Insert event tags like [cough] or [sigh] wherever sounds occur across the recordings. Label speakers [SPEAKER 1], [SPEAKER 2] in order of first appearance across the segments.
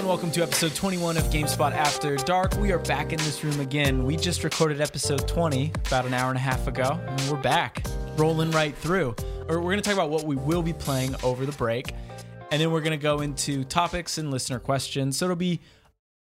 [SPEAKER 1] welcome to episode 21 of GameSpot After Dark. We are back in this room again. We just recorded episode 20 about an hour and a half ago, and we're back, rolling right through. Or We're going to talk about what we will be playing over the break, and then we're going to go into topics and listener questions. So it'll be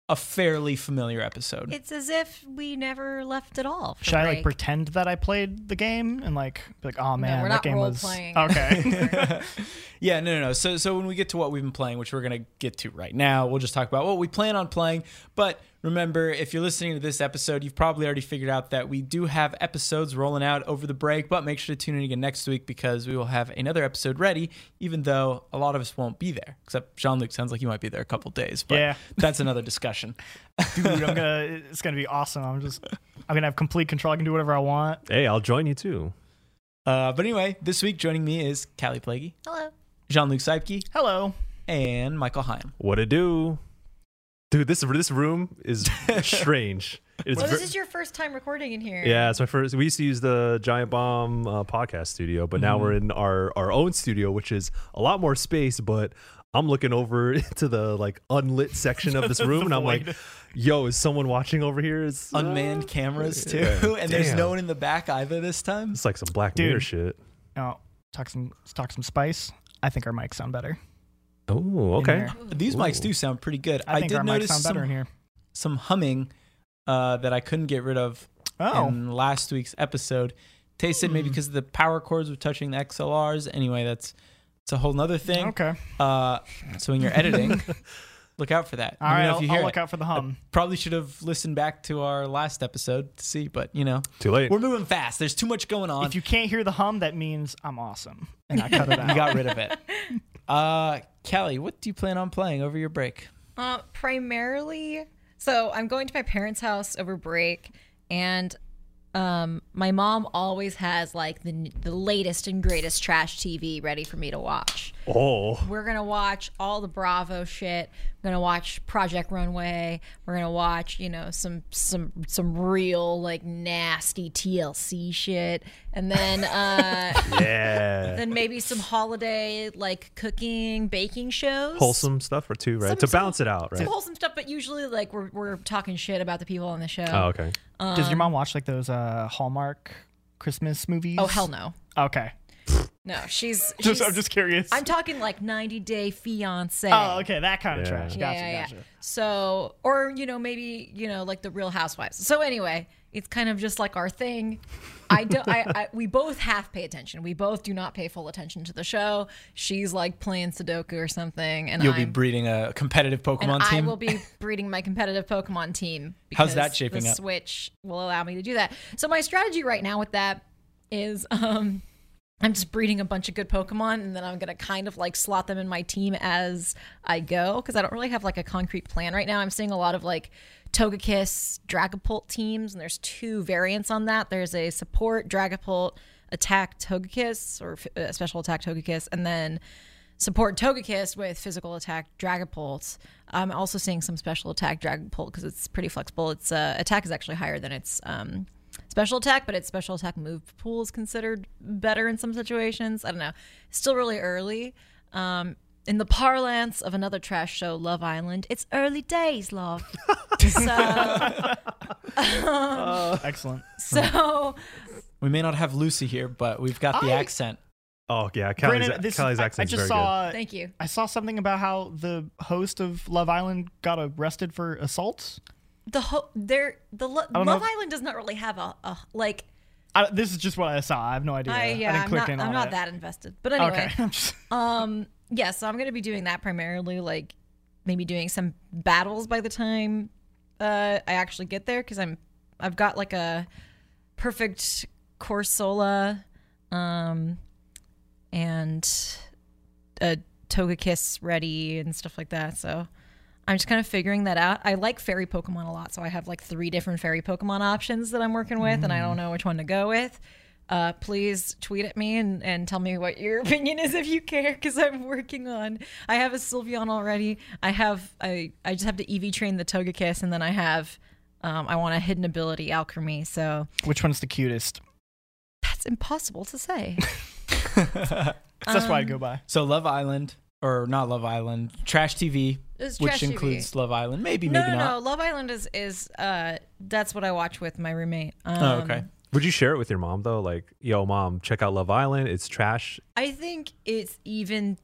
[SPEAKER 1] a fairly familiar episode.
[SPEAKER 2] It's as if we never left at all. for
[SPEAKER 3] Should I like
[SPEAKER 2] break.
[SPEAKER 3] pretend that I played the game and like be like, oh man,
[SPEAKER 4] we're
[SPEAKER 3] that
[SPEAKER 4] not
[SPEAKER 3] game was Oh,
[SPEAKER 4] role-playing. [laughs]
[SPEAKER 3] okay. [laughs]
[SPEAKER 1] Yeah, no, no, no. So, so when we get to what we've been playing, which we're gonna get to right now, we'll just talk about what we plan on playing. But remember, if you're listening to this episode, you've probably already figured out that we do have episodes rolling out over the break. But make sure to tune in again next week because we will have another episode ready. Even though a lot of us won't be there, except Jean Luc sounds like he might be there a couple days. But
[SPEAKER 3] Yeah.
[SPEAKER 1] [laughs] that's another discussion.
[SPEAKER 3] Dude, I'm gonna it's gonna be awesome. I'm just I'm gonna have complete control. I can do whatever I want.
[SPEAKER 5] Hey, I'll join you too.
[SPEAKER 1] Uh, but anyway, this week joining me is Callie Plaguey,
[SPEAKER 2] Hello.
[SPEAKER 1] Jean Luc Seipke,
[SPEAKER 3] Hello.
[SPEAKER 1] and Michael Heim.
[SPEAKER 5] What it do? Dude, this this room is strange. It's
[SPEAKER 4] Well,
[SPEAKER 5] ver-
[SPEAKER 4] this is your first time recording in here.
[SPEAKER 5] yeah, it's my first. We used to use the Giant Bomb uh, podcast studio, but now we're in our our own studio, which is a lot more space. But I'm looking over [laughs] to the like unlit section of this room, and I'm like, "Yo, is someone watching over here?" It's uh,
[SPEAKER 1] Unmanned cameras too, [laughs]
[SPEAKER 5] Yeah.
[SPEAKER 1] and there's
[SPEAKER 5] Damn.
[SPEAKER 1] no one in the back either this time.
[SPEAKER 5] it's like some Black
[SPEAKER 3] Dude.
[SPEAKER 5] Mirror shit.
[SPEAKER 3] Now Oh, talk some let's talk some spice. I think our mics sound better.
[SPEAKER 5] Oh,
[SPEAKER 3] in
[SPEAKER 5] okay.
[SPEAKER 3] here.
[SPEAKER 1] These mics do sound pretty good.
[SPEAKER 3] I
[SPEAKER 1] I,
[SPEAKER 3] think
[SPEAKER 1] did
[SPEAKER 3] our mics
[SPEAKER 1] notice
[SPEAKER 3] sound
[SPEAKER 1] some,
[SPEAKER 3] better in here.
[SPEAKER 1] some humming uh, that I couldn't get rid of
[SPEAKER 3] Oh. Hmm.
[SPEAKER 1] in last week's episode. Tasted maybe because the power cords were touching the XLRs. Anyway, that's it's a whole nother thing.
[SPEAKER 3] Okay.
[SPEAKER 1] Uh, so when you're
[SPEAKER 3] [laughs]
[SPEAKER 1] editing, look out for that.
[SPEAKER 3] All
[SPEAKER 1] Let me
[SPEAKER 3] right,
[SPEAKER 1] know
[SPEAKER 3] I'll,
[SPEAKER 1] if you
[SPEAKER 3] I'll
[SPEAKER 1] hear
[SPEAKER 3] look
[SPEAKER 1] it.
[SPEAKER 3] out for the hum.
[SPEAKER 1] Probably should have listened back to our last episode to see, but you know,
[SPEAKER 5] Too late.
[SPEAKER 1] we're moving fast. There's too much going on.
[SPEAKER 3] If you can't hear the hum, that means I'm awesome. And I cut it out.
[SPEAKER 1] You got rid of
[SPEAKER 3] [laughs]
[SPEAKER 1] it. Uh, Kelly, what do you plan on playing over your break?
[SPEAKER 4] Uh, primarily, so I'm going to my parents' house over break, and um, my mom always has like the the latest and greatest trash TV ready for me to watch.
[SPEAKER 5] Oh,
[SPEAKER 4] We're gonna watch all the Bravo shit. We're gonna watch Project Runway. We're gonna watch, you know, some some some real like nasty TLC shit, and then uh,
[SPEAKER 3] [laughs]
[SPEAKER 5] yeah.
[SPEAKER 4] then maybe some holiday like cooking baking shows.
[SPEAKER 5] Wholesome stuff or two, right?
[SPEAKER 4] Some-
[SPEAKER 5] to
[SPEAKER 4] some-
[SPEAKER 5] bounce it out, right?
[SPEAKER 4] Some wholesome stuff, but usually like we're we're talking shit about the people on the show.
[SPEAKER 5] Oh, okay.
[SPEAKER 4] [laughs]
[SPEAKER 3] Does your mom watch like those uh Hallmark Christmas movies?
[SPEAKER 4] Oh, hell no.
[SPEAKER 3] Okay. [laughs]
[SPEAKER 4] No, she's,
[SPEAKER 3] Just
[SPEAKER 4] she's-
[SPEAKER 3] I'm just curious.
[SPEAKER 4] I'm talking like 90 Day Fiance.
[SPEAKER 3] oh, okay, that kind of
[SPEAKER 5] Yeah.
[SPEAKER 3] trash.
[SPEAKER 4] Yeah,
[SPEAKER 3] Gotcha,
[SPEAKER 4] yeah, yeah.
[SPEAKER 3] gotcha.
[SPEAKER 4] So, or you know, maybe you know, like the Real Housewives. So anyway, it's kind of just like our thing. I don't. I, I we both half pay attention. We both do not pay full attention to the show. She's like playing Sudoku or something, and
[SPEAKER 1] You'll
[SPEAKER 4] I'm
[SPEAKER 1] be breeding a competitive
[SPEAKER 4] and
[SPEAKER 1] Pokemon
[SPEAKER 4] I
[SPEAKER 1] team. [laughs]
[SPEAKER 4] will be breeding my competitive Pokemon team.
[SPEAKER 1] How's
[SPEAKER 4] because
[SPEAKER 1] that shaping
[SPEAKER 4] the
[SPEAKER 1] up?
[SPEAKER 4] Switch will allow me to do that. So my strategy right now with that is um I'm just breeding a bunch of good Pokemon and then I'm gonna kind of like slot them in my team as I go because I don't really have like a concrete plan right now. I'm seeing a lot of like Togekiss Dragapult teams and there's two variants on that. There's a support Dragapult attack Togekiss or f- uh, special attack Togekiss and then support Togekiss with physical attack Dragapult. I'm also seeing some special attack Dragapult because it's pretty flexible. Its uh, attack is actually higher than its um, special attack, but its special attack move pool is considered better in some situations. I don't know. Still really early. Um, in the parlance of another trash show, Love Island, it's early days,
[SPEAKER 3] [laughs]
[SPEAKER 4] love. so,
[SPEAKER 1] Uh,
[SPEAKER 3] Excellent.
[SPEAKER 4] so
[SPEAKER 1] We may not have Lucy here, but we've got the
[SPEAKER 3] I-
[SPEAKER 1] accent.
[SPEAKER 5] Oh, yeah. Callie's,
[SPEAKER 3] Brandon, this is-
[SPEAKER 5] Callie's
[SPEAKER 3] I-
[SPEAKER 5] accent's
[SPEAKER 3] I, just
[SPEAKER 5] very good.
[SPEAKER 3] saw
[SPEAKER 4] thank you.
[SPEAKER 3] I saw something about how the host of Love Island got arrested for assault.
[SPEAKER 4] The ho- there the lo-
[SPEAKER 3] don't
[SPEAKER 4] Love
[SPEAKER 3] know if-
[SPEAKER 4] Island does not really have a, a like.
[SPEAKER 3] I, this is just what I saw. I have no idea.
[SPEAKER 4] I, yeah,
[SPEAKER 3] I
[SPEAKER 4] I
[SPEAKER 3] didn't
[SPEAKER 4] am
[SPEAKER 3] click
[SPEAKER 4] not,
[SPEAKER 3] in
[SPEAKER 4] I'm
[SPEAKER 3] on
[SPEAKER 4] not
[SPEAKER 3] it.
[SPEAKER 4] that invested. But anyway,
[SPEAKER 3] Okay. [laughs] I'm just-
[SPEAKER 4] Um, yeah, so I'm gonna be doing that primarily, like maybe doing some battles by the time uh, I actually get there, because I'm I've got like a perfect Corsola, um, and a Togekiss ready and stuff like that. So I'm just kind of figuring that out. I like fairy Pokemon a lot, so I have like three different fairy Pokemon options that I'm working with, and I don't know which one to go with. Uh, please tweet at me and, and tell me what your [laughs] opinion is if you care, because I'm working on. I have a Sylveon already. I have I I just have to EV train the Togekiss, and then I have um, I want a hidden ability Alchemy. So
[SPEAKER 3] Which one's the cutest?
[SPEAKER 4] that's impossible to say.
[SPEAKER 3] That's what I go by.
[SPEAKER 4] Um,
[SPEAKER 1] So Love Island, or not Love Island, Trash TV, [laughs]
[SPEAKER 4] It's
[SPEAKER 1] which
[SPEAKER 4] Trash TV.
[SPEAKER 1] includes Love Island. Maybe,
[SPEAKER 4] No,
[SPEAKER 1] maybe
[SPEAKER 4] no,
[SPEAKER 1] not.
[SPEAKER 4] no. Love Island is is uh that's what I watch with my roommate. Um,
[SPEAKER 1] Oh, okay.
[SPEAKER 5] Would you share it with your mom though? Like, yo, mom, check out Love Island. It's trash.
[SPEAKER 4] I think it's even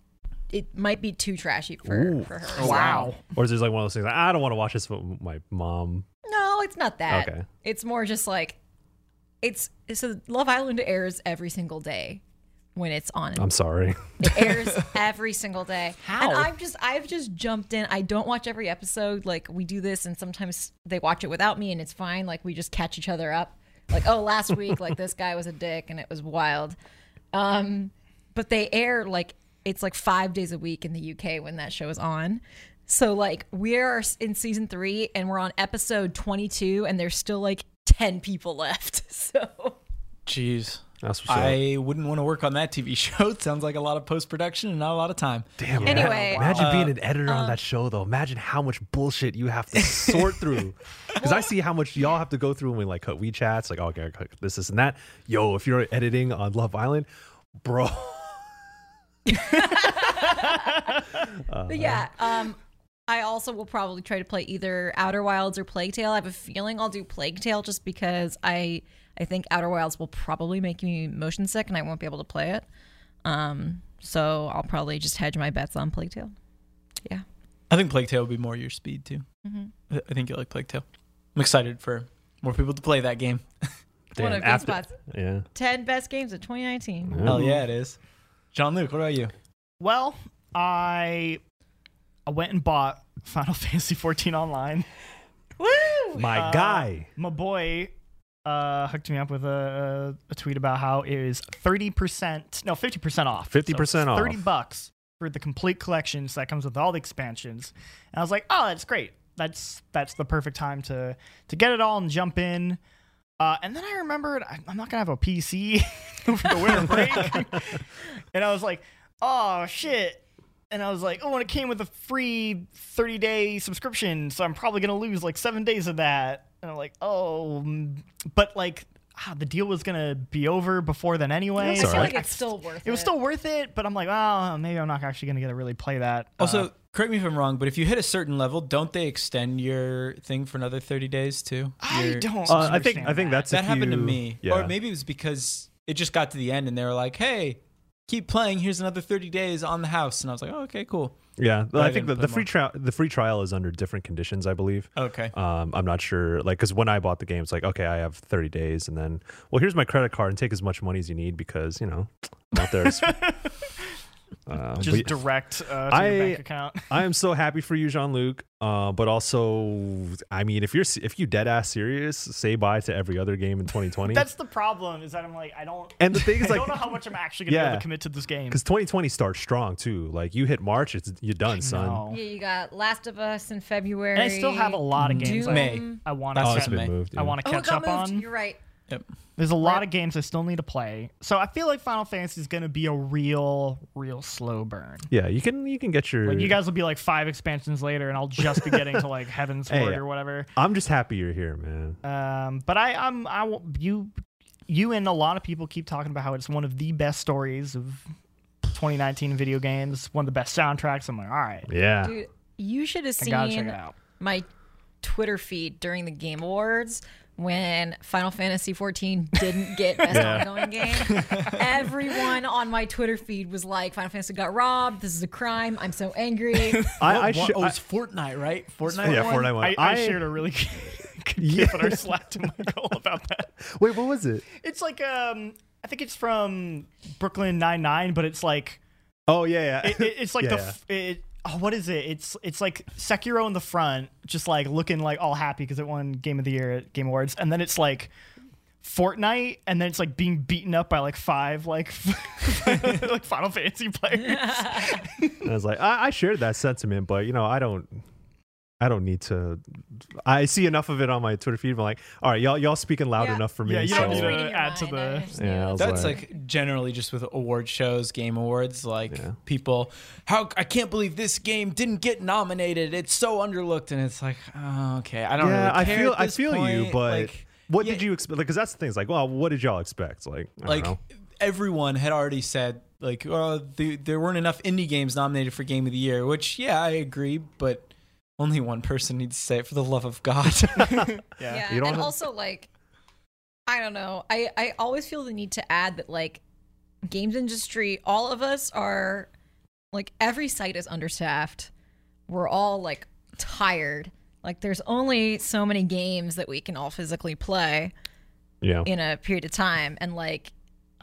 [SPEAKER 4] it might be too trashy for, for her.
[SPEAKER 1] Oh, Wow.
[SPEAKER 5] Or is there like one of those things? Like, I don't want to watch this with my mom.
[SPEAKER 4] No, it's not that.
[SPEAKER 5] Okay.
[SPEAKER 4] It's more just like it's so Love Island airs every single day when it's on.
[SPEAKER 5] I'm sorry. [laughs]
[SPEAKER 4] It airs every single day.
[SPEAKER 1] How?
[SPEAKER 4] And I've just I've just jumped in. I don't watch every episode. Like we do this and sometimes they watch it without me and it's fine. Like we just catch each other up. Like, oh last week like this guy was a dick and it was wild. Um but they air like it's like five days a week in the UK when that show is on. So like we are in season three and we're on episode twenty two and there's still like ten people left. [laughs] So
[SPEAKER 1] Jeez.
[SPEAKER 5] That's what's up.
[SPEAKER 1] I wouldn't want to work on that TV [laughs] show. It sounds like a lot of post production and not a lot of time.
[SPEAKER 5] Damn.
[SPEAKER 4] Anyway.
[SPEAKER 5] imagine being an editor on that show though. Imagine how much bullshit you have to sort through. Because I see how much y'all have to go through when we like cut WeChats, like, "Oh, okay, cut this, this, and that. Yo, if you're editing on Love Island, bro. [laughs]
[SPEAKER 4] But
[SPEAKER 3] Uh-huh.
[SPEAKER 4] yeah, um, I also will probably try to play either Outer Wilds or Plague Tale. I have a feeling I'll do Plague Tale just because I I think Outer Wilds will probably make me motion sick and I won't be able to play it. Um, so I'll probably just hedge my bets on Plague Tale. Yeah.
[SPEAKER 1] I think Plague Tale would be more your speed too.
[SPEAKER 4] Mm-hmm.
[SPEAKER 1] I- I think you like Plague Tale. I'm excited for more people to play that game.
[SPEAKER 5] Damn,
[SPEAKER 4] One of
[SPEAKER 5] after-
[SPEAKER 4] Gamespot's
[SPEAKER 5] Yeah.
[SPEAKER 4] 10 best games of 2019.
[SPEAKER 1] Hell yeah, it is. John Luke, what about you?
[SPEAKER 3] Well, I I went and bought Final [laughs] Fantasy 14 online.
[SPEAKER 4] Woo!
[SPEAKER 5] My
[SPEAKER 3] Uh,
[SPEAKER 5] guy.
[SPEAKER 3] My boy uh, hooked me up with a, a tweet about how it is 30%, no, 50% off.
[SPEAKER 5] 50% off.
[SPEAKER 3] 30 bucks for the complete collection. So that comes with all the expansions. And I was like, oh, that's great. That's that's the perfect time to to get it all and jump in. Uh, and then I remembered I, I'm not gonna have a PC [laughs] for the winter
[SPEAKER 5] [laughs]
[SPEAKER 3] break, and I was like, oh shit. And I was like, oh, and it came with a free 30 day subscription, so I'm probably gonna lose like seven days of that. And I'm like, oh, mm, but like ah, the deal was gonna be over before then anyway.
[SPEAKER 4] I
[SPEAKER 5] It's
[SPEAKER 4] feel
[SPEAKER 5] all right.
[SPEAKER 4] like it's still worth it.
[SPEAKER 3] It was still worth it, but I'm like, oh, maybe I'm not actually gonna get to really play that.
[SPEAKER 1] Also,
[SPEAKER 3] Uh,
[SPEAKER 1] correct me if I'm wrong, but if you hit a certain level, don't they extend your thing for another 30 days too?
[SPEAKER 3] I
[SPEAKER 1] Your-
[SPEAKER 3] don't.
[SPEAKER 5] Uh, I think I
[SPEAKER 3] understand
[SPEAKER 5] think that's
[SPEAKER 1] That
[SPEAKER 5] if
[SPEAKER 1] happened to
[SPEAKER 5] you-
[SPEAKER 1] me.
[SPEAKER 5] Yeah.
[SPEAKER 1] Or maybe it was because it just got to the end and they were like, hey, keep playing. Here's another 30 days on the house. And I was like, oh, okay, cool. I
[SPEAKER 5] Yeah, I
[SPEAKER 1] didn't
[SPEAKER 5] think the,
[SPEAKER 1] put
[SPEAKER 5] the
[SPEAKER 1] them
[SPEAKER 5] free
[SPEAKER 1] on.
[SPEAKER 5] trial the free trial is under different conditions, I believe.
[SPEAKER 1] Okay.
[SPEAKER 5] Um, I'm not sure, like, because when I bought the game, it's like, okay, I have 30 days, and then, well, here's my credit card, and take as much money as you need because you know, I'm out there.
[SPEAKER 3] [laughs]
[SPEAKER 5] Uh,
[SPEAKER 3] just
[SPEAKER 5] but-
[SPEAKER 3] direct uh, to
[SPEAKER 5] I-
[SPEAKER 3] your bank
[SPEAKER 5] [laughs]
[SPEAKER 3] account.
[SPEAKER 5] I am so happy for you, Jean Luc. Uh, but also, I mean, if you're se- if you dead ass serious, say bye to every other game in 2020.
[SPEAKER 3] That's the problem is that I'm like I don't.
[SPEAKER 5] [laughs] and the
[SPEAKER 3] [laughs]
[SPEAKER 5] thing
[SPEAKER 3] I
[SPEAKER 5] is, like,
[SPEAKER 3] don't know how much I'm actually gonna be able
[SPEAKER 5] Yeah.
[SPEAKER 3] to commit to this game.
[SPEAKER 5] because 2020 starts strong too. Like, you hit March, it's you're done, son.
[SPEAKER 3] No.
[SPEAKER 4] Yeah, you got Last of Us in February.
[SPEAKER 3] And I still have a lot of games
[SPEAKER 4] Doom.
[SPEAKER 1] May.
[SPEAKER 3] I, I want
[SPEAKER 1] That's
[SPEAKER 5] Oh,
[SPEAKER 1] right.
[SPEAKER 5] it's
[SPEAKER 3] to.
[SPEAKER 1] May.
[SPEAKER 5] been moved.
[SPEAKER 3] I want to
[SPEAKER 4] Oh, it
[SPEAKER 3] catch
[SPEAKER 4] got
[SPEAKER 3] up
[SPEAKER 4] moved.
[SPEAKER 3] on.
[SPEAKER 4] You're right.
[SPEAKER 1] Yep.
[SPEAKER 3] There's a lot of games I still need to play, so I feel like Final Fantasy is gonna be a real, real slow burn.
[SPEAKER 5] Yeah, you can you can get your.
[SPEAKER 3] Like you guys will be like five expansions later, and I'll just be getting to like Heaven's
[SPEAKER 5] Hey,
[SPEAKER 3] Word
[SPEAKER 5] yeah.
[SPEAKER 3] or whatever.
[SPEAKER 5] I'm just happy you're here, man.
[SPEAKER 3] Um, but I, I'm, I will- you, you and a lot of people keep talking about how it's one of the best stories of 2019 video games. One of the best soundtracks. I'm like, all right,
[SPEAKER 5] Yeah.
[SPEAKER 4] Dude, you should have
[SPEAKER 3] I gotta check
[SPEAKER 4] seen
[SPEAKER 3] it out.
[SPEAKER 4] my Twitter feed during the Game Awards when Final Fantasy XIV didn't get best
[SPEAKER 5] Yeah.
[SPEAKER 4] ongoing game. Everyone on my Twitter feed was like, "Final Fantasy got robbed. This is a crime. I'm so angry."
[SPEAKER 5] I, I,
[SPEAKER 1] What-
[SPEAKER 5] sh-
[SPEAKER 1] oh,
[SPEAKER 5] I
[SPEAKER 1] it's Fortnite, right? Fortnite.
[SPEAKER 5] yeah,
[SPEAKER 1] one?
[SPEAKER 5] Fortnite one.
[SPEAKER 3] I, I, shared a really [laughs] good yeah. clip on our Slack to Michael about that.
[SPEAKER 5] Wait, what was it?
[SPEAKER 3] It's like, um, I think it's from Brooklyn Nine Nine, but it's like,
[SPEAKER 5] Oh yeah, yeah.
[SPEAKER 3] it, it- it's like the,
[SPEAKER 5] [laughs] Yeah.
[SPEAKER 3] f- it, oh, what is it? It's it's like Sekiro in the front, just like looking like all happy because it won Game of the Year at Game Awards, and then it's like. Fortnite, and then it's like being beaten up by like five like [laughs] like Final Fantasy players.
[SPEAKER 5] I was like, I, I shared that sentiment, but you know, I don't, I don't need to. I see enough of it on my Twitter feed. I'm like, all right, y'all, y'all speaking loud
[SPEAKER 4] Yeah.
[SPEAKER 5] enough for me.
[SPEAKER 3] Yeah, [laughs] you
[SPEAKER 5] so
[SPEAKER 4] I was
[SPEAKER 3] need
[SPEAKER 4] reading
[SPEAKER 3] to
[SPEAKER 4] your
[SPEAKER 3] add to
[SPEAKER 4] mind. I
[SPEAKER 3] the-
[SPEAKER 4] understood.
[SPEAKER 5] Yeah, I was
[SPEAKER 1] That's
[SPEAKER 5] Right.
[SPEAKER 1] like generally just with award shows, game awards, like
[SPEAKER 5] Yeah.
[SPEAKER 1] people, how I can't believe this game didn't get nominated. It's so underlooked, and it's like, oh, okay, I don't.
[SPEAKER 5] yeah,
[SPEAKER 1] really
[SPEAKER 5] I
[SPEAKER 1] care
[SPEAKER 5] feel,
[SPEAKER 1] at
[SPEAKER 5] I
[SPEAKER 1] this
[SPEAKER 5] feel you,
[SPEAKER 1] point.
[SPEAKER 5] but
[SPEAKER 1] like,
[SPEAKER 5] what
[SPEAKER 1] yeah,
[SPEAKER 5] did you expect? Because that's the thing. It's like, well, what did y'all expect? Like, I don't
[SPEAKER 1] like?
[SPEAKER 5] know.
[SPEAKER 1] Everyone had already said Like, uh, the, there weren't enough indie games nominated for Game of the Year, which, yeah, I agree, but only one person needs to say it for the love of God. [laughs]
[SPEAKER 3] Yeah.
[SPEAKER 4] Yeah,
[SPEAKER 5] You don't
[SPEAKER 4] and
[SPEAKER 5] have-
[SPEAKER 4] also like, I don't know. I I always feel the need to add that like, games industry. All of us are like every site is understaffed. We're all like tired. Like there's only so many games that we can all physically play
[SPEAKER 5] Yeah.
[SPEAKER 4] in a period of time, and like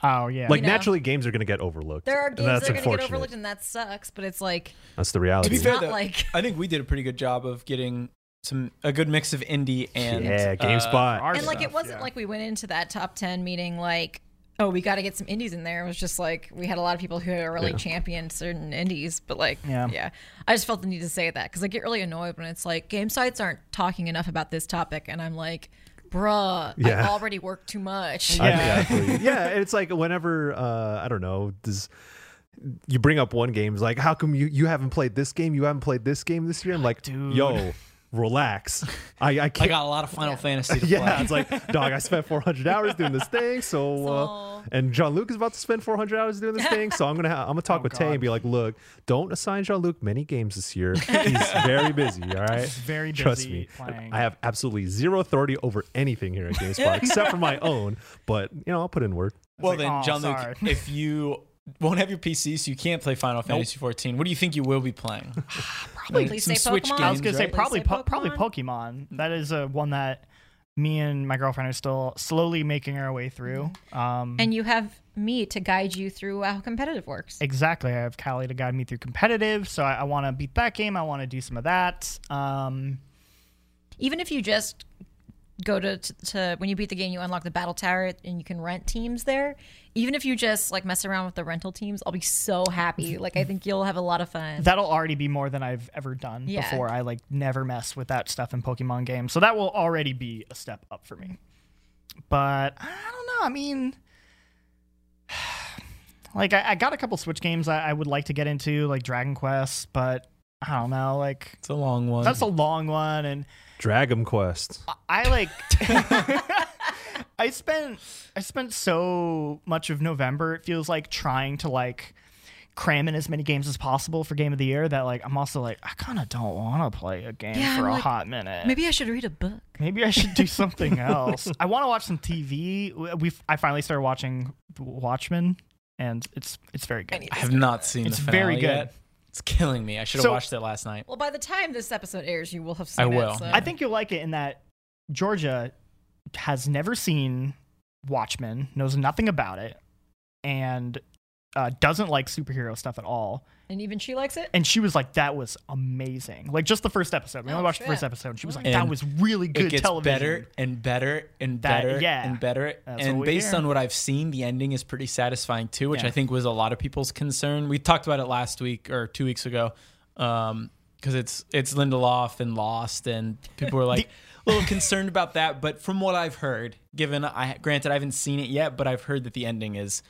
[SPEAKER 3] Oh yeah.
[SPEAKER 5] Like
[SPEAKER 4] know.
[SPEAKER 5] naturally, games are going to get overlooked.
[SPEAKER 4] there are
[SPEAKER 5] and
[SPEAKER 4] games
[SPEAKER 5] that's
[SPEAKER 4] that are gonna get
[SPEAKER 5] unfortunate.
[SPEAKER 4] overlooked, and that sucks. But it's like
[SPEAKER 5] That's the reality.
[SPEAKER 1] to be
[SPEAKER 4] It's
[SPEAKER 1] fair,
[SPEAKER 4] not
[SPEAKER 1] though,
[SPEAKER 4] like-
[SPEAKER 1] I think we did a pretty good job of getting some a good mix of indie and
[SPEAKER 5] yeah,
[SPEAKER 1] uh,
[SPEAKER 5] GameSpot.
[SPEAKER 3] our
[SPEAKER 4] and like it
[SPEAKER 3] stuff,
[SPEAKER 4] wasn't
[SPEAKER 3] yeah.
[SPEAKER 4] like we went into that top 10 meeting like oh we got to get some indies in there it was just like we had a lot of people who really championed certain indies but like
[SPEAKER 3] Yeah.
[SPEAKER 4] yeah, i just felt the need to say that because i get really annoyed when it's like game sites aren't talking enough about this topic and i'm like bruh
[SPEAKER 5] Yeah.
[SPEAKER 4] i already work too much
[SPEAKER 5] I
[SPEAKER 3] Yeah.
[SPEAKER 5] think [laughs] actually- yeah, and it's like whenever uh, I don't know, does you bring up one game, it's like, how come you you haven't played this game? You haven't played this game this year? I'm like,
[SPEAKER 3] Dude.
[SPEAKER 5] yo, relax. I I
[SPEAKER 1] uh, I
[SPEAKER 3] [laughs]
[SPEAKER 5] can't. [laughs]
[SPEAKER 1] got a lot of Final Fantasy to
[SPEAKER 5] yeah,
[SPEAKER 1] play.
[SPEAKER 5] it's like, dog, I spent 400 hours doing this thing, so uh,
[SPEAKER 4] So-
[SPEAKER 5] and Jean Luc is about to spend 400 hours doing this thing, so I'm gonna ha- I'm gonna talk with Tay and be like, look, don't assign Jean Luc many games this year. He's very busy. All right,
[SPEAKER 3] very
[SPEAKER 5] Trust
[SPEAKER 3] busy
[SPEAKER 5] me,
[SPEAKER 3] playing.
[SPEAKER 5] I have absolutely zero authority over anything here at
[SPEAKER 3] [laughs]
[SPEAKER 5] GameSpot except for my own. But you know, I'll put in work.
[SPEAKER 1] Well
[SPEAKER 3] like,
[SPEAKER 1] then,
[SPEAKER 3] "Oh,
[SPEAKER 1] John
[SPEAKER 3] sorry."
[SPEAKER 1] Luke, if you won't have your PC, so you can't play Final Fantasy 14. What do you think you will be playing?
[SPEAKER 4] probably
[SPEAKER 1] Like
[SPEAKER 4] say
[SPEAKER 1] some Switch
[SPEAKER 4] pokemon
[SPEAKER 1] games,
[SPEAKER 3] I was gonna say
[SPEAKER 1] right?
[SPEAKER 3] probably
[SPEAKER 4] Please say
[SPEAKER 3] po- probably Pokemon. That is uh, one that me and my girlfriend are still slowly making our way through. Um,
[SPEAKER 4] and you have me to guide you through how competitive works
[SPEAKER 3] exactly, I have Callie to guide me through competitive, so I, I want to beat that game. I want to do some of that. Um,
[SPEAKER 4] even if you just go to, to, to when you beat the game you unlock the battle tower and you can rent teams there even if you just like mess around with the rental teams i'll be so happy like i think you'll have a lot of fun
[SPEAKER 3] that'll already be more than I've ever done
[SPEAKER 4] Yeah.
[SPEAKER 3] before. I like never mess with that stuff in Pokemon games, so that will already be a step up for me. But I don't know. I mean, [sighs] like I, I got a couple Switch games I, I would like to get into, like Dragon Quest, but I don't know. Like
[SPEAKER 1] It's a long one.
[SPEAKER 3] that's a long one, and
[SPEAKER 5] Dragon Quest.
[SPEAKER 3] I- I like. [laughs] I spent I spent so much of November. It feels like trying to like cram in as many games as possible for Game of the Year. That like I'm also like I kind of don't want to play a game
[SPEAKER 4] Yeah,
[SPEAKER 3] for
[SPEAKER 4] I'm
[SPEAKER 3] a
[SPEAKER 4] like,
[SPEAKER 3] hot minute.
[SPEAKER 4] [laughs]
[SPEAKER 3] Maybe-
[SPEAKER 4] maybe i should read a book
[SPEAKER 3] I should do something else. I want to watch some TV. We- We I finally started watching Watchmen, and it's it's very good.
[SPEAKER 1] I have not seen
[SPEAKER 3] It's
[SPEAKER 1] the finale
[SPEAKER 3] very good.
[SPEAKER 1] yet. It's killing me. I should have
[SPEAKER 3] So-
[SPEAKER 1] watched it last night.
[SPEAKER 4] well by the time this episode airs you will have
[SPEAKER 1] I
[SPEAKER 4] seen
[SPEAKER 1] will.
[SPEAKER 4] it so.
[SPEAKER 3] I think you'll like it in that Georgia has never seen Watchmen, knows nothing about it, and uh, doesn't like superhero stuff at all.
[SPEAKER 4] and even she likes it
[SPEAKER 3] And she was like, "That was amazing!" Like just the first episode. We
[SPEAKER 4] Oh,
[SPEAKER 3] only watched the
[SPEAKER 4] shit.
[SPEAKER 3] first episode. She was like,
[SPEAKER 1] And
[SPEAKER 3] "That was really good
[SPEAKER 1] it gets
[SPEAKER 3] television."
[SPEAKER 1] better and better and
[SPEAKER 3] That-
[SPEAKER 1] better
[SPEAKER 3] yeah.
[SPEAKER 1] and better.
[SPEAKER 3] That's
[SPEAKER 1] and
[SPEAKER 3] what we
[SPEAKER 1] based
[SPEAKER 3] hear.
[SPEAKER 1] on what I've seen, the ending is pretty satisfying too, which
[SPEAKER 3] Yeah.
[SPEAKER 1] I think was a lot of people's concern. We talked about it last week or two weeks ago, because it's it's Lindelof and Lost, and people
[SPEAKER 3] [laughs]
[SPEAKER 1] were like a little concerned about that. But from what I've heard, given I granted I haven't seen it yet, but I've heard that the ending is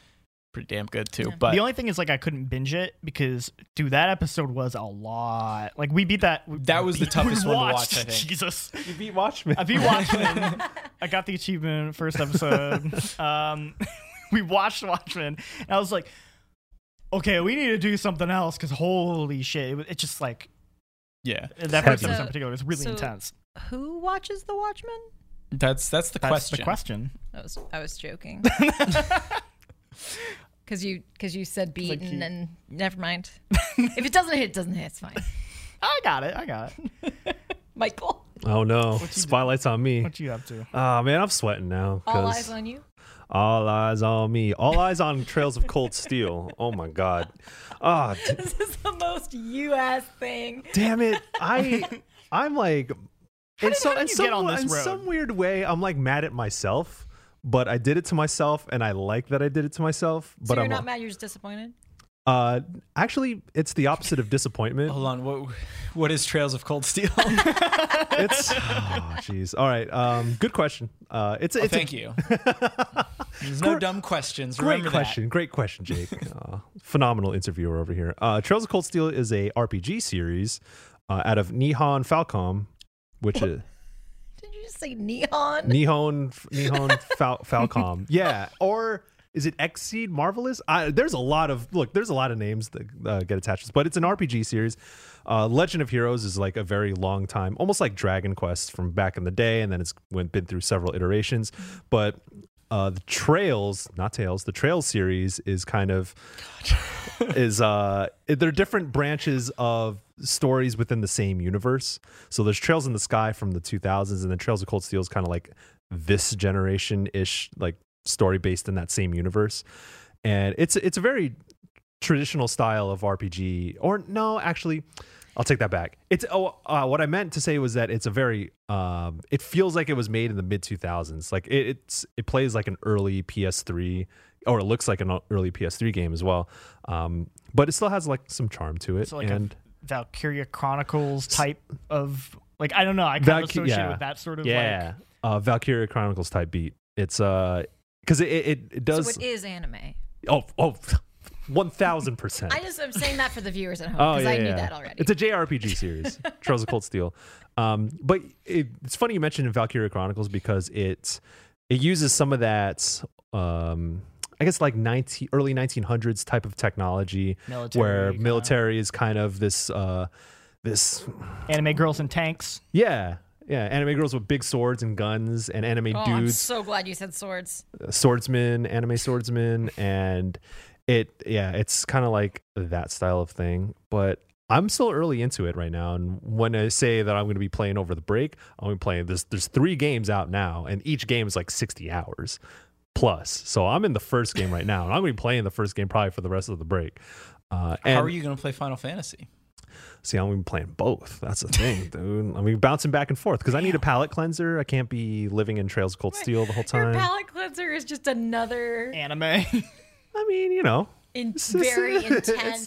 [SPEAKER 1] pretty damn good too. But
[SPEAKER 3] The only thing is, like, I couldn't binge it because, dude, that episode was a lot. Like, we beat that. we-
[SPEAKER 1] That was the
[SPEAKER 3] we
[SPEAKER 1] toughest one to
[SPEAKER 3] watched-
[SPEAKER 1] watch, I think.
[SPEAKER 3] [laughs] Jesus,
[SPEAKER 5] You beat Watchmen.
[SPEAKER 3] I beat Watchmen. I got the achievement first episode.
[SPEAKER 5] [laughs]
[SPEAKER 3] Um, [laughs] we watched Watchmen, and I was like, okay, we need to do something else because holy shit, it, was- it's just like
[SPEAKER 1] yeah,
[SPEAKER 3] that first episode
[SPEAKER 5] heavy.
[SPEAKER 3] in
[SPEAKER 4] So-
[SPEAKER 3] particular was really
[SPEAKER 4] so-
[SPEAKER 3] intense.
[SPEAKER 4] who watches the watchmen
[SPEAKER 1] that's that's the
[SPEAKER 3] That's
[SPEAKER 1] question.
[SPEAKER 3] the question.
[SPEAKER 4] i was i was
[SPEAKER 3] [laughs]
[SPEAKER 4] joking [laughs] because you because you said beaten
[SPEAKER 3] you-
[SPEAKER 4] and never
[SPEAKER 3] [laughs]
[SPEAKER 4] mind if it doesn't hit it doesn't hit it's fine
[SPEAKER 3] I got it. I got it. [laughs]
[SPEAKER 4] michael
[SPEAKER 5] [laughs] Oh no! Spotlight's on me.
[SPEAKER 3] What you up to?
[SPEAKER 5] Ah man, I'm sweating now.
[SPEAKER 4] all
[SPEAKER 5] 'cause
[SPEAKER 4] eyes on you
[SPEAKER 5] all eyes on me. All eyes on Trails of Cold Steel. Oh my god. Ah, d-
[SPEAKER 6] [laughs]
[SPEAKER 4] This is the most you ass thing.
[SPEAKER 5] damn it!
[SPEAKER 3] [laughs]
[SPEAKER 5] I I'm like in
[SPEAKER 3] did-
[SPEAKER 5] some
[SPEAKER 3] how did
[SPEAKER 5] in
[SPEAKER 3] you
[SPEAKER 5] some
[SPEAKER 3] get on this
[SPEAKER 5] in
[SPEAKER 3] road?
[SPEAKER 5] some weird way I'm like mad at myself, but I did it to myself, and I like that I did it to myself.
[SPEAKER 4] So
[SPEAKER 5] But
[SPEAKER 4] you're
[SPEAKER 5] I'm
[SPEAKER 4] not mad, you're just disappointed.
[SPEAKER 5] uh actually it's the opposite of disappointment.
[SPEAKER 1] Hold on, what what is Trails of Cold Steel?
[SPEAKER 5] [laughs] it's oh jeez. All right. Um, good question. Uh, it's a- it's a
[SPEAKER 1] Oh, Thank
[SPEAKER 5] [laughs]
[SPEAKER 1] you. There's no dumb questions.
[SPEAKER 5] Great
[SPEAKER 1] Remember that.
[SPEAKER 5] question. Great question, Jake.
[SPEAKER 1] [laughs]
[SPEAKER 5] uh, phenomenal interviewer over here. Uh, Trails of Cold Steel is a RPG series uh, out of Nihon Falcom, which is
[SPEAKER 4] Did you just say neon?
[SPEAKER 5] Nihon Nihon Fal- Falcom. Yeah, or Is it Xseed Marvelous? I, there's a lot of look. There's a lot of names that uh, get attached, to this, but it's an RPG series. Uh, Legend of Heroes is like a very long time, almost like Dragon Quest from back in the day, and then it's went been through several iterations. But uh, the Trails, not Tails, the Trails series is kind of is uh they're different branches of stories within the same universe. So there's Trails in the Sky from the 2000s, and then Trails of Cold Steel is kind of like this generation ish like story based in that same universe, and it's it's a very traditional style of RPG. Or no, actually, I'll take that back. It's oh, uh, what I meant to say was that it's a very um, it feels like it was made in the mid 2000s. Like it, it's it plays like an early PS3 or it looks like an early PS3 game as well. Um, but it still has like some charm to it.
[SPEAKER 3] So like
[SPEAKER 5] and
[SPEAKER 3] a Valkyria Chronicles type of like I don't know. I kind of
[SPEAKER 5] Valky-
[SPEAKER 3] associate it
[SPEAKER 5] yeah.
[SPEAKER 3] with that sort of
[SPEAKER 5] yeah,
[SPEAKER 3] like
[SPEAKER 5] uh, Valkyria Chronicles type beat. It's uh because it, it it
[SPEAKER 6] So
[SPEAKER 5] does
[SPEAKER 6] it is anime.
[SPEAKER 5] oh oh [laughs] one thousand percent.
[SPEAKER 6] I just am saying that for the viewers at home
[SPEAKER 5] Oh
[SPEAKER 6] because
[SPEAKER 5] yeah,
[SPEAKER 6] I knew
[SPEAKER 5] yeah.
[SPEAKER 6] that already.
[SPEAKER 5] It's a
[SPEAKER 6] [laughs]
[SPEAKER 5] JRPG series, Trails of Cold Steel. Um, but it, it's funny you mentioned Valkyria Chronicles because it it uses some of that, um, I guess, like 19, early nineteen hundreds type of technology,
[SPEAKER 3] Military
[SPEAKER 5] where
[SPEAKER 3] kind of-
[SPEAKER 5] military is kind of this uh, this
[SPEAKER 3] anime girls and tanks.
[SPEAKER 5] yeah. Yeah, anime girls with big swords and guns, and anime
[SPEAKER 6] oh, I'm
[SPEAKER 5] dudes
[SPEAKER 6] so glad you said swords.
[SPEAKER 5] swordsman, anime swordsman, and it yeah, it's kind of like that style of thing. But I'm still early into it right now, and when I say that I'm going to be playing over the break, I'm going to be playing this. There's three games out now, and each game is like 60 hours plus. So I'm in the first game right now, and I'm going to be playing the first game probably for the rest of the break. Uh, and
[SPEAKER 1] How are you going to play Final Fantasy?
[SPEAKER 5] See, I'm gonna be playing both. That's
[SPEAKER 1] [laughs]
[SPEAKER 5] the thing, dude. I'm gonna be bouncing back and forth because I need a palate cleanser. I can't be living in Trails of Cold Steel the whole
[SPEAKER 6] Your
[SPEAKER 5] time.
[SPEAKER 6] palate cleanser is just another
[SPEAKER 3] Anime [laughs]
[SPEAKER 5] I mean, you know,
[SPEAKER 6] in- very
[SPEAKER 5] [laughs]
[SPEAKER 6] intense,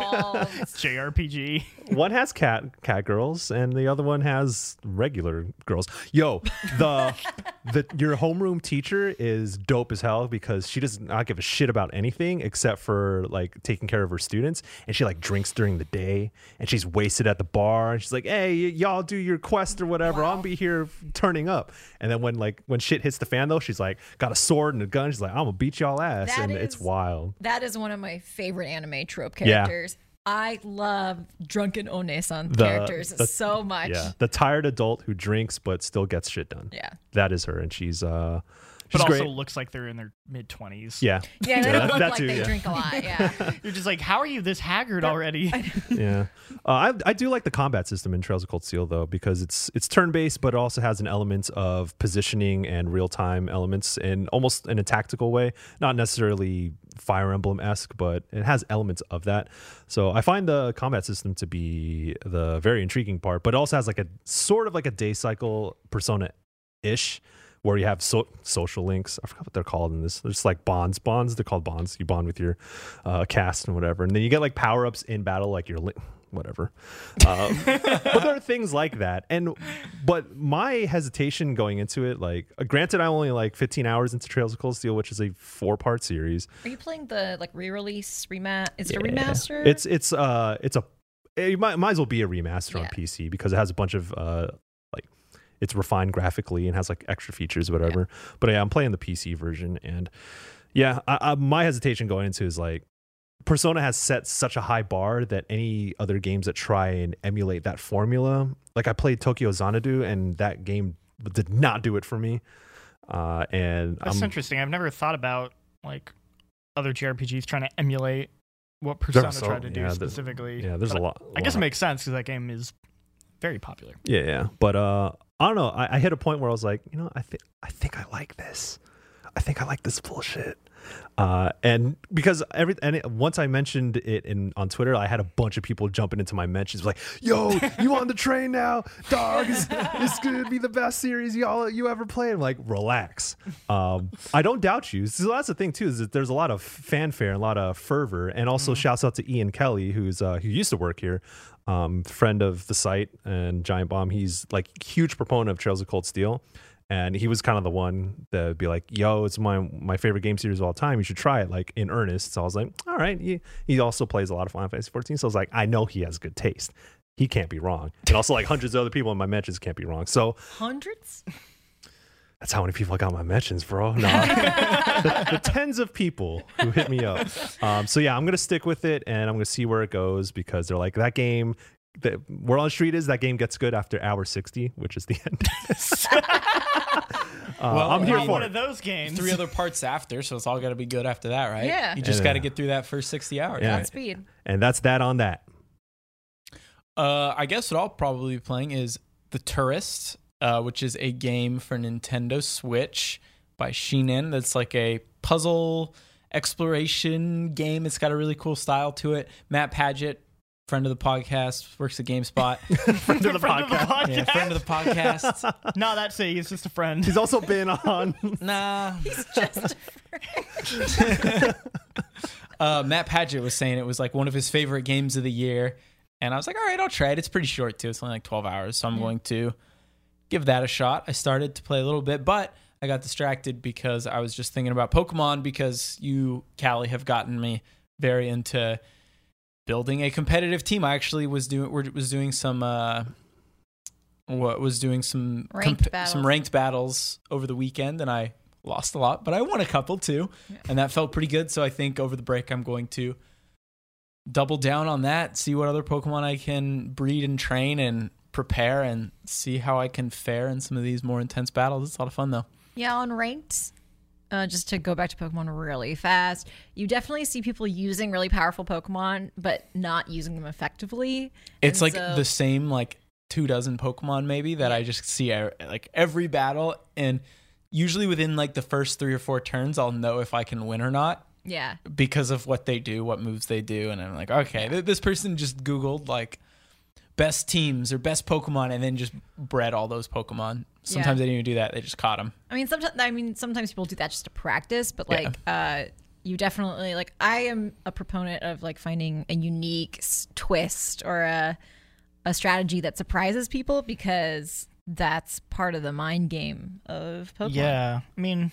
[SPEAKER 6] involved.
[SPEAKER 3] JRPG.
[SPEAKER 5] one has cat cat girls and the other one has regular girls. Yo, the [laughs] the your homeroom teacher is dope as hell because she does not give a shit about anything except for like taking care of her students and she like drinks during the day and she's wasted at the bar and she's like, "Hey, y- y'all do your quest or whatever. I'll be here turning up." And then when like when shit hits the fan though, she's like got a sword and a gun. She's like, "I'm going to beat y'all ass."
[SPEAKER 6] That
[SPEAKER 5] and it's
[SPEAKER 6] is-
[SPEAKER 5] wild.
[SPEAKER 6] That is one of my favorite anime trope
[SPEAKER 5] Yeah.
[SPEAKER 6] characters. I love drunken onesan
[SPEAKER 5] The-
[SPEAKER 6] characters
[SPEAKER 5] the-
[SPEAKER 6] so much.
[SPEAKER 5] Yeah, the tired adult who drinks but still gets shit done.
[SPEAKER 6] Yeah.
[SPEAKER 5] that is her, and she's uh, she's
[SPEAKER 3] But also
[SPEAKER 5] great.
[SPEAKER 3] looks like they're in their mid twenties.
[SPEAKER 5] yeah,
[SPEAKER 6] Yeah, they
[SPEAKER 5] Yeah,
[SPEAKER 6] don't
[SPEAKER 5] that-
[SPEAKER 6] look
[SPEAKER 5] that
[SPEAKER 6] like
[SPEAKER 5] too,
[SPEAKER 6] they
[SPEAKER 5] yeah.
[SPEAKER 6] drink a lot. Yeah.
[SPEAKER 5] [laughs]
[SPEAKER 3] You're just like, how are you this haggard already? [laughs]
[SPEAKER 5] yeah. Uh, I I do like the combat system in Trails of Cold Steel though because it's it's turn based, but it also has an element of positioning and real time elements in almost in a tactical way, not necessarily Fire Emblem esque, but it has elements of that. So I find the combat system to be the very intriguing part, but it also has like a sort of like a day cycle persona ish where you have so- social links i forgot what they're called in this they're just like bonds bonds they're called bonds you bond with your uh, cast and whatever and then you get like power-ups in battle like your li- whatever um, but there are things like that and but my hesitation going into it like uh, granted i am only like 15 hours into trails of cold steel which is a four part series
[SPEAKER 6] Are you playing the like re-release remat? Is it a remaster?
[SPEAKER 5] it's it's uh it's a it might, might as well be a remaster on
[SPEAKER 6] Yeah.
[SPEAKER 5] PC because it has a bunch of uh like it's refined graphically and has like extra features whatever. But yeah, I'm playing the PC version and yeah, I, I, my hesitation going into is like Persona has set such a high bar that any other games that try and emulate that formula, like I played Tokyo Xanadu and that game did not do it for me. Uh, and
[SPEAKER 3] That's
[SPEAKER 5] I'm,
[SPEAKER 3] interesting. I've never thought about like other JRPGs trying to emulate what Persona
[SPEAKER 5] so-
[SPEAKER 3] tried to do
[SPEAKER 5] yeah, the-
[SPEAKER 3] specifically.
[SPEAKER 5] yeah, there's a
[SPEAKER 3] But
[SPEAKER 5] lot.
[SPEAKER 3] I guess
[SPEAKER 5] lot.
[SPEAKER 3] it makes sense because that game is very popular.
[SPEAKER 5] Yeah, yeah. But uh, I don't know. I, I hit a point where I was like, you know, I think I think I like this. I think I like this bullshit. Uh, and because every and it, once I mentioned it in on Twitter, I had a bunch of people jumping into my mentions like, "Yo, you on the train now, dog? It's, it's gonna be the best series y'all you ever played." I'm like, relax. Um, I don't doubt you. So that's the thing too is that there's a lot of fanfare, and a lot of fervor, and also shouts out to Ian Kelly, who's uh, who used to work here, um, friend of the site and Giant Bomb. He's like huge proponent of Trails of Cold Steel and he was kind of the one that would be like, "Yo, it's my my favorite game series of all time. You should try it." Like in earnest. So I was like, "All right." He, he also plays a lot of Final Fantasy 14, so I was like, "I know he has good taste. He can't be wrong." And also, like hundreds of other people in my matches can't be wrong. So
[SPEAKER 6] Hundreds?
[SPEAKER 5] that's how many people I got my mentions, bro.
[SPEAKER 3] [laughs]
[SPEAKER 5] No, the, the tens of people who hit me up. Um, so yeah, I'm gonna stick with it, and I'm gonna see where it goes because they're like that game. That where on the street is that game gets good after hour 60, which is the
[SPEAKER 3] [laughs]
[SPEAKER 5] end. Uh,
[SPEAKER 1] Well,
[SPEAKER 5] I'm
[SPEAKER 1] I
[SPEAKER 5] here
[SPEAKER 1] mean,
[SPEAKER 5] for
[SPEAKER 3] One of
[SPEAKER 5] it.
[SPEAKER 3] those games. [laughs]
[SPEAKER 1] Three other parts after, so it's all got to be good after that, right?
[SPEAKER 4] Yeah.
[SPEAKER 1] You just
[SPEAKER 5] Yeah.
[SPEAKER 1] got to get through that first 60 hours.
[SPEAKER 5] Yeah.
[SPEAKER 1] right?
[SPEAKER 4] on speed.
[SPEAKER 5] And that's that on that.
[SPEAKER 1] Uh, I guess what I'll probably be playing is The Tourist, uh, which is a game for Nintendo Switch by Sheenan. That's like a puzzle exploration game. It's got a really cool style to it. Matt Paget, friend of the podcast, works at
[SPEAKER 5] [laughs]
[SPEAKER 1] GameSpot.
[SPEAKER 5] Friend of the
[SPEAKER 3] Friend of the
[SPEAKER 5] podcast.
[SPEAKER 1] yeah,
[SPEAKER 3] podcast.
[SPEAKER 1] friend of the
[SPEAKER 5] [laughs]
[SPEAKER 1] podcast.
[SPEAKER 3] [laughs] no, that's it. He's just a friend. [laughs]
[SPEAKER 5] He's also been on.
[SPEAKER 1] Nah.
[SPEAKER 4] It's just
[SPEAKER 1] [laughs] Uh, Matt Paget was saying it was like one of his favorite games of the year. And I was like, all right, I'll try it. It's pretty short too. It's only like 12 hours. So I'm going to give that a shot. I started to play a little bit, but I got distracted because I was just thinking about Pokemon because you, Callie, have gotten me very into building a competitive team. I actually was doing were- was doing some uh what was doing some
[SPEAKER 4] Ranked
[SPEAKER 1] some
[SPEAKER 4] battles.
[SPEAKER 1] ranked battles over the weekend and I lost a lot, but I won a couple too. And that felt pretty good, so I think over the break I'm going to double down on that, see what other Pokemon I can breed and train and prepare and see how I can fare in some of these more intense battles. It's a lot of fun though.
[SPEAKER 4] Yeah, on ranked, uh, just to go back to Pokemon really fast, you definitely see people using really powerful Pokemon, but not using them effectively.
[SPEAKER 1] It's
[SPEAKER 4] And
[SPEAKER 1] like
[SPEAKER 4] so-
[SPEAKER 1] the same like two dozen Pokemon maybe that I just see uh, like every battle and usually within like the first 3 or 4 turns I'll know if I can win or not
[SPEAKER 4] yeah,
[SPEAKER 1] because of what they do, what moves they do and I'm like, okay, th- this person just googled like best teams or best Pokemon and then just bred all those Pokemon. Sometimes they didn't even do that. They just caught them.
[SPEAKER 4] I mean, sometimes I mean sometimes people do that just to practice, but like uh, you definitely like I am a proponent of like finding a unique s- twist or a a strategy that surprises people because that's part of the mind game of Pokemon.
[SPEAKER 3] Yeah, I mean,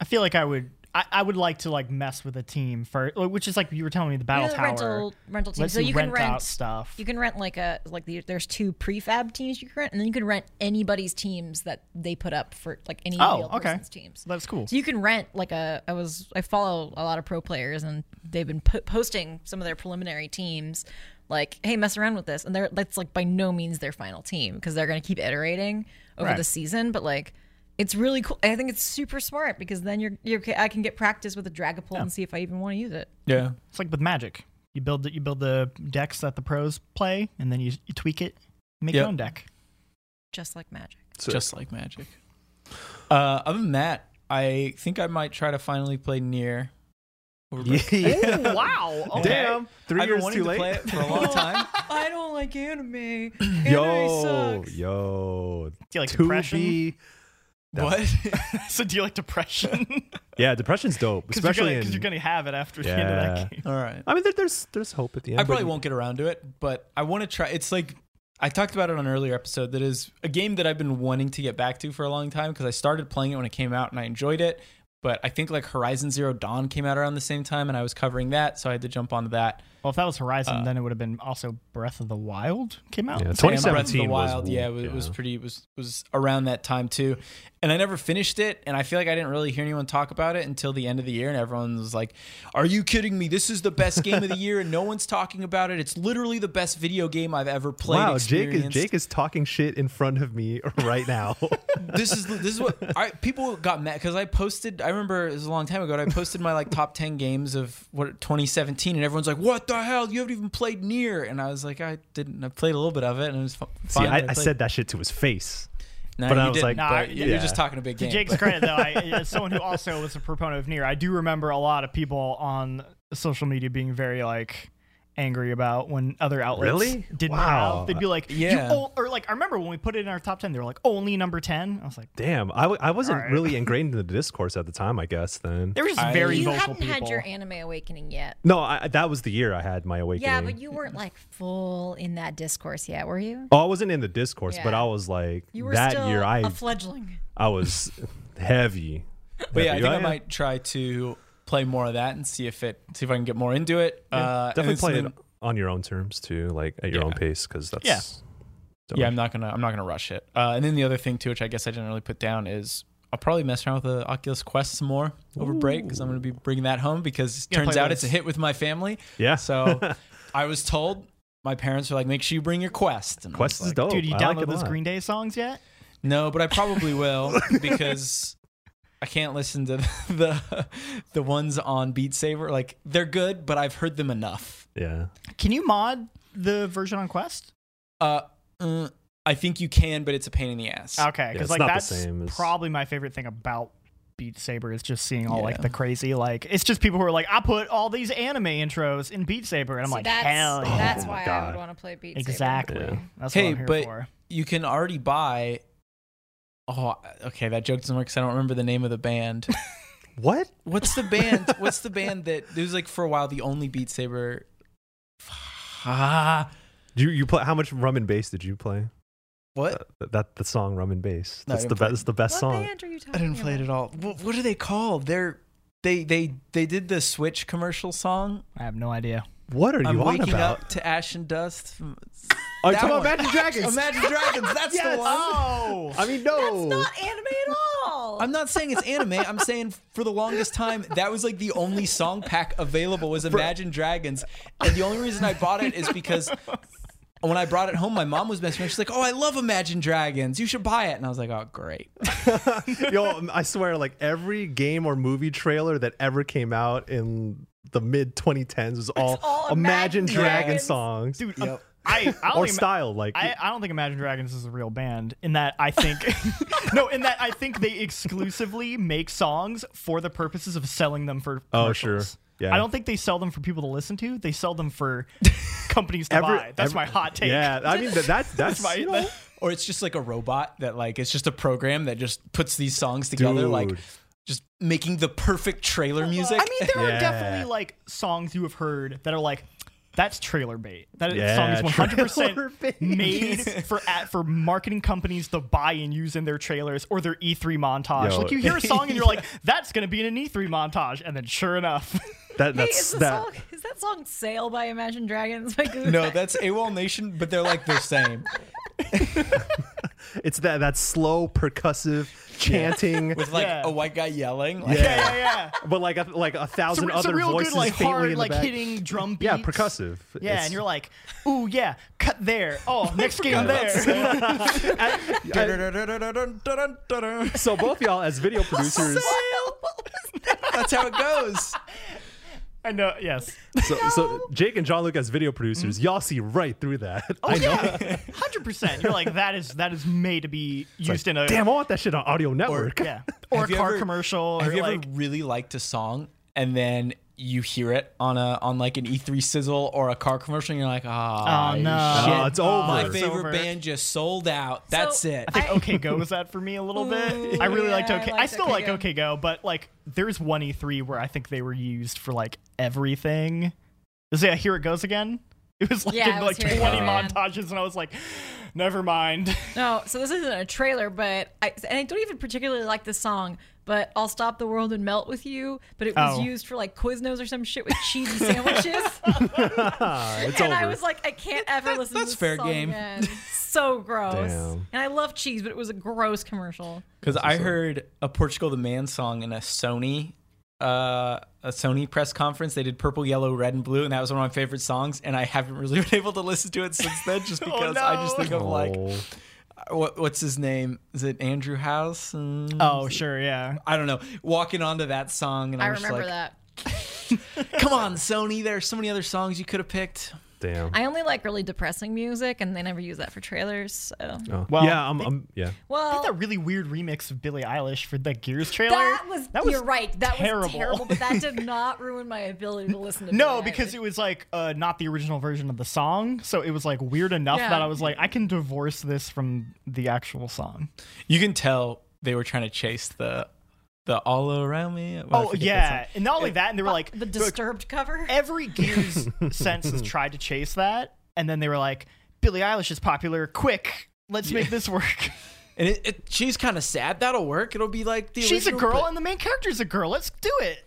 [SPEAKER 3] I feel like I would. I, I would like to like mess with a team first, which is like you were telling me the
[SPEAKER 4] You
[SPEAKER 3] battle
[SPEAKER 4] know, the
[SPEAKER 3] tower.
[SPEAKER 4] rental rental team.
[SPEAKER 3] Lets
[SPEAKER 4] so
[SPEAKER 3] you
[SPEAKER 4] you can
[SPEAKER 3] rent out
[SPEAKER 4] rent
[SPEAKER 3] stuff.
[SPEAKER 4] You can rent like a like the, there's two prefab teams you can rent, and then you can rent anybody's teams that they put up for like any
[SPEAKER 3] Oh,
[SPEAKER 4] real
[SPEAKER 3] okay.
[SPEAKER 4] person's teams.
[SPEAKER 3] So that's cool.
[SPEAKER 4] So you can rent like a. I was I follow a lot of pro players, and they've been po- posting some of their preliminary teams, like hey, mess around with this, and they're that's like by no means their final team because they're gonna keep iterating over
[SPEAKER 3] Right.
[SPEAKER 4] the season, but like. It's really cool. I think it's super smart because then you're, you're I can get practice with a Dragapult and see if I even want to use it.
[SPEAKER 1] Yeah.
[SPEAKER 3] It's like with Magic. You build it. You build the decks that the pros play, and then you, you tweak it, make
[SPEAKER 1] Yep.
[SPEAKER 3] your own deck.
[SPEAKER 4] Just like magic.
[SPEAKER 1] [laughs] just like magic. Uh, other than that, I think I might try to finally play near.
[SPEAKER 5] [laughs] [laughs]
[SPEAKER 3] [laughs]
[SPEAKER 5] Yeah.
[SPEAKER 3] wow!
[SPEAKER 5] Damn. 3
[SPEAKER 1] I've been
[SPEAKER 5] years
[SPEAKER 1] wanting
[SPEAKER 5] too
[SPEAKER 1] to
[SPEAKER 5] late.
[SPEAKER 1] play
[SPEAKER 5] [laughs]
[SPEAKER 1] it for a
[SPEAKER 4] [laughs]
[SPEAKER 1] long time.
[SPEAKER 4] I don't like anime.
[SPEAKER 5] Yo, yo.
[SPEAKER 3] Do you like
[SPEAKER 5] To
[SPEAKER 3] depression?
[SPEAKER 5] be-
[SPEAKER 1] what?
[SPEAKER 3] so do you like depression? [laughs]
[SPEAKER 5] Yeah, depression's dope,
[SPEAKER 3] Because you're,
[SPEAKER 5] especially
[SPEAKER 3] gonna- 'cause
[SPEAKER 5] in-
[SPEAKER 3] you're gonna have it after the end of
[SPEAKER 5] Yeah.
[SPEAKER 3] that game.
[SPEAKER 1] [laughs] All right.
[SPEAKER 5] I mean, there, there's there's hope at the end.
[SPEAKER 1] I probably
[SPEAKER 5] but-
[SPEAKER 1] won't get around to it, but I want to try. It's like I talked about it on an earlier episode. That is a game that I've been wanting to get back to for a long time because I started playing it when it came out and I enjoyed it. But I think like Horizon Zero Dawn came out around the same time and I was covering that, so I had to jump onto that.
[SPEAKER 3] Well, if that was Horizon, then it would have been also Breath of the Wild came out.
[SPEAKER 5] Uh, Yeah,
[SPEAKER 3] It's
[SPEAKER 1] Sam, Breath
[SPEAKER 5] 2017
[SPEAKER 1] of
[SPEAKER 5] was-
[SPEAKER 1] the Wild, yeah, it was, was pretty was was around that time too, and I never finished it, and I feel like I didn't really hear anyone talk about it until the end of the year, and everyone was like, "Are you kidding me? This is the best game of the year, and no one's talking about it. It's literally the best video game I've ever played."
[SPEAKER 5] Wow, Jake is
[SPEAKER 1] experienced."
[SPEAKER 5] Jake is talking shit in front of me [laughs]
[SPEAKER 1] [laughs]
[SPEAKER 5] right now.
[SPEAKER 1] this is this is what I, people got mad because I posted. I remember it was a long time ago. And I posted my like top ten games of what 2017, and everyone's like, "What the hell? You haven't even played near." And I was like, "I didn't. I played a little bit of it, and it was fu-
[SPEAKER 5] See,
[SPEAKER 1] fine."
[SPEAKER 5] I,
[SPEAKER 1] that
[SPEAKER 5] I
[SPEAKER 1] played."
[SPEAKER 5] said that shit to his face.
[SPEAKER 1] No,
[SPEAKER 5] but I
[SPEAKER 1] you
[SPEAKER 5] was
[SPEAKER 1] didn't,
[SPEAKER 5] like,
[SPEAKER 1] but
[SPEAKER 3] Nah,
[SPEAKER 1] you-
[SPEAKER 5] yeah.
[SPEAKER 1] you're just talking a big
[SPEAKER 3] To
[SPEAKER 1] game.
[SPEAKER 3] Jake's credit, though, I, [laughs] as someone who also was a proponent of Nier, I do remember a lot of people on social media being very like angry about when other outlets
[SPEAKER 5] Really?
[SPEAKER 3] didn't
[SPEAKER 5] Wow.
[SPEAKER 3] have. They'd be like, you
[SPEAKER 1] Yeah.
[SPEAKER 3] o- or like I remember when we put it in our top ten, they were like only number ten. I was like,
[SPEAKER 5] Damn, I, w- I wasn't
[SPEAKER 3] Alright.
[SPEAKER 5] [laughs] really ingrained in the discourse at the time. I guess then.
[SPEAKER 3] they were just
[SPEAKER 1] I-
[SPEAKER 3] very
[SPEAKER 4] You
[SPEAKER 3] vocal
[SPEAKER 4] hadn't
[SPEAKER 3] people.
[SPEAKER 4] had your anime awakening yet.
[SPEAKER 5] No, I, that was the year I had my awakening.
[SPEAKER 4] Yeah, but you weren't like full in that discourse yet, were you?
[SPEAKER 5] Oh, I wasn't in the discourse, but
[SPEAKER 4] Yeah.
[SPEAKER 5] I was like
[SPEAKER 4] You were
[SPEAKER 5] that
[SPEAKER 4] still
[SPEAKER 5] year. I
[SPEAKER 4] a fledgling.
[SPEAKER 5] I was heavy.
[SPEAKER 1] But yeah, I
[SPEAKER 5] Heavy. Oh,
[SPEAKER 1] think I might try to play more of that and see if it see if I can get more into it. uh, and
[SPEAKER 5] definitely
[SPEAKER 1] it's-
[SPEAKER 5] play
[SPEAKER 1] and
[SPEAKER 5] it on your own terms too, like at your own pace, because that's
[SPEAKER 3] Yeah.
[SPEAKER 5] so
[SPEAKER 1] yeah,
[SPEAKER 5] much-
[SPEAKER 1] I'm not gonna I'm not gonna rush it. Uh, and then the other thing too, which I guess I didn't really put down, is I'll probably mess around with the Oculus Quest some more over break because I'm going to be bringing that home because it
[SPEAKER 3] gonna
[SPEAKER 1] turns
[SPEAKER 3] play
[SPEAKER 1] out
[SPEAKER 3] those.
[SPEAKER 1] it's a hit with my family.
[SPEAKER 5] Yeah.
[SPEAKER 1] So I was told my parents were like, make sure you bring your Quest. And I was
[SPEAKER 5] [laughs] Quest is
[SPEAKER 1] like,
[SPEAKER 5] dope.
[SPEAKER 3] Dude, you
[SPEAKER 5] Oh, I
[SPEAKER 3] download
[SPEAKER 5] like it a
[SPEAKER 3] those
[SPEAKER 5] lot.
[SPEAKER 3] Green Day songs yet?
[SPEAKER 1] No, but I probably [laughs] will because I can't listen to [laughs] the the ones on Beat Saber. Like they're good, but I've heard them enough.
[SPEAKER 5] Yeah.
[SPEAKER 3] Can you mod the version on Quest?
[SPEAKER 1] Uh, mm, I think you can, but it's a pain in the ass.
[SPEAKER 3] Okay,
[SPEAKER 5] Yeah,
[SPEAKER 3] because
[SPEAKER 5] it's
[SPEAKER 3] like
[SPEAKER 5] not the
[SPEAKER 3] that's
[SPEAKER 5] same as-
[SPEAKER 3] probably my favorite thing about Beat Saber is just seeing all like
[SPEAKER 1] Yeah.
[SPEAKER 3] the crazy like it's just people who are like I put all these anime intros in Beat Saber and I'm
[SPEAKER 6] See,
[SPEAKER 3] like
[SPEAKER 6] that's,
[SPEAKER 3] hell yeah.
[SPEAKER 6] that's
[SPEAKER 5] Oh my
[SPEAKER 6] why I
[SPEAKER 5] God.
[SPEAKER 6] would want to play Beat Saber.
[SPEAKER 3] exactly
[SPEAKER 5] Yeah.
[SPEAKER 3] that's what
[SPEAKER 1] Hey,
[SPEAKER 3] I'm here
[SPEAKER 1] but-
[SPEAKER 3] for.
[SPEAKER 1] You can already buy. Oh, okay. That joke doesn't work because I don't remember the name of the [laughs] band.
[SPEAKER 5] What?
[SPEAKER 1] What's the band? What's the band that it was like for a while the only Beat Saber? Ah,
[SPEAKER 5] Do you, you play? How much rum and bass did you play?
[SPEAKER 1] what?
[SPEAKER 5] That, that the song rum and bass.
[SPEAKER 1] No, I
[SPEAKER 5] That's the
[SPEAKER 1] didn't play
[SPEAKER 5] best. That's the best
[SPEAKER 6] What
[SPEAKER 5] song.
[SPEAKER 6] band are you talking
[SPEAKER 1] I didn't play it
[SPEAKER 6] about?
[SPEAKER 1] at all. What, what are they called? They're they they they did the Switch commercial song.
[SPEAKER 3] I have no idea.
[SPEAKER 5] What are you
[SPEAKER 1] I'm
[SPEAKER 5] on
[SPEAKER 1] waking
[SPEAKER 5] about?
[SPEAKER 1] up to ash and dust. From,
[SPEAKER 5] Are you
[SPEAKER 1] That
[SPEAKER 5] talking about
[SPEAKER 1] one.
[SPEAKER 5] [laughs] Imagine Dragons?
[SPEAKER 1] Imagine Dragons. That's
[SPEAKER 5] Yes.
[SPEAKER 1] the one.
[SPEAKER 3] Oh,
[SPEAKER 5] I mean, no.
[SPEAKER 6] That's not anime at all.
[SPEAKER 1] I'm not saying it's anime. I'm saying for the longest time that was like the only song pack available was Imagine Dragons, and the only reason I bought it is because when I brought it home, my mom was messaging me. She's like, "Oh, I love Imagine Dragons. You should buy it." And I was like, "Oh, great."
[SPEAKER 5] [laughs] Yo, I swear, like every game or movie trailer that ever came out in the mid 2010s was all,
[SPEAKER 6] all
[SPEAKER 5] Imagine
[SPEAKER 6] Imagine
[SPEAKER 5] Dragon
[SPEAKER 6] Dragons.
[SPEAKER 5] songs
[SPEAKER 3] dude, um, I I
[SPEAKER 5] or
[SPEAKER 3] don't, think,
[SPEAKER 5] style. Like,
[SPEAKER 3] I, I don't think Imagine Dragons is a real band in that I think [laughs] no in that I think they exclusively make songs for the purposes of selling them for
[SPEAKER 5] Oh, sure.
[SPEAKER 3] commercials.
[SPEAKER 5] Yeah.
[SPEAKER 3] I don't think they sell them for people to listen to. They sell them
[SPEAKER 5] [laughs]
[SPEAKER 3] for companies to
[SPEAKER 5] Every-
[SPEAKER 3] buy. That's
[SPEAKER 5] every-
[SPEAKER 3] my hot take.
[SPEAKER 5] yeah, I mean that, that's that's
[SPEAKER 3] my-
[SPEAKER 5] you know,
[SPEAKER 1] Or it's just like a robot that like it's just a program that just puts these songs together, like
[SPEAKER 5] Dude.
[SPEAKER 1] just making the perfect trailer music.
[SPEAKER 3] I mean, there
[SPEAKER 5] Yeah.
[SPEAKER 3] are definitely like songs you have heard that are like, that's trailer bait. That is-
[SPEAKER 5] Yeah,
[SPEAKER 3] song is one hundred
[SPEAKER 5] trailer
[SPEAKER 3] percent
[SPEAKER 5] [laughs] bait.
[SPEAKER 3] made for at, for marketing companies to buy and use in their trailers or their E three montage.
[SPEAKER 5] Yo.
[SPEAKER 3] Like you hear a song and you're like, [laughs] that's gonna be in an E three montage, and then sure enough,
[SPEAKER 5] that
[SPEAKER 6] Hey,
[SPEAKER 5] that's
[SPEAKER 6] is the
[SPEAKER 5] that.
[SPEAKER 6] song is that song "Sail" by Imagine Dragons? Like,
[SPEAKER 1] [laughs] no, that's AWOL Nation, but they're like the same.
[SPEAKER 5] It's that that slow percussive chanting
[SPEAKER 1] With like
[SPEAKER 3] Yeah.
[SPEAKER 1] a white guy yelling. Like,
[SPEAKER 5] Yeah.
[SPEAKER 3] yeah, yeah, yeah.
[SPEAKER 5] but like a, like
[SPEAKER 3] [laughs]
[SPEAKER 5] a
[SPEAKER 3] It's
[SPEAKER 5] thousand
[SPEAKER 3] a, it's a
[SPEAKER 5] other
[SPEAKER 3] real
[SPEAKER 5] voices
[SPEAKER 3] good like
[SPEAKER 5] [laughs] faintly in
[SPEAKER 3] hard
[SPEAKER 5] the
[SPEAKER 3] like
[SPEAKER 5] back.
[SPEAKER 3] hitting drum beats.
[SPEAKER 5] Yeah, percussive.
[SPEAKER 3] Yeah,
[SPEAKER 5] It's-
[SPEAKER 3] and you're like, ooh yeah, cut there.
[SPEAKER 5] [laughs]
[SPEAKER 3] Oh, next game there.
[SPEAKER 1] [laughs] That's
[SPEAKER 5] so both y'all as
[SPEAKER 3] [laughs]
[SPEAKER 5] video producers.
[SPEAKER 1] how it goes.
[SPEAKER 3] [laughs] I know. Yes,
[SPEAKER 5] so, so Jake and John Luke as video producers,
[SPEAKER 3] Hmm?
[SPEAKER 5] y'all see right through that.
[SPEAKER 3] Oh,
[SPEAKER 5] I know.
[SPEAKER 3] hundred percent. You're like that is that is made to be used in a
[SPEAKER 5] Damn, I want that shit on audio
[SPEAKER 3] [laughs]
[SPEAKER 5] network.
[SPEAKER 3] yeah or a
[SPEAKER 1] Have you
[SPEAKER 3] car
[SPEAKER 1] ever-
[SPEAKER 3] commercial or
[SPEAKER 1] Have you
[SPEAKER 3] like
[SPEAKER 1] ever really liked a song and then you hear it on a on like an E3 sizzle or a car commercial and you're like, ah,
[SPEAKER 3] Oh, no.
[SPEAKER 1] shit.
[SPEAKER 5] Oh, it's over.
[SPEAKER 1] My
[SPEAKER 5] It's
[SPEAKER 1] favorite
[SPEAKER 3] over.
[SPEAKER 1] band just sold out. That's it.
[SPEAKER 3] I think OK Go was that for me a little bit.
[SPEAKER 6] Ooh,
[SPEAKER 3] I really
[SPEAKER 6] yeah,
[SPEAKER 3] liked
[SPEAKER 6] I
[SPEAKER 3] OK. I,
[SPEAKER 6] liked
[SPEAKER 3] still
[SPEAKER 6] OK
[SPEAKER 3] like
[SPEAKER 6] Go.
[SPEAKER 3] OK Go, but like there's one E3 where I think they were used for like everything. Is it Here It Goes Again? It was like
[SPEAKER 6] Yeah,
[SPEAKER 3] in
[SPEAKER 6] it
[SPEAKER 3] like
[SPEAKER 6] was Here It
[SPEAKER 3] 20
[SPEAKER 6] Goes Again.
[SPEAKER 3] montages, and I was like, never mind. [laughs]
[SPEAKER 6] No, so this isn't a trailer, but I and I don't even particularly like this song, but I'll stop the world and melt with you. But it was
[SPEAKER 3] Oh.
[SPEAKER 6] used for like Quiznos or some shit with cheesy sandwiches,
[SPEAKER 5] it's
[SPEAKER 6] and
[SPEAKER 5] over.
[SPEAKER 6] I was like, I can't ever listen.
[SPEAKER 1] that's
[SPEAKER 6] to this
[SPEAKER 1] fair
[SPEAKER 6] song
[SPEAKER 1] game.
[SPEAKER 6] again. So gross.
[SPEAKER 5] Damn.
[SPEAKER 6] And I love cheese, but it was a gross commercial.
[SPEAKER 1] Because I heard a Portugal the Man song in a Sony, uh, a Sony press conference. They did Purple, Yellow, Red, and Blue, and that was one of my favorite songs. And I haven't really [laughs] been able to listen to it since then, [laughs] just because I just
[SPEAKER 3] no.
[SPEAKER 1] think of like,
[SPEAKER 5] Oh.
[SPEAKER 1] what, what's his name? Is it Andrew House? Mm,
[SPEAKER 3] [laughs] oh sure, yeah.
[SPEAKER 1] I don't know. Walking onto that song, and
[SPEAKER 6] I
[SPEAKER 1] I, was just
[SPEAKER 6] remember
[SPEAKER 1] like,
[SPEAKER 6] that.
[SPEAKER 1] "Come on, Sony! There are so many other songs you could have picked."
[SPEAKER 5] damn.
[SPEAKER 6] I only like really depressing music, and they never use that for trailers. So,
[SPEAKER 5] Oh.
[SPEAKER 3] Well,
[SPEAKER 5] yeah, I'm, I'm. Yeah.
[SPEAKER 6] well,
[SPEAKER 3] That really weird remix of Billie Eilish for the Gears trailer.
[SPEAKER 6] Oh. That was, you're right. That was terrible, but that did not ruin my ability to listen to.
[SPEAKER 3] No,
[SPEAKER 6] Billie
[SPEAKER 3] because
[SPEAKER 6] Eilish.
[SPEAKER 3] it was like uh, not the original version of the song, so it was like weird enough
[SPEAKER 6] Yeah.
[SPEAKER 3] that I was like, I can divorce this from the actual song.
[SPEAKER 1] You can tell they were trying to chase the, the all around me. well, I
[SPEAKER 3] Oh
[SPEAKER 1] forget that
[SPEAKER 3] yeah,
[SPEAKER 1] song.
[SPEAKER 3] and not only that, and they were like,
[SPEAKER 6] Uh, the disturbed cover.
[SPEAKER 3] every Gears sense has tried to chase that, and then they were like, Billie Eilish is popular. Quick, let's make this work.
[SPEAKER 1] and it, it, she's kind of sad. That'll work. It'll be like the
[SPEAKER 3] She's a
[SPEAKER 1] original,
[SPEAKER 3] girl,
[SPEAKER 1] but-
[SPEAKER 3] and the main character's a girl. Let's do it.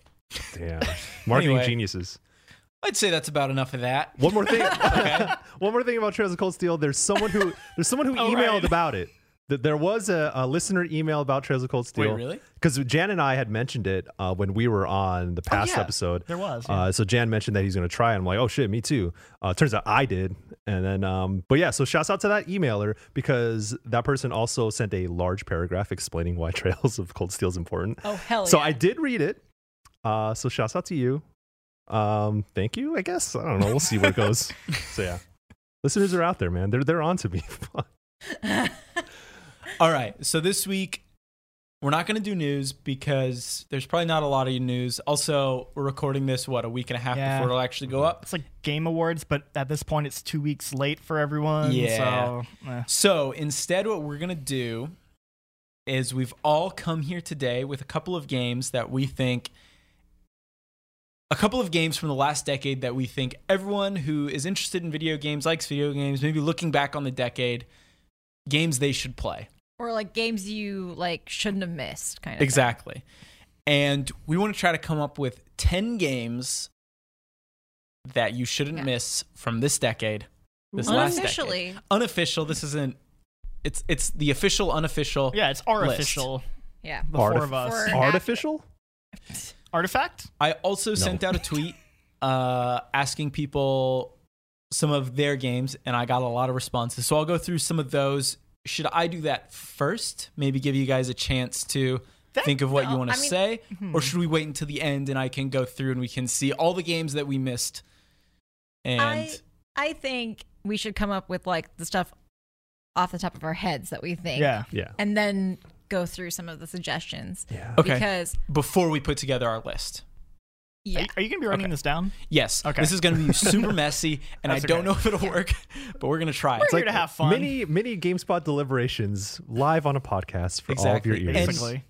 [SPEAKER 5] Damn. Marketing
[SPEAKER 1] Anyway.
[SPEAKER 5] geniuses.
[SPEAKER 1] I'd say that's about enough of that.
[SPEAKER 5] One [laughs] more thing. One more thing about Trails of Cold Steel. There's someone who there's someone who emailed
[SPEAKER 3] right.
[SPEAKER 5] about it. Th- There was a, a listener email about Trails of Cold Steel.
[SPEAKER 1] really?
[SPEAKER 5] Because Jan and I had mentioned it uh, when we were on the past
[SPEAKER 1] yeah.
[SPEAKER 5] episode.
[SPEAKER 3] There was,
[SPEAKER 5] Uh, so Jan mentioned that he's going to try, and I'm like, oh shit, me too. Uh, turns out I did, and then, um, but yeah. So shouts out to that emailer because that person also sent a large paragraph explaining why [laughs] Trails of Cold Steel is important.
[SPEAKER 4] Oh hell
[SPEAKER 5] so
[SPEAKER 4] yeah.
[SPEAKER 5] I did read it. Uh, so shouts out to you. Um, thank you. I guess I don't know. We'll see where it goes. so yeah, listeners are out there, man. They're they're on to me. [laughs]
[SPEAKER 1] All right. So this week, we're not going to do news because there's probably not a lot of news. Also, we're recording this, what, a week and a half
[SPEAKER 3] Yeah.
[SPEAKER 1] before it'll actually go up?
[SPEAKER 3] It's like Game Awards, but at this point, it's two weeks late for everyone.
[SPEAKER 1] Yeah.
[SPEAKER 3] So, eh.
[SPEAKER 1] So instead, what we're going to do is we've all come here today with a couple of games that we think. A couple of games from the last decade that we think everyone who is interested in video games, likes video games, maybe looking back on the decade, games they should play.
[SPEAKER 4] or like games you like shouldn't have missed kind of. thing.
[SPEAKER 1] Exactly. And we want to try to come up with 10 games that you shouldn't
[SPEAKER 4] Yeah.
[SPEAKER 1] miss from this decade. This last decade.
[SPEAKER 4] Unofficially.
[SPEAKER 1] Unofficial. This isn't it's it's the official unofficial.
[SPEAKER 3] yeah, it's our
[SPEAKER 1] List.
[SPEAKER 3] official,
[SPEAKER 4] Yeah.
[SPEAKER 3] the
[SPEAKER 5] Artif-
[SPEAKER 3] four of us.
[SPEAKER 4] For-
[SPEAKER 5] Artificial?
[SPEAKER 3] Artifact?
[SPEAKER 1] I also sent out a tweet uh asking people some of their games and I got a lot of responses. So I'll go through some of those. Should I do that first? Maybe give you guys a chance to think of what you
[SPEAKER 4] no,
[SPEAKER 1] want
[SPEAKER 4] I
[SPEAKER 1] to
[SPEAKER 4] mean-
[SPEAKER 1] say or should we wait until the end and I can go through and we can see all the games that we missed? And
[SPEAKER 4] I I think we should come up with like the stuff off the top of our heads that we think.
[SPEAKER 3] Yeah.
[SPEAKER 5] Yeah.
[SPEAKER 4] And then go through some of the suggestions.
[SPEAKER 5] Yeah.
[SPEAKER 1] Okay.
[SPEAKER 4] Because
[SPEAKER 1] before we put together our list.
[SPEAKER 4] yeah.
[SPEAKER 3] Are you going to be running
[SPEAKER 1] Okay.
[SPEAKER 3] this down?
[SPEAKER 1] Yes.
[SPEAKER 3] Okay.
[SPEAKER 1] This is going to be super messy and I
[SPEAKER 3] That's
[SPEAKER 1] don't
[SPEAKER 3] okay.
[SPEAKER 1] know if it'll work, but we're going to try.
[SPEAKER 3] We're here to have fun.
[SPEAKER 5] Mini mini GameSpot deliberations live on a podcast for all of
[SPEAKER 1] Exactly.
[SPEAKER 5] your ears.
[SPEAKER 1] And-
[SPEAKER 3] basically.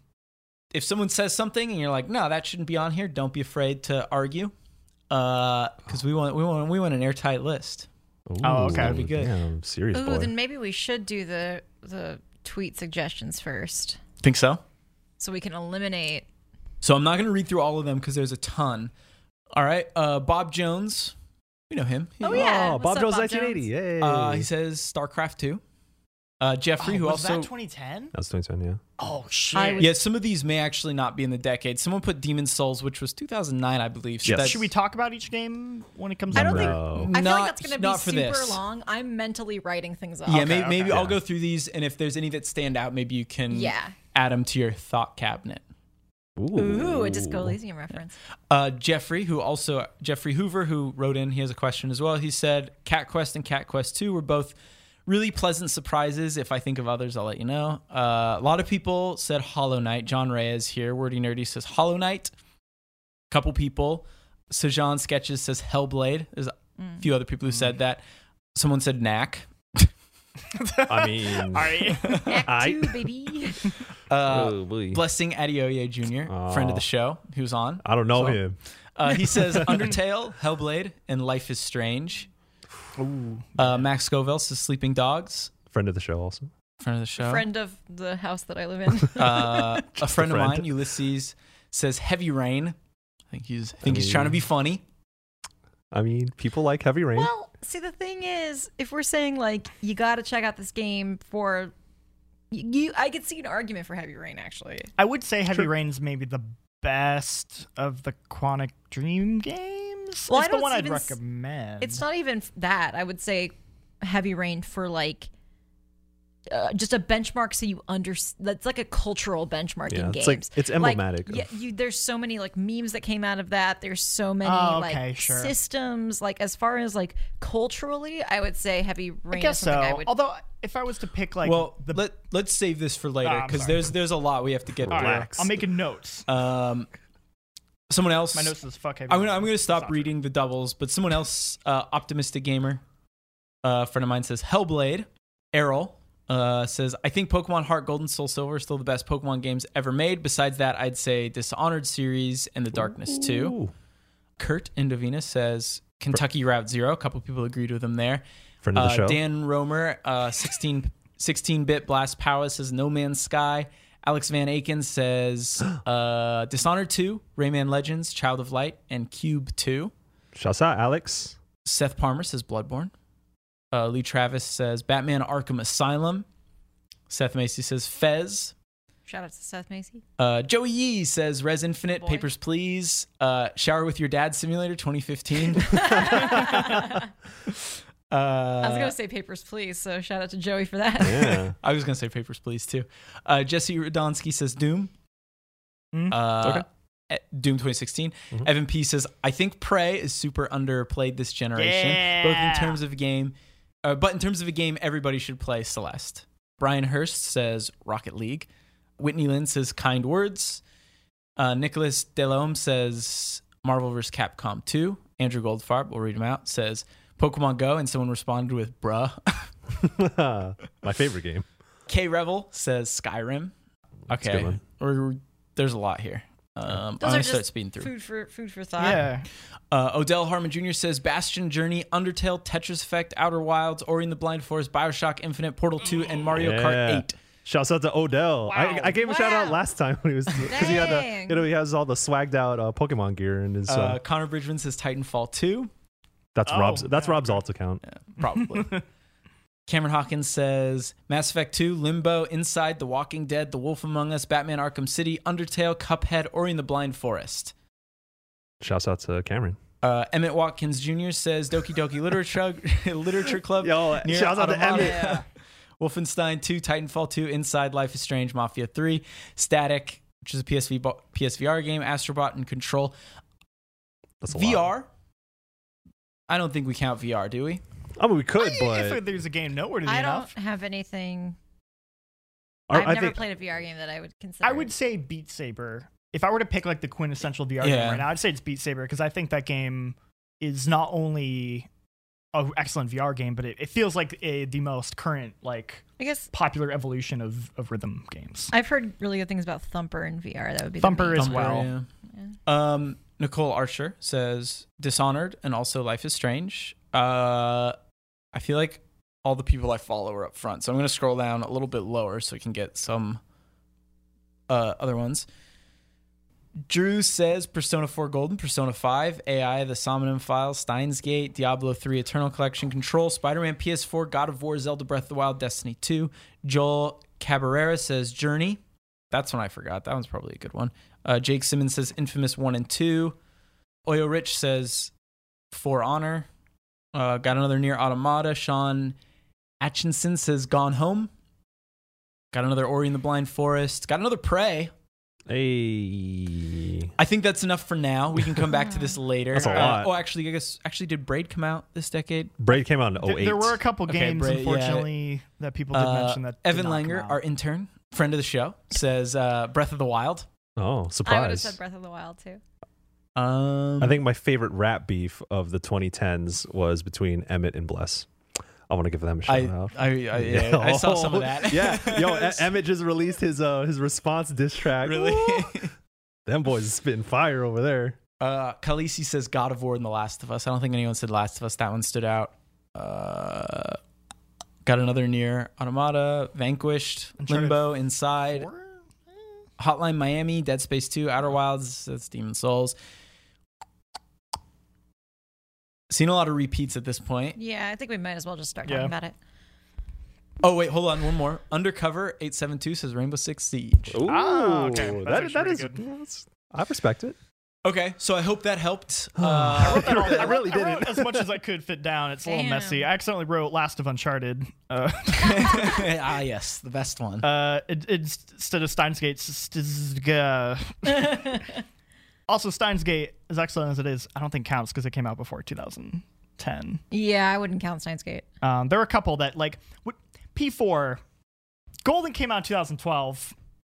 [SPEAKER 1] if someone says something and you're like, no, that shouldn't be on here, don't be afraid to argue. Because we want we want we want an airtight list.
[SPEAKER 3] Oh, okay.
[SPEAKER 1] That'd be good.
[SPEAKER 5] Damn, serious
[SPEAKER 4] Ooh,
[SPEAKER 5] boy.
[SPEAKER 4] then maybe we should do the the tweet suggestions first.
[SPEAKER 1] Think so?
[SPEAKER 4] So we can eliminate
[SPEAKER 1] So I'm not going to read through all of them because there's a ton. All right, uh, Bob Jones, we know him. He-
[SPEAKER 4] Oh, yeah.
[SPEAKER 5] Oh,
[SPEAKER 4] What's
[SPEAKER 5] Bob
[SPEAKER 4] up,
[SPEAKER 5] Jones
[SPEAKER 4] Bob
[SPEAKER 5] 1980. Yay.
[SPEAKER 1] uh, he says StarCraft two. Uh, Jeffrey,
[SPEAKER 3] Oh,
[SPEAKER 1] who
[SPEAKER 3] was
[SPEAKER 1] also
[SPEAKER 3] that 2010?
[SPEAKER 5] that was 2010, yeah.
[SPEAKER 3] Oh,
[SPEAKER 4] I
[SPEAKER 3] shit.
[SPEAKER 4] was-
[SPEAKER 1] yeah, some of these may actually not be in the decade. Someone put Demon Souls, which was 2009, I believe. So
[SPEAKER 5] Yes.
[SPEAKER 1] that's-
[SPEAKER 3] Should we talk about each game when it comes
[SPEAKER 4] I don't
[SPEAKER 3] up?
[SPEAKER 4] think-
[SPEAKER 5] No.
[SPEAKER 4] I feel
[SPEAKER 1] Not-
[SPEAKER 4] like that's gonna
[SPEAKER 1] not
[SPEAKER 4] be
[SPEAKER 1] for
[SPEAKER 4] super
[SPEAKER 1] this.
[SPEAKER 4] long. I'm mentally writing things off.
[SPEAKER 1] Yeah, maybe,
[SPEAKER 3] okay.
[SPEAKER 1] maybe I'll
[SPEAKER 5] Yeah.
[SPEAKER 1] go through these, and if there's any that stand out, maybe you can
[SPEAKER 4] Yeah.
[SPEAKER 1] add them to your thought cabinet.
[SPEAKER 4] Ooh, a Disco Elysium
[SPEAKER 1] [laughs]
[SPEAKER 4] reference.
[SPEAKER 1] Uh, Jeffrey, who also Jeffrey Hoover, who wrote in, he has a question as well. He said, "Cat Quest and Cat Quest Two were both really pleasant surprises. If I think of others, I'll let you know." Uh, a lot of people said Hollow Knight. John Reyes here, wordy nerdy, says Hollow Knight. A couple people, Sejan sketches says Hellblade. There's a few other people who said that. Someone said Knack.
[SPEAKER 3] [laughs]
[SPEAKER 5] I mean,
[SPEAKER 3] All right.
[SPEAKER 4] [laughs] Act
[SPEAKER 5] I-
[SPEAKER 4] two,
[SPEAKER 1] [laughs]
[SPEAKER 4] baby.
[SPEAKER 1] Uh,
[SPEAKER 5] oh, boy.
[SPEAKER 1] Blessing Adioye Jr., friend of the show, who's on.
[SPEAKER 5] I don't know
[SPEAKER 1] So-
[SPEAKER 5] him.
[SPEAKER 1] Uh, he says Undertale, Hellblade, and Life is Strange. Uh, Max Scoville says Sleeping Dogs,
[SPEAKER 5] Friend of the show, also.
[SPEAKER 1] friend of the show.
[SPEAKER 4] Friend of the house that I live in. [laughs]
[SPEAKER 3] [laughs]
[SPEAKER 1] uh, a friend of
[SPEAKER 5] friend.
[SPEAKER 1] mine, Ulysses, says Heavy Rain. I think he's I think he's
[SPEAKER 5] mean-
[SPEAKER 1] trying to be funny.
[SPEAKER 5] I mean, people like Heavy Rain.
[SPEAKER 4] Well, see, the thing is, if we're saying like you got to check out this game for you, you, I could see an argument for Heavy Rain actually.
[SPEAKER 3] I would say Heavy Rain's maybe the best of the Quantic Dream games.
[SPEAKER 4] Well, I
[SPEAKER 3] it's the
[SPEAKER 4] don't
[SPEAKER 3] one I'd
[SPEAKER 4] even s-
[SPEAKER 3] recommend.
[SPEAKER 4] It's not even f- that. I would say Heavy Rain for like uh, just a benchmark, so you understand. That's like a cultural benchmark
[SPEAKER 5] Yeah,
[SPEAKER 4] in
[SPEAKER 5] it's
[SPEAKER 4] games.
[SPEAKER 5] like-
[SPEAKER 3] e,
[SPEAKER 5] it's emblematic of-
[SPEAKER 4] yeah, you, there's so many like memes that came out of that. There's so many
[SPEAKER 3] Oh, okay,
[SPEAKER 4] like
[SPEAKER 3] sure.
[SPEAKER 4] systems. Like as far as like culturally, I would say Heavy Rain.
[SPEAKER 3] I
[SPEAKER 4] is
[SPEAKER 3] guess so.
[SPEAKER 4] something I would,
[SPEAKER 3] Although, if I was to pick like
[SPEAKER 1] well,
[SPEAKER 3] the
[SPEAKER 1] let let's save this for later
[SPEAKER 3] Ah, I'm
[SPEAKER 1] because
[SPEAKER 3] sorry.
[SPEAKER 1] there's there's a lot we have to get
[SPEAKER 5] All
[SPEAKER 1] through.
[SPEAKER 5] right.
[SPEAKER 3] I'll make a note.
[SPEAKER 1] Um, someone else.
[SPEAKER 3] My notes is fuck Heavy
[SPEAKER 1] I'm gonna,
[SPEAKER 3] Rain.
[SPEAKER 1] I'm gonna stop
[SPEAKER 3] Soccer.
[SPEAKER 1] reading the doubles, but someone else, uh, optimistic gamer, uh, friend of mine says Hellblade. Errol uh, says I think Pokemon Heart Gold and Soul Silver are still the best Pokemon games ever made. Besides that, I'd say Dishonored series and The Darkness too.
[SPEAKER 5] Ooh.
[SPEAKER 1] Kurt Indovina says Kentucky Route Zero. A couple people agreed with him there.
[SPEAKER 5] Friend of the
[SPEAKER 1] Uh,
[SPEAKER 5] show.
[SPEAKER 1] Dan Romer, uh, 16 bit blast power says No Man's Sky. Alex Van Aken
[SPEAKER 5] [gasps]
[SPEAKER 1] says uh, Dishonored 2, Rayman Legends, Child of Light, and Cube 2.
[SPEAKER 5] Shouts out, Alex.
[SPEAKER 1] Seth Palmer says Bloodborne. Uh, Lee Travis says Batman Arkham Asylum. Seth Macy says Fez.
[SPEAKER 4] Shout out to Seth Macy.
[SPEAKER 1] Uh, Joey Yee says Res Infinite,
[SPEAKER 4] Boy.
[SPEAKER 1] Papers Please, uh, Shower with Your Dad Simulator
[SPEAKER 5] [laughs]
[SPEAKER 1] 2015.
[SPEAKER 3] [laughs]
[SPEAKER 1] uh,
[SPEAKER 6] I was gonna say papers, please. So shout out to Joey for that.
[SPEAKER 5] Yeah.
[SPEAKER 1] I was gonna say Papers Please too. Uh, Jesse Radonsky says Doom.
[SPEAKER 3] Mm.
[SPEAKER 1] Uh,
[SPEAKER 5] Okay. Mm-hmm.
[SPEAKER 1] eh, Doom 2016. Evan P says I think Prey is super underplayed this generation, both in
[SPEAKER 3] Yeah.
[SPEAKER 1] terms of game, uh, but in terms of a game everybody should play Celeste. Brian Hurst says Rocket League. Whitney Lynn says Kind Words. Uh, Nicholas Delhomme says Marvel vs. Capcom 2. Andrew Goldfarb, we'll read him out, says Pokemon Go, and someone responded with bruh. [laughs]
[SPEAKER 5] My favorite game. [laughs]
[SPEAKER 1] K Revel says Skyrim.
[SPEAKER 5] good
[SPEAKER 1] Okay,
[SPEAKER 5] one.
[SPEAKER 1] We're- we're- there's a lot here. Um, I'm
[SPEAKER 4] [laughs] Those are
[SPEAKER 1] gonna
[SPEAKER 4] just
[SPEAKER 1] start speeding through.
[SPEAKER 4] food for food for thought.
[SPEAKER 3] Yeah.
[SPEAKER 1] Uh, Odell Harmon Jr. says Bastion, Journey, Undertale, Tetris Effect, Outer Wilds, Ori and the Blind Forest, Bioshock Infinite, Portal 2, and Mario Kart 8.
[SPEAKER 5] Shouts out to Odell. I, I gave him a shout out
[SPEAKER 4] Wow.
[SPEAKER 5] last time when he was because he had the,
[SPEAKER 4] Dang.
[SPEAKER 5] you know he has all the swagged out uh, Pokemon gear and his. Uh,
[SPEAKER 1] Uh, Connor Bridgman says Titanfall 2,
[SPEAKER 5] that's
[SPEAKER 3] oh,
[SPEAKER 5] Rob's. That's
[SPEAKER 3] yeah.
[SPEAKER 5] Rob's alt account.
[SPEAKER 1] probably. Cameron Hawkins says Mass Effect 2, Limbo, Inside, The Walking Dead, The Wolf Among Us, Batman Arkham City, Undertale, Cuphead, Ori and the Blind Forest.
[SPEAKER 5] Shouts out to Cameron.
[SPEAKER 1] Uh, Emmett Watkins Jr. says Doki Doki Literature, [laughs] Literature Club.
[SPEAKER 5] Yo,
[SPEAKER 1] Nier
[SPEAKER 5] shouts out to
[SPEAKER 1] Automata,
[SPEAKER 5] Emmett. Yeah.
[SPEAKER 1] [laughs] Wolfenstein 2, Titanfall 2, Inside, Life is Strange, Mafia 3, Static, which is a PSV, bo- PSVR game, Astrobot, and Control.
[SPEAKER 5] That's a lot.
[SPEAKER 1] VR? I don't think we count VR, do we?
[SPEAKER 5] I mean,
[SPEAKER 3] [laughs]
[SPEAKER 5] we could, but
[SPEAKER 3] if there's a game nowhere to
[SPEAKER 4] I
[SPEAKER 3] enough,
[SPEAKER 4] don't have anything.
[SPEAKER 5] I,
[SPEAKER 4] I've
[SPEAKER 5] I
[SPEAKER 4] never
[SPEAKER 5] think
[SPEAKER 4] played a VR game that I would consider.
[SPEAKER 3] I would say Beat Saber. If I were to pick like the quintessential VR
[SPEAKER 1] Yeah.
[SPEAKER 3] game right now, I'd say it's Beat Saber because I think that game is not only an excellent VR game, but it, it feels like a, the most current like
[SPEAKER 4] I guess
[SPEAKER 3] popular evolution of, of rhythm games.
[SPEAKER 4] I've heard really good things about Thumper and VR. That would be the
[SPEAKER 3] Thumper
[SPEAKER 4] main
[SPEAKER 3] as
[SPEAKER 4] one.
[SPEAKER 3] well.
[SPEAKER 1] Yeah. Um, Nicole Archer says Dishonored and also Life is Strange. Uh, I feel like all the people I follow are up front, so I'm going to scroll down a little bit lower so we can get some uh, other ones. Drew says Persona 4 Golden, Persona 5, AI, The Somnium Files, Steins Gate, Diablo 3 Eternal Collection, Control, Spider Man PS4, God of War, Zelda Breath of the Wild, Destiny 2. Joel Cabrera says Journey. That's one I forgot. That one's probably a good one. Uh, Jake Simmons says Infamous 1 and 2. Oyo Rich says For Honor. Uh, got another near Automata. Sean Atchinson says Gone Home. Got another Ori in the Blind Forest. Got another Prey.
[SPEAKER 5] hey,
[SPEAKER 1] I think that's enough for now. We can come back to
[SPEAKER 3] [laughs]
[SPEAKER 1] this later.
[SPEAKER 5] That's a
[SPEAKER 1] Uh,
[SPEAKER 5] lot.
[SPEAKER 1] oh, actually, I guess actually did Braid come out this decade?
[SPEAKER 5] Braid came out in
[SPEAKER 3] There,
[SPEAKER 5] 08.
[SPEAKER 3] there were a couple
[SPEAKER 1] Okay,
[SPEAKER 3] games,
[SPEAKER 1] Bray, yeah.
[SPEAKER 3] unfortunately, that people did
[SPEAKER 1] Uh,
[SPEAKER 3] mention that did
[SPEAKER 1] Evan
[SPEAKER 3] not come
[SPEAKER 1] Langer,
[SPEAKER 3] out.
[SPEAKER 1] our intern, friend of the show, says uh, Breath of the Wild.
[SPEAKER 5] oh,
[SPEAKER 4] I would have
[SPEAKER 5] surprise!
[SPEAKER 4] said Breath of the Wild too.
[SPEAKER 1] Um,
[SPEAKER 5] I think my favorite rap beef of the 2010s was between Emmett and Bless. I want to give them a shout
[SPEAKER 1] I,
[SPEAKER 5] out.
[SPEAKER 1] I, I,
[SPEAKER 5] [laughs]
[SPEAKER 1] yeah, I saw some of that. [laughs]
[SPEAKER 5] yeah, yo, E- Emmett just released his uh, his response diss
[SPEAKER 1] [laughs]
[SPEAKER 5] track.
[SPEAKER 1] really.
[SPEAKER 5] Woo! them boys is spitting fire over there.
[SPEAKER 1] Uh, Khaleesi says God of War and The Last of Us. I don't think anyone said Last of Us. That one stood out. Uh, got another near Automata, Vanquished,
[SPEAKER 3] Uncharted
[SPEAKER 1] Limbo, Inside,
[SPEAKER 3] Or-
[SPEAKER 1] Hotline Miami, Dead Space 2, Outer Wilds, that's Demon Souls. Seen a lot of repeats at this point.
[SPEAKER 4] Yeah, I think we might as well just start
[SPEAKER 3] Yeah.
[SPEAKER 4] talking about it.
[SPEAKER 1] Oh, wait, hold on, one more. Undercover 872 says Rainbow Six Siege.
[SPEAKER 5] Ooh,
[SPEAKER 3] Ah, okay. That's
[SPEAKER 5] that,
[SPEAKER 3] actually
[SPEAKER 5] that
[SPEAKER 3] pretty
[SPEAKER 5] is.
[SPEAKER 3] good.
[SPEAKER 5] that's- I respect it.
[SPEAKER 1] Okay, so I hope that
[SPEAKER 3] [sighs]
[SPEAKER 1] helped.
[SPEAKER 5] I
[SPEAKER 1] Uh,
[SPEAKER 5] wrote that all- I really
[SPEAKER 3] I wrote
[SPEAKER 5] didn't.
[SPEAKER 3] as much as I could fit down. It's a little
[SPEAKER 4] Damn.
[SPEAKER 3] messy. I accidentally wrote Last of Uncharted. Uh,
[SPEAKER 1] [laughs] ah, yes, the best one.
[SPEAKER 3] Uh, it, it's instead of Steins Gate, s- s- uh, [laughs] also Steins Gate, as excellent as it is, I don't think counts because it came out before 2010.
[SPEAKER 4] [laughs] Yeah, I wouldn't count Steins Gate.
[SPEAKER 3] Um, there were a couple that like what, P4, Golden came out in 2012.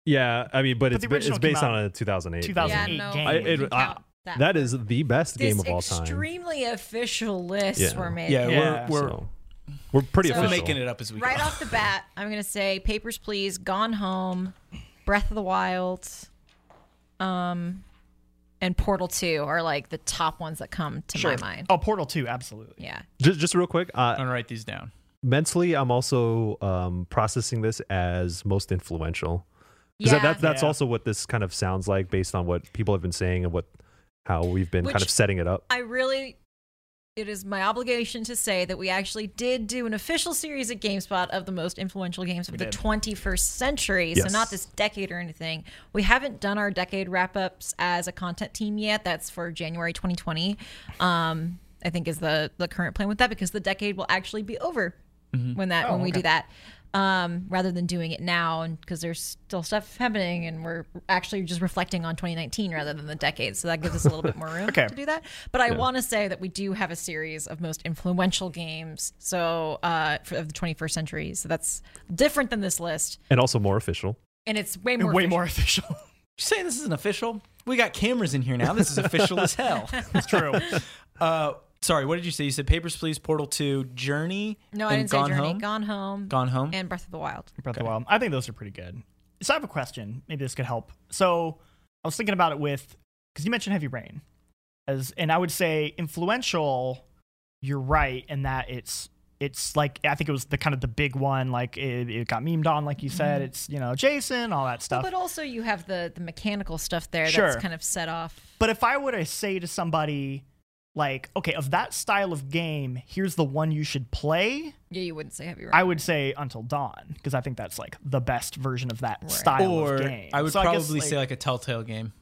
[SPEAKER 5] Yeah, I mean, but,
[SPEAKER 3] the
[SPEAKER 5] it's, ba-
[SPEAKER 3] original
[SPEAKER 5] it's based
[SPEAKER 3] came out
[SPEAKER 5] on a 2008.
[SPEAKER 4] Yeah,
[SPEAKER 3] 2008
[SPEAKER 4] no.
[SPEAKER 3] game.
[SPEAKER 5] I-
[SPEAKER 4] we
[SPEAKER 5] it-
[SPEAKER 4] can
[SPEAKER 5] I-
[SPEAKER 4] count that
[SPEAKER 5] That is the best game
[SPEAKER 6] This
[SPEAKER 5] of all time.
[SPEAKER 6] extremely official list
[SPEAKER 5] Yeah.
[SPEAKER 6] we're making.
[SPEAKER 1] yeah,
[SPEAKER 3] yeah,
[SPEAKER 1] we're, we're,
[SPEAKER 5] So, we're pretty
[SPEAKER 1] we're
[SPEAKER 5] official.
[SPEAKER 1] making it up as we
[SPEAKER 4] Right
[SPEAKER 1] go.
[SPEAKER 4] off the
[SPEAKER 5] [laughs]
[SPEAKER 4] bat, I'm gonna say Papers Please, Gone Home, Breath of the Wild, um, and Portal Two are like the top ones that come to my mind.
[SPEAKER 3] Oh, Portal 2, absolutely.
[SPEAKER 4] Yeah,
[SPEAKER 5] Just, just real quick, uh,
[SPEAKER 1] I'm going to write these down.
[SPEAKER 5] mentally i'm also um, processing this as most influential because
[SPEAKER 4] yeah.
[SPEAKER 5] that, that's
[SPEAKER 3] Yeah.
[SPEAKER 5] also what this kind of sounds like based on what people have been saying and what how we've been kind
[SPEAKER 4] Which-
[SPEAKER 5] of setting it up
[SPEAKER 4] I really it is my obligation to say that we actually did do an official series at GameSpot of the most influential games of the 21st century.
[SPEAKER 5] Yes.
[SPEAKER 4] So not this decade or anything. We haven't done our decade wrap ups as a content team yet. That's for January 2020. Um, I think is the the current plan with that because the decade will actually be over
[SPEAKER 3] Mm-hmm.
[SPEAKER 4] when that
[SPEAKER 3] Oh,
[SPEAKER 4] when we do that. Um, rather than doing it now, and because there's still stuff happening, and we're actually just reflecting on 2019 rather than the decade, so that gives us a little bit more room
[SPEAKER 3] Okay.
[SPEAKER 4] to do that. But I want to say that we do have a series of most influential games, so uh, for, of the 21st century. So that's different than this list,
[SPEAKER 5] and also more official.
[SPEAKER 4] and it's way more.
[SPEAKER 3] Way
[SPEAKER 4] official.
[SPEAKER 3] more official. [laughs]
[SPEAKER 1] You saying this isn't official? We got cameras in here now. This is official as
[SPEAKER 4] [laughs]
[SPEAKER 1] hell.
[SPEAKER 3] it's true.
[SPEAKER 1] Uh, sorry, what did you say? You said Papers, Please, Portal 2, Journey.
[SPEAKER 4] No, I
[SPEAKER 1] and
[SPEAKER 4] didn't
[SPEAKER 1] Gone
[SPEAKER 4] say Journey.
[SPEAKER 1] Home?
[SPEAKER 4] Gone home.
[SPEAKER 1] Gone Home?
[SPEAKER 4] And Breath of the Wild.
[SPEAKER 3] Breath of the Wild. I think those are pretty good. So I have a question. Maybe this could help. So I was thinking about it with because you mentioned Heavy Rain, as and I would say influential. You're right in that it's it's like I think it was the kind of the big one. Like it, it got memed on, like you said. It's you know Jason, all that stuff.
[SPEAKER 4] But also, you have the the mechanical stuff there
[SPEAKER 3] Sure.
[SPEAKER 4] that's kind of set off.
[SPEAKER 3] But if I were to say to somebody, like, okay, of that style of game, here's the one you should play,
[SPEAKER 4] Yeah, you wouldn't say Heavy Rain.
[SPEAKER 3] I would say Until Dawn, because I think that's like the best version of that style
[SPEAKER 1] Or
[SPEAKER 3] of game.
[SPEAKER 1] I would
[SPEAKER 3] So
[SPEAKER 1] probably
[SPEAKER 3] guess,
[SPEAKER 1] say like a Telltale game.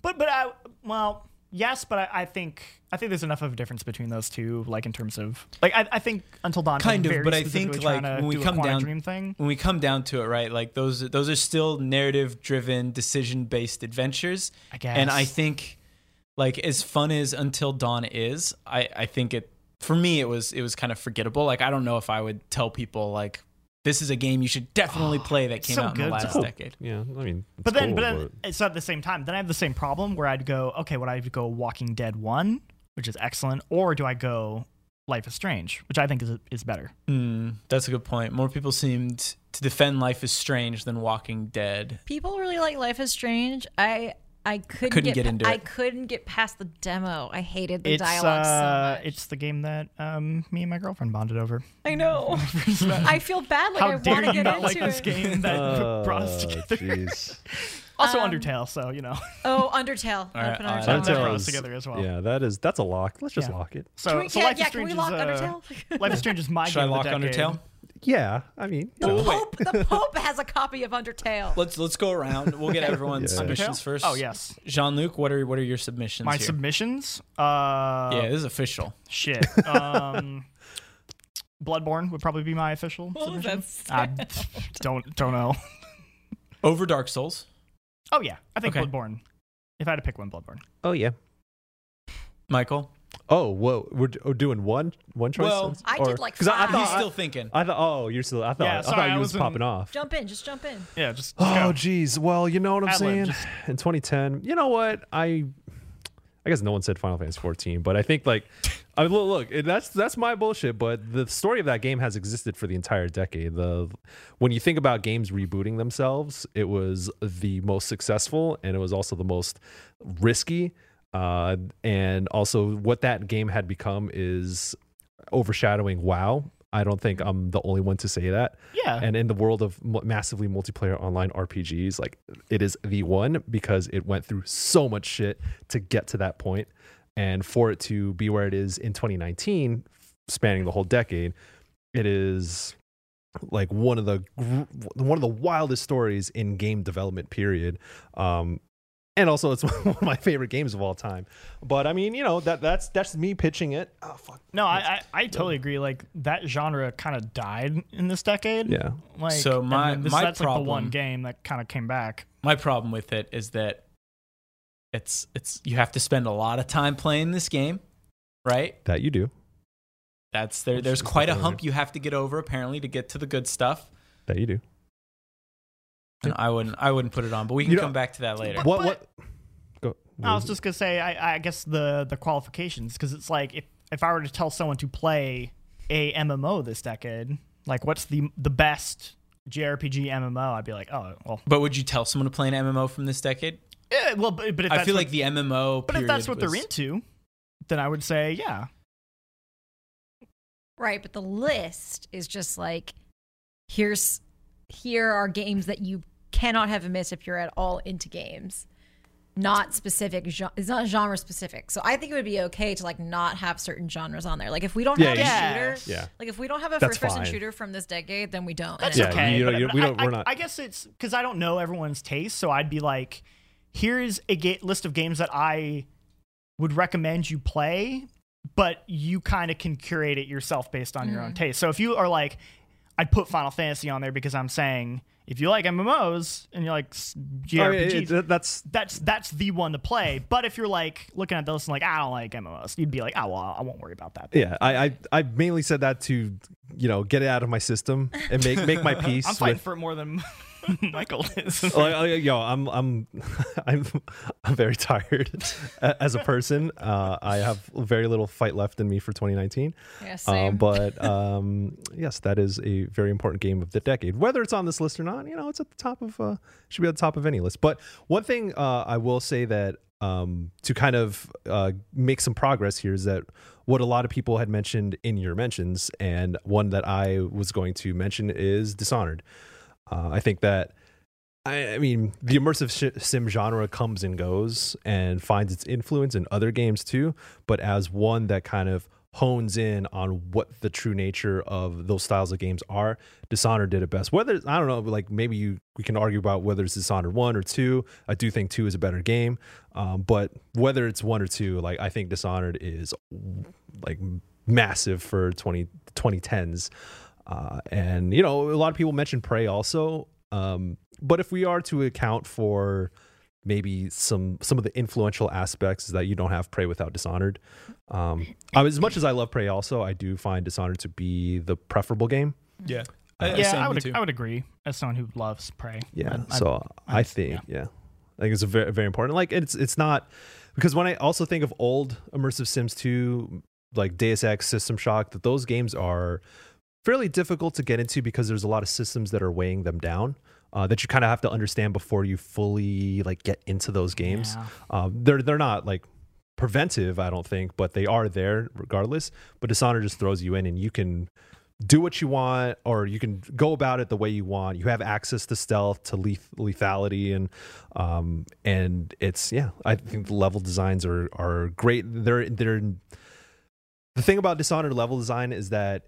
[SPEAKER 3] but but I well yes, but I, I think I think there's enough of a difference between those two, like in terms of like I, I think Until Dawn was
[SPEAKER 1] Kind of,
[SPEAKER 3] very
[SPEAKER 1] but I
[SPEAKER 3] specifically
[SPEAKER 1] think,
[SPEAKER 3] trying
[SPEAKER 1] like,
[SPEAKER 3] to
[SPEAKER 1] when we
[SPEAKER 3] do a
[SPEAKER 1] come
[SPEAKER 3] Quantum
[SPEAKER 1] down-
[SPEAKER 3] dream thing.
[SPEAKER 1] When we come down to it, right? Like those those are still narrative driven, decision based adventures.
[SPEAKER 3] I guess.
[SPEAKER 1] And I think like as fun as Until Dawn is, I, I think it for me it was it was kind of forgettable. Like I don't know if I would tell people like this is a game you should
[SPEAKER 3] [gasps]
[SPEAKER 1] definitely play that came
[SPEAKER 3] so
[SPEAKER 1] out in the
[SPEAKER 3] good, Oh.
[SPEAKER 1] last
[SPEAKER 3] though.
[SPEAKER 1] decade.
[SPEAKER 5] Yeah, I mean, it's
[SPEAKER 3] But then,
[SPEAKER 5] cool,
[SPEAKER 3] but then, so at the same time, then I have the same problem where I'd go, okay, would I go Walking Dead one, which is excellent, or do I go Life is Strange, which I think is is better?
[SPEAKER 1] Hmm, that's a good point. More people seemed to defend Life is Strange than Walking Dead.
[SPEAKER 4] People really like Life is Strange. I I couldn't,
[SPEAKER 1] Couldn't get
[SPEAKER 4] pa-
[SPEAKER 1] into
[SPEAKER 4] I
[SPEAKER 1] it.
[SPEAKER 4] couldn't get past the demo. I hated the
[SPEAKER 3] it's
[SPEAKER 4] dialogue
[SPEAKER 3] uh,
[SPEAKER 4] so much.
[SPEAKER 3] it's the game that um, me and my girlfriend bonded over.
[SPEAKER 4] I
[SPEAKER 3] [laughs]
[SPEAKER 4] know. [laughs] I feel bad. Like
[SPEAKER 3] How
[SPEAKER 4] I
[SPEAKER 3] dare
[SPEAKER 4] want to get
[SPEAKER 3] you not
[SPEAKER 4] into
[SPEAKER 3] like
[SPEAKER 4] it.
[SPEAKER 3] this
[SPEAKER 1] [laughs]
[SPEAKER 3] game that [laughs] brought us
[SPEAKER 5] Oh,
[SPEAKER 3] together? [laughs]
[SPEAKER 5] jeez.
[SPEAKER 3] Also
[SPEAKER 4] Um,
[SPEAKER 3] Undertale, so you know.
[SPEAKER 4] Oh, Undertale. I
[SPEAKER 1] right,
[SPEAKER 4] put
[SPEAKER 1] all right.
[SPEAKER 4] Undertale.
[SPEAKER 3] Undertale.
[SPEAKER 4] on there.
[SPEAKER 3] brought us
[SPEAKER 5] is-
[SPEAKER 3] together as well.
[SPEAKER 5] Yeah, that is that's a lock. Let's just
[SPEAKER 3] Yeah.
[SPEAKER 5] lock it.
[SPEAKER 3] So,
[SPEAKER 4] Can we,
[SPEAKER 3] so
[SPEAKER 4] yeah,
[SPEAKER 3] Life
[SPEAKER 4] yeah,
[SPEAKER 3] is
[SPEAKER 4] can
[SPEAKER 3] Strange
[SPEAKER 4] we
[SPEAKER 3] is
[SPEAKER 4] lock
[SPEAKER 3] [laughs] uh,
[SPEAKER 4] Undertale?
[SPEAKER 3] Life is Strange is my
[SPEAKER 1] Should I
[SPEAKER 3] game
[SPEAKER 1] lock
[SPEAKER 3] of the decade.
[SPEAKER 1] Undertale?
[SPEAKER 5] Yeah, I mean, you know.
[SPEAKER 4] Pope,
[SPEAKER 3] [laughs]
[SPEAKER 4] the Pope has a copy of Undertale.
[SPEAKER 1] Let's let's go around. We'll get everyone's
[SPEAKER 5] Yeah.
[SPEAKER 1] submissions
[SPEAKER 3] Undertale?
[SPEAKER 1] first.
[SPEAKER 3] Oh yes,
[SPEAKER 1] Jean Luc, what are what are your submissions?
[SPEAKER 3] my
[SPEAKER 1] here?
[SPEAKER 3] submissions. Uh,
[SPEAKER 1] yeah, this is official.
[SPEAKER 3] Shit. Um, [laughs] Bloodborne would probably be my official. submission.
[SPEAKER 4] that's
[SPEAKER 3] I [laughs] don't don't know.
[SPEAKER 1] Over Dark Souls.
[SPEAKER 3] Oh yeah, I think
[SPEAKER 1] Okay.
[SPEAKER 3] Bloodborne. If I had to pick one, Bloodborne.
[SPEAKER 5] Oh yeah.
[SPEAKER 1] Michael,
[SPEAKER 5] Oh whoa, we're, d- we're doing one one choice.
[SPEAKER 1] Well,
[SPEAKER 5] then?
[SPEAKER 4] I did
[SPEAKER 5] Or-
[SPEAKER 4] like
[SPEAKER 5] 'cause I, I
[SPEAKER 4] five.
[SPEAKER 1] you
[SPEAKER 5] thought
[SPEAKER 1] still thinking?
[SPEAKER 5] I thought. Oh, you're still. I thought.
[SPEAKER 3] Yeah, sorry,
[SPEAKER 5] I thought
[SPEAKER 3] I
[SPEAKER 5] you was
[SPEAKER 3] wasn't-
[SPEAKER 5] popping off.
[SPEAKER 4] jump in, just jump in.
[SPEAKER 3] Yeah, just, just
[SPEAKER 5] Oh
[SPEAKER 3] go.
[SPEAKER 5] geez. Well, you know what I'm
[SPEAKER 3] Ad lib,
[SPEAKER 5] saying.
[SPEAKER 3] just-
[SPEAKER 5] [sighs] In 2010, you know what I. I guess no one said Final Fantasy 14, but I think like, I mean, look, look, it- that's that's my bullshit. But the story of that game has existed for the entire decade. The when you think about games rebooting themselves, it was the most successful and it was also the most risky. Uh, and also, what that game had become is overshadowing WoW. I don't think I'm the only one to say that
[SPEAKER 3] Yeah.
[SPEAKER 5] and in the world of mu- massively multiplayer online RPGs, like it is the one because it went through so much shit to get to that point, and for it to be where it is in 2019, spanning the whole decade, it is like one of the gr- one of the wildest stories in game development period. Um, and also, it's [laughs] one of my favorite games of all time. But I mean, you know that that's that's me pitching it. Oh fuck.
[SPEAKER 3] No, I, I, I totally agree. Like that genre kind of died in this decade.
[SPEAKER 5] Yeah.
[SPEAKER 3] Like
[SPEAKER 1] So
[SPEAKER 3] and
[SPEAKER 1] my-
[SPEAKER 3] then this,
[SPEAKER 1] my
[SPEAKER 3] that's like the
[SPEAKER 1] problem-
[SPEAKER 3] one game that kind of came back.
[SPEAKER 1] My problem with it is that it's it's you have to spend a lot of time playing this game, right?
[SPEAKER 5] That you do.
[SPEAKER 1] That's there.
[SPEAKER 5] Which
[SPEAKER 1] There's
[SPEAKER 5] is the
[SPEAKER 1] quite a
[SPEAKER 5] thing.
[SPEAKER 1] hump you have to get over apparently to get to the good stuff.
[SPEAKER 5] That you do.
[SPEAKER 1] And I wouldn't I wouldn't put it on, but we can
[SPEAKER 5] You know-
[SPEAKER 1] come back to that later.
[SPEAKER 5] What what? Go.
[SPEAKER 3] I was just gonna say I, I guess the the qualifications because it's like if if I were to tell someone to play a MMO this decade, like what's the the best JRPG MMO? I'd be like, oh well,
[SPEAKER 1] But would you tell someone to play an MMO from this decade?
[SPEAKER 3] eh, well, but, but if
[SPEAKER 1] I
[SPEAKER 3] that's
[SPEAKER 1] feel
[SPEAKER 3] what-
[SPEAKER 1] like the MMO.
[SPEAKER 3] but if that's what
[SPEAKER 1] period
[SPEAKER 3] they're
[SPEAKER 1] was-
[SPEAKER 3] into, then I would say yeah.
[SPEAKER 4] Right, but the list is just like here's here are games that you cannot have missed if you're at all into games. not specific gen- it's not genre specific so i think it would be okay to like not have certain genres on there like if we don't
[SPEAKER 5] Yeah,
[SPEAKER 4] have
[SPEAKER 3] yeah.
[SPEAKER 4] a shooter
[SPEAKER 5] Yeah.
[SPEAKER 4] like if we don't have a
[SPEAKER 5] That's
[SPEAKER 4] first person
[SPEAKER 5] fine.
[SPEAKER 4] shooter from this decade then we don't
[SPEAKER 3] That's
[SPEAKER 4] And
[SPEAKER 5] Yeah,
[SPEAKER 4] it's-
[SPEAKER 3] okay.
[SPEAKER 5] you don't-
[SPEAKER 3] but-
[SPEAKER 5] you don't- we
[SPEAKER 3] but
[SPEAKER 5] don't-
[SPEAKER 3] I,
[SPEAKER 5] we're
[SPEAKER 3] I-
[SPEAKER 5] not-
[SPEAKER 3] I guess it's because I don't know everyone's taste, so I'd be like, here's a ga- list of games that I would recommend you play, but you kind of can curate it yourself based on your own taste. So if you are like, I'd put Final Fantasy on there because I'm saying if you like MMOs and you like
[SPEAKER 5] Oh,
[SPEAKER 3] s-
[SPEAKER 5] I mean,
[SPEAKER 3] JRPGs,
[SPEAKER 5] it- that- that's
[SPEAKER 3] that's that's the one to play. But if you're like looking at the list and like I don't like MMOs, you'd be like, oh well, I won't worry about that.
[SPEAKER 5] yeah. I, I I mainly said that to you know get it out of my system and make make my
[SPEAKER 3] [laughs]
[SPEAKER 5] peace.
[SPEAKER 3] I'm fighting
[SPEAKER 5] with-
[SPEAKER 3] for it more than [laughs] Michael is.
[SPEAKER 5] like, I- yo, I'm I'm [laughs] I'm I'm very tired [laughs] a- as a person. Uh, I have very little fight left in me for 2019.
[SPEAKER 4] yeah, same.
[SPEAKER 5] Um, but um, yes, that is a very important game of the decade. Whether it's on this list or not, you know, it's at the top of uh, should be at the top of any list. But one thing uh, I will say that um, to kind of uh, make some progress here is that what a lot of people had mentioned in your mentions, and one that I was going to mention is Dishonored. Uh, I think that. I, I mean, the immersive sh- sim genre comes and goes and finds its influence in other games too, but as one that kind of hones in on what the true nature of those styles of games are, Dishonored did it best. Whether I don't know, like maybe you we can argue about whether it's Dishonored one or two. I do think two is a better game, um, but whether it's one or two, like I think Dishonored is like massive for 20 2010s uh, and you know a lot of people mentioned prey also um, but if we are to account for maybe some some of the influential aspects is that you don't have prey without dishonored um, I, as much as i love prey also i do find dishonored to be the preferable game
[SPEAKER 1] Yeah.
[SPEAKER 3] yeah, I would,
[SPEAKER 1] too.
[SPEAKER 3] I would agree. As someone who loves Prey,
[SPEAKER 5] yeah
[SPEAKER 3] I- I-
[SPEAKER 5] so i,
[SPEAKER 3] I-
[SPEAKER 5] think
[SPEAKER 3] yeah.
[SPEAKER 5] yeah. i think it's a very very important like it's it's not because when i also think of old immersive sims 2 like deus ex system shock that those games are fairly difficult to get into because there's a lot of systems that are weighing them down uh, that you kind of have to understand before you fully like get into those games
[SPEAKER 3] Yeah.
[SPEAKER 5] um, they're they're not like preventive i don't think but they are there regardless but dishonor just throws you in and you can do what you want or you can go about it the way you want you have access to stealth to leth- lethality and um and it's yeah i think the level designs are are great they're they're the thing about dishonored level design is that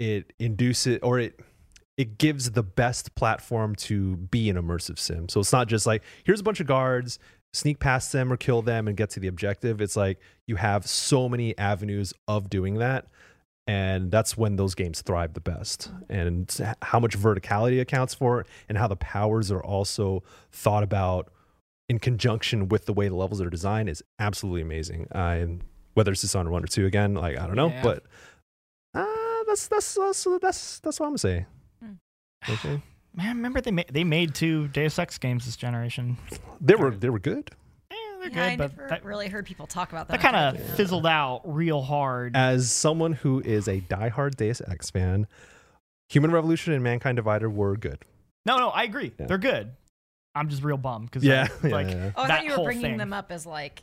[SPEAKER 5] it induces or it it gives the best platform to be an immersive sim so it's not just like here's a bunch of guards sneak past them or kill them and get to the objective it's like you have so many avenues of doing that and that's when those games thrive the best and it's h- how much verticality accounts for it and how the powers are also thought about in conjunction with the way the levels are designed is absolutely amazing i whether it's dishonored one or two again like i don't know
[SPEAKER 3] Yeah.
[SPEAKER 5] but uh, that's that's that's that's that's what i'm saying okay.
[SPEAKER 3] man, remember they ma- they made two Deus Ex games this generation.
[SPEAKER 5] they were they were good
[SPEAKER 3] Eh, they're
[SPEAKER 4] yeah, I
[SPEAKER 3] good, but
[SPEAKER 4] never
[SPEAKER 3] that,
[SPEAKER 4] really heard people talk about
[SPEAKER 3] that
[SPEAKER 4] that.
[SPEAKER 3] kind of fizzled out real hard.
[SPEAKER 5] as someone who is a diehard deus ex fan human revolution and mankind divider were good
[SPEAKER 3] no, no, I agree.
[SPEAKER 5] Yeah.
[SPEAKER 3] They're good. I'm just real bummed because
[SPEAKER 5] yeah, yeah,
[SPEAKER 3] like
[SPEAKER 5] yeah.
[SPEAKER 4] Oh, I
[SPEAKER 3] that
[SPEAKER 4] thought you were
[SPEAKER 3] whole
[SPEAKER 4] bringing
[SPEAKER 3] thing.
[SPEAKER 4] them up as like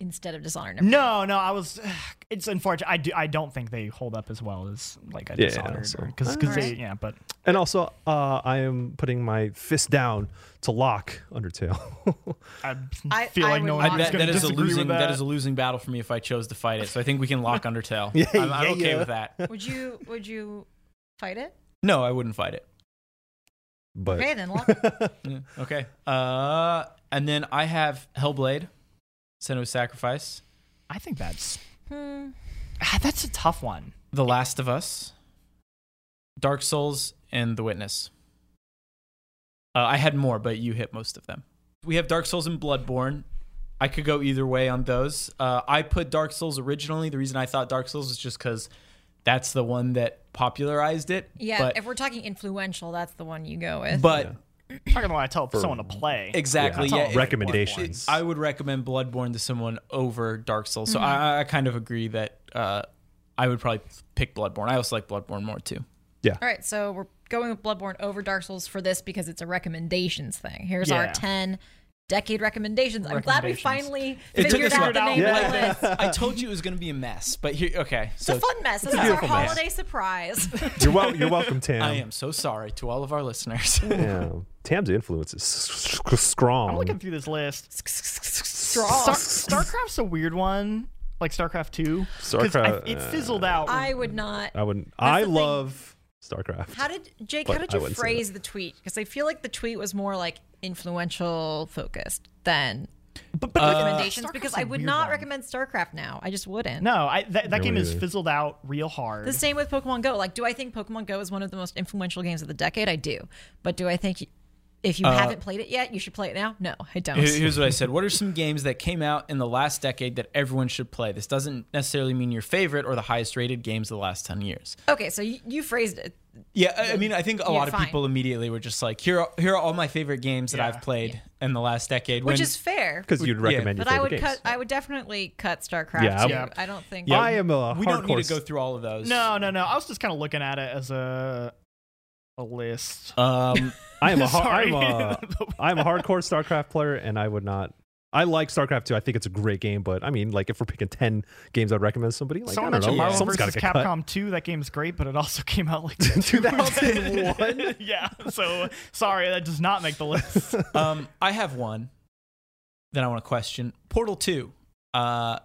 [SPEAKER 4] instead of Dishonored. Never
[SPEAKER 3] No, no, I was. [sighs] It's unfortunate. I do. I don't think they hold up as well as like I
[SPEAKER 5] Yeah,
[SPEAKER 3] Dishonored
[SPEAKER 5] so- uh,
[SPEAKER 3] because they
[SPEAKER 4] Alright.
[SPEAKER 3] yeah. But
[SPEAKER 5] And also, uh, I am putting my fist down to lock Undertale.
[SPEAKER 3] I
[SPEAKER 4] I-
[SPEAKER 3] feel
[SPEAKER 4] I
[SPEAKER 3] like no
[SPEAKER 4] would
[SPEAKER 3] one's
[SPEAKER 4] not-
[SPEAKER 3] going
[SPEAKER 1] that,
[SPEAKER 3] to
[SPEAKER 1] that is a
[SPEAKER 3] disagree
[SPEAKER 1] losing
[SPEAKER 3] with that.
[SPEAKER 1] that is a losing battle for me if I chose to fight it. So I think we can lock [laughs] Undertale.
[SPEAKER 5] Yeah,
[SPEAKER 1] I'm, I'm
[SPEAKER 5] yeah,
[SPEAKER 1] okay
[SPEAKER 5] yeah.
[SPEAKER 1] with that.
[SPEAKER 4] mind. [laughs] Would you would you fight it?
[SPEAKER 1] No, I wouldn't fight it.
[SPEAKER 5] but
[SPEAKER 4] Okay, then
[SPEAKER 5] [laughs]
[SPEAKER 4] lock
[SPEAKER 1] Yeah, Okay. Uh, and then I have Hellblade, Senua's Sacrifice,
[SPEAKER 3] I think that's [sighs]
[SPEAKER 4] Hmm.
[SPEAKER 3] ah, that's a tough one.
[SPEAKER 1] The Last of Us, Dark Souls, and The Witness. Uh, I had more, but you hit most of them. We have Dark Souls and Bloodborne. I could go either way on those. Uh, I put Dark Souls originally. The reason I thought Dark Souls was just because that's the one that popularized it.
[SPEAKER 4] Yeah,
[SPEAKER 1] but,
[SPEAKER 4] if we're talking influential, that's the one you go with.
[SPEAKER 1] but
[SPEAKER 3] I'm not gonna want to tell someone to play.
[SPEAKER 1] exactly,
[SPEAKER 3] Yeah.
[SPEAKER 1] yeah, if-
[SPEAKER 5] recommendations.
[SPEAKER 1] I would recommend Bloodborne to someone over Dark Souls.
[SPEAKER 4] Mm-hmm.
[SPEAKER 1] So I, I kind of agree that uh, I would probably pick Bloodborne. I also like Bloodborne more too.
[SPEAKER 4] All right, so we're going with Bloodborne over Dark Souls for this because it's a recommendations thing. Here's
[SPEAKER 3] Yeah.
[SPEAKER 4] our 10 decade recommendations. I'm glad we
[SPEAKER 3] Recommendations.
[SPEAKER 4] finally
[SPEAKER 1] It took
[SPEAKER 4] figured
[SPEAKER 1] us a
[SPEAKER 4] out the
[SPEAKER 3] while.
[SPEAKER 4] name of the
[SPEAKER 1] Yeah. [laughs]
[SPEAKER 4] list.
[SPEAKER 1] I told you it was going to be a mess, but here, okay.
[SPEAKER 4] It's
[SPEAKER 1] So
[SPEAKER 4] a fun mess. This is our
[SPEAKER 5] beautiful mess.
[SPEAKER 4] holiday surprise.
[SPEAKER 5] you're, wel-
[SPEAKER 4] [laughs]
[SPEAKER 5] you're welcome, Tam.
[SPEAKER 1] I am so sorry to all of our listeners.
[SPEAKER 5] Yeah. Tam's influence is s- s- s- strong.
[SPEAKER 3] I'm looking through this list.
[SPEAKER 4] straw.
[SPEAKER 3] Star- StarCraft's a weird one, like StarCraft Two. 'cause I-
[SPEAKER 5] StarCraft,
[SPEAKER 3] it fizzled out.
[SPEAKER 4] I would not.
[SPEAKER 5] I wouldn't. I
[SPEAKER 4] the thing.
[SPEAKER 5] love StarCraft.
[SPEAKER 4] How did Jake?
[SPEAKER 5] Oh. But
[SPEAKER 4] how did
[SPEAKER 5] I
[SPEAKER 4] you
[SPEAKER 5] wouldn't say
[SPEAKER 4] phrase the tweet? Because I feel like the tweet was more like influential focused than
[SPEAKER 3] but, but like,
[SPEAKER 4] uh, recommendations.
[SPEAKER 3] Uh, StarCraft's
[SPEAKER 4] because
[SPEAKER 3] a
[SPEAKER 4] I would
[SPEAKER 3] weird
[SPEAKER 4] not
[SPEAKER 3] one.
[SPEAKER 4] recommend StarCraft now. I just wouldn't.
[SPEAKER 3] No, I, that, that
[SPEAKER 5] No,
[SPEAKER 3] game
[SPEAKER 5] me
[SPEAKER 3] is
[SPEAKER 5] neither.
[SPEAKER 3] fizzled out real hard.
[SPEAKER 4] The same with Pokemon Go. Like, do I think Pokemon Go is one of the most influential games of the decade? I do. But do I think y- if
[SPEAKER 5] Uh,
[SPEAKER 4] you haven't played it yet, you should play it now? No, I don't.
[SPEAKER 1] Here- Here's what I said. What are some games that came out in the last decade that everyone should play? This doesn't necessarily mean your favorite or the highest rated games of the last 10 years.
[SPEAKER 4] okay, so you, you phrased it.
[SPEAKER 1] Yeah, I, I mean, I think a lot of
[SPEAKER 4] fine.
[SPEAKER 1] people immediately were just like, here are, here are all my favorite games that
[SPEAKER 3] Yeah.
[SPEAKER 1] I've played in the last decade.
[SPEAKER 4] Which
[SPEAKER 1] when-
[SPEAKER 4] is fair.
[SPEAKER 5] Because you'd recommend
[SPEAKER 4] But
[SPEAKER 5] your
[SPEAKER 4] I would
[SPEAKER 5] favorite
[SPEAKER 4] cut.
[SPEAKER 5] games.
[SPEAKER 4] I would definitely cut StarCraft.
[SPEAKER 5] Yeah, I
[SPEAKER 4] too.
[SPEAKER 3] would-
[SPEAKER 4] I don't think.
[SPEAKER 5] I am a
[SPEAKER 1] we
[SPEAKER 5] hardcore.
[SPEAKER 1] don't need to go through all of those.
[SPEAKER 3] No, no, no. I was just kind of looking at it as a a list.
[SPEAKER 1] Um, [laughs]
[SPEAKER 5] I am a. har- I'm
[SPEAKER 3] Sorry.
[SPEAKER 5] a. I'm a hardcore StarCraft player, and I would not. I like StarCraft too. I think it's a great game, but I mean, like if we're picking ten games, I'd recommend somebody. Like
[SPEAKER 3] Someone
[SPEAKER 5] I
[SPEAKER 3] mentioned
[SPEAKER 5] don't know,
[SPEAKER 1] Yeah.
[SPEAKER 3] Marvel
[SPEAKER 5] someone's got
[SPEAKER 3] vs.
[SPEAKER 5] to get cut.
[SPEAKER 3] Capcom 2. That game's great, but it also [laughs] came out like
[SPEAKER 5] [laughs] 2001?
[SPEAKER 3] [laughs] yeah. So sorry, that does not make the list.
[SPEAKER 5] [laughs]
[SPEAKER 1] um, I have one that I want to question. Portal 2. Uh,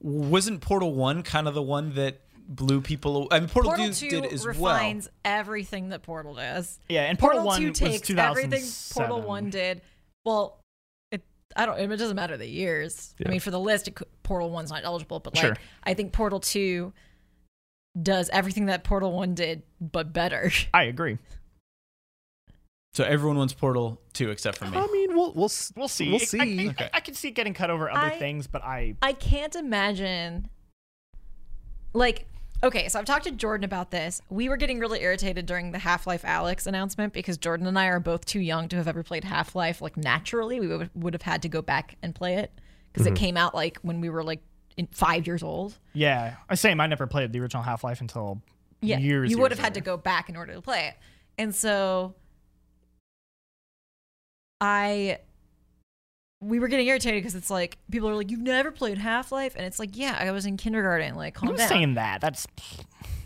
[SPEAKER 1] wasn't Portal 1 kind of the one that blew people away? I mean, Portal,
[SPEAKER 4] Portal
[SPEAKER 1] 2
[SPEAKER 4] Two
[SPEAKER 1] did as well.
[SPEAKER 4] refines everything that Portal does.
[SPEAKER 3] Yeah, and Portal,
[SPEAKER 4] Portal,
[SPEAKER 3] 1
[SPEAKER 4] Two
[SPEAKER 3] was
[SPEAKER 4] takes everything Portal
[SPEAKER 3] 2007.
[SPEAKER 4] One did. Well, it I don't. It doesn't matter the years.
[SPEAKER 5] Yeah.
[SPEAKER 4] I mean, for the list, it, cou- Portal One's not eligible. But like,
[SPEAKER 3] Sure.
[SPEAKER 4] I think Portal Two does everything that Portal One did, but better. [laughs]
[SPEAKER 3] I agree.
[SPEAKER 1] So everyone wants Portal 2 except for me.
[SPEAKER 4] Um,
[SPEAKER 5] I mean, we'll we'll s-
[SPEAKER 3] We'll see.
[SPEAKER 5] We'll
[SPEAKER 3] I- [laughs] I-
[SPEAKER 5] see.
[SPEAKER 3] I, I, can see it getting cut over other
[SPEAKER 4] I-
[SPEAKER 3] things, but I
[SPEAKER 4] I can't imagine. Like, okay, so I've talked to Jordan about this. We were getting really irritated during the Half Life Alex announcement because Jordan and I are both too young to have ever played Half Life. Like, naturally, we would, would have had to go back and play it because it came out like when we were like in five years old.
[SPEAKER 3] yeah. I same. I never played the original Half Life until
[SPEAKER 4] Yeah.
[SPEAKER 3] years.
[SPEAKER 4] you would
[SPEAKER 3] years
[SPEAKER 4] have had to
[SPEAKER 3] later.
[SPEAKER 4] go back in order to play it. And so I we were getting irritated because it's like people are like, You've never played Half Life? And it's like, Yeah, I was in kindergarten, like calm
[SPEAKER 3] I'm
[SPEAKER 4] down.
[SPEAKER 3] saying that. That's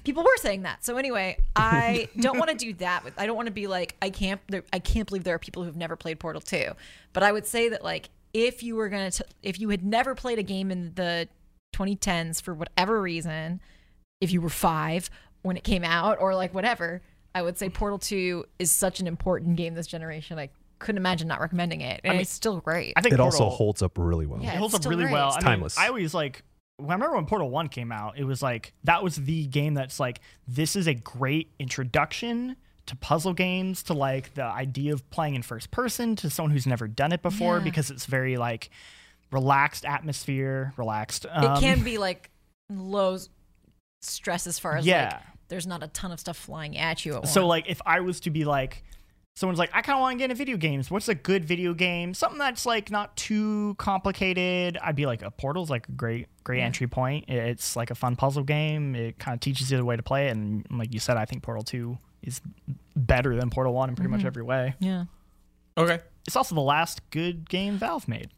[SPEAKER 4] people were saying that. So anyway, I don't want to do that. With I don't want to be like I can't. There, I can't believe there are people who've never played Portal Two. But I would say that like if you were gonna, t- if you had never played a game in the 2010s for whatever reason, if you were five when it came out or like whatever, I would say Portal Two is such an important game this generation. I couldn't imagine not recommending it, and
[SPEAKER 3] mean,
[SPEAKER 4] it's still great.
[SPEAKER 3] I think
[SPEAKER 5] It also
[SPEAKER 3] Portal-
[SPEAKER 5] holds up really well.
[SPEAKER 4] Yeah.
[SPEAKER 3] it holds
[SPEAKER 4] it's
[SPEAKER 3] up
[SPEAKER 4] still
[SPEAKER 3] really
[SPEAKER 4] great.
[SPEAKER 3] well.
[SPEAKER 4] It's
[SPEAKER 3] I mean,
[SPEAKER 5] timeless.
[SPEAKER 3] I always like. well, I remember when Portal One came out. It was like that was the game that's like this is a great introduction to puzzle games to like the idea of playing in first person to someone who's never done it before
[SPEAKER 4] Yeah.
[SPEAKER 3] because it's very like relaxed atmosphere, relaxed.
[SPEAKER 4] it
[SPEAKER 3] Um,
[SPEAKER 4] can be like low s- stress as far as
[SPEAKER 3] Yeah.
[SPEAKER 4] like there's not a ton of stuff flying at you. At once.
[SPEAKER 3] So like if I was to be like someone's like I kind of want to get into video games. What's a good video game? Something that's like not too complicated. I'd be like a Portal's like a great great entry point. It's like a fun puzzle game. It kind of teaches you the way to play it and like you said I think Portal 2 is better than Portal 1 in pretty much every way.
[SPEAKER 4] yeah.
[SPEAKER 1] Okay.
[SPEAKER 3] It's also the last good game Valve made.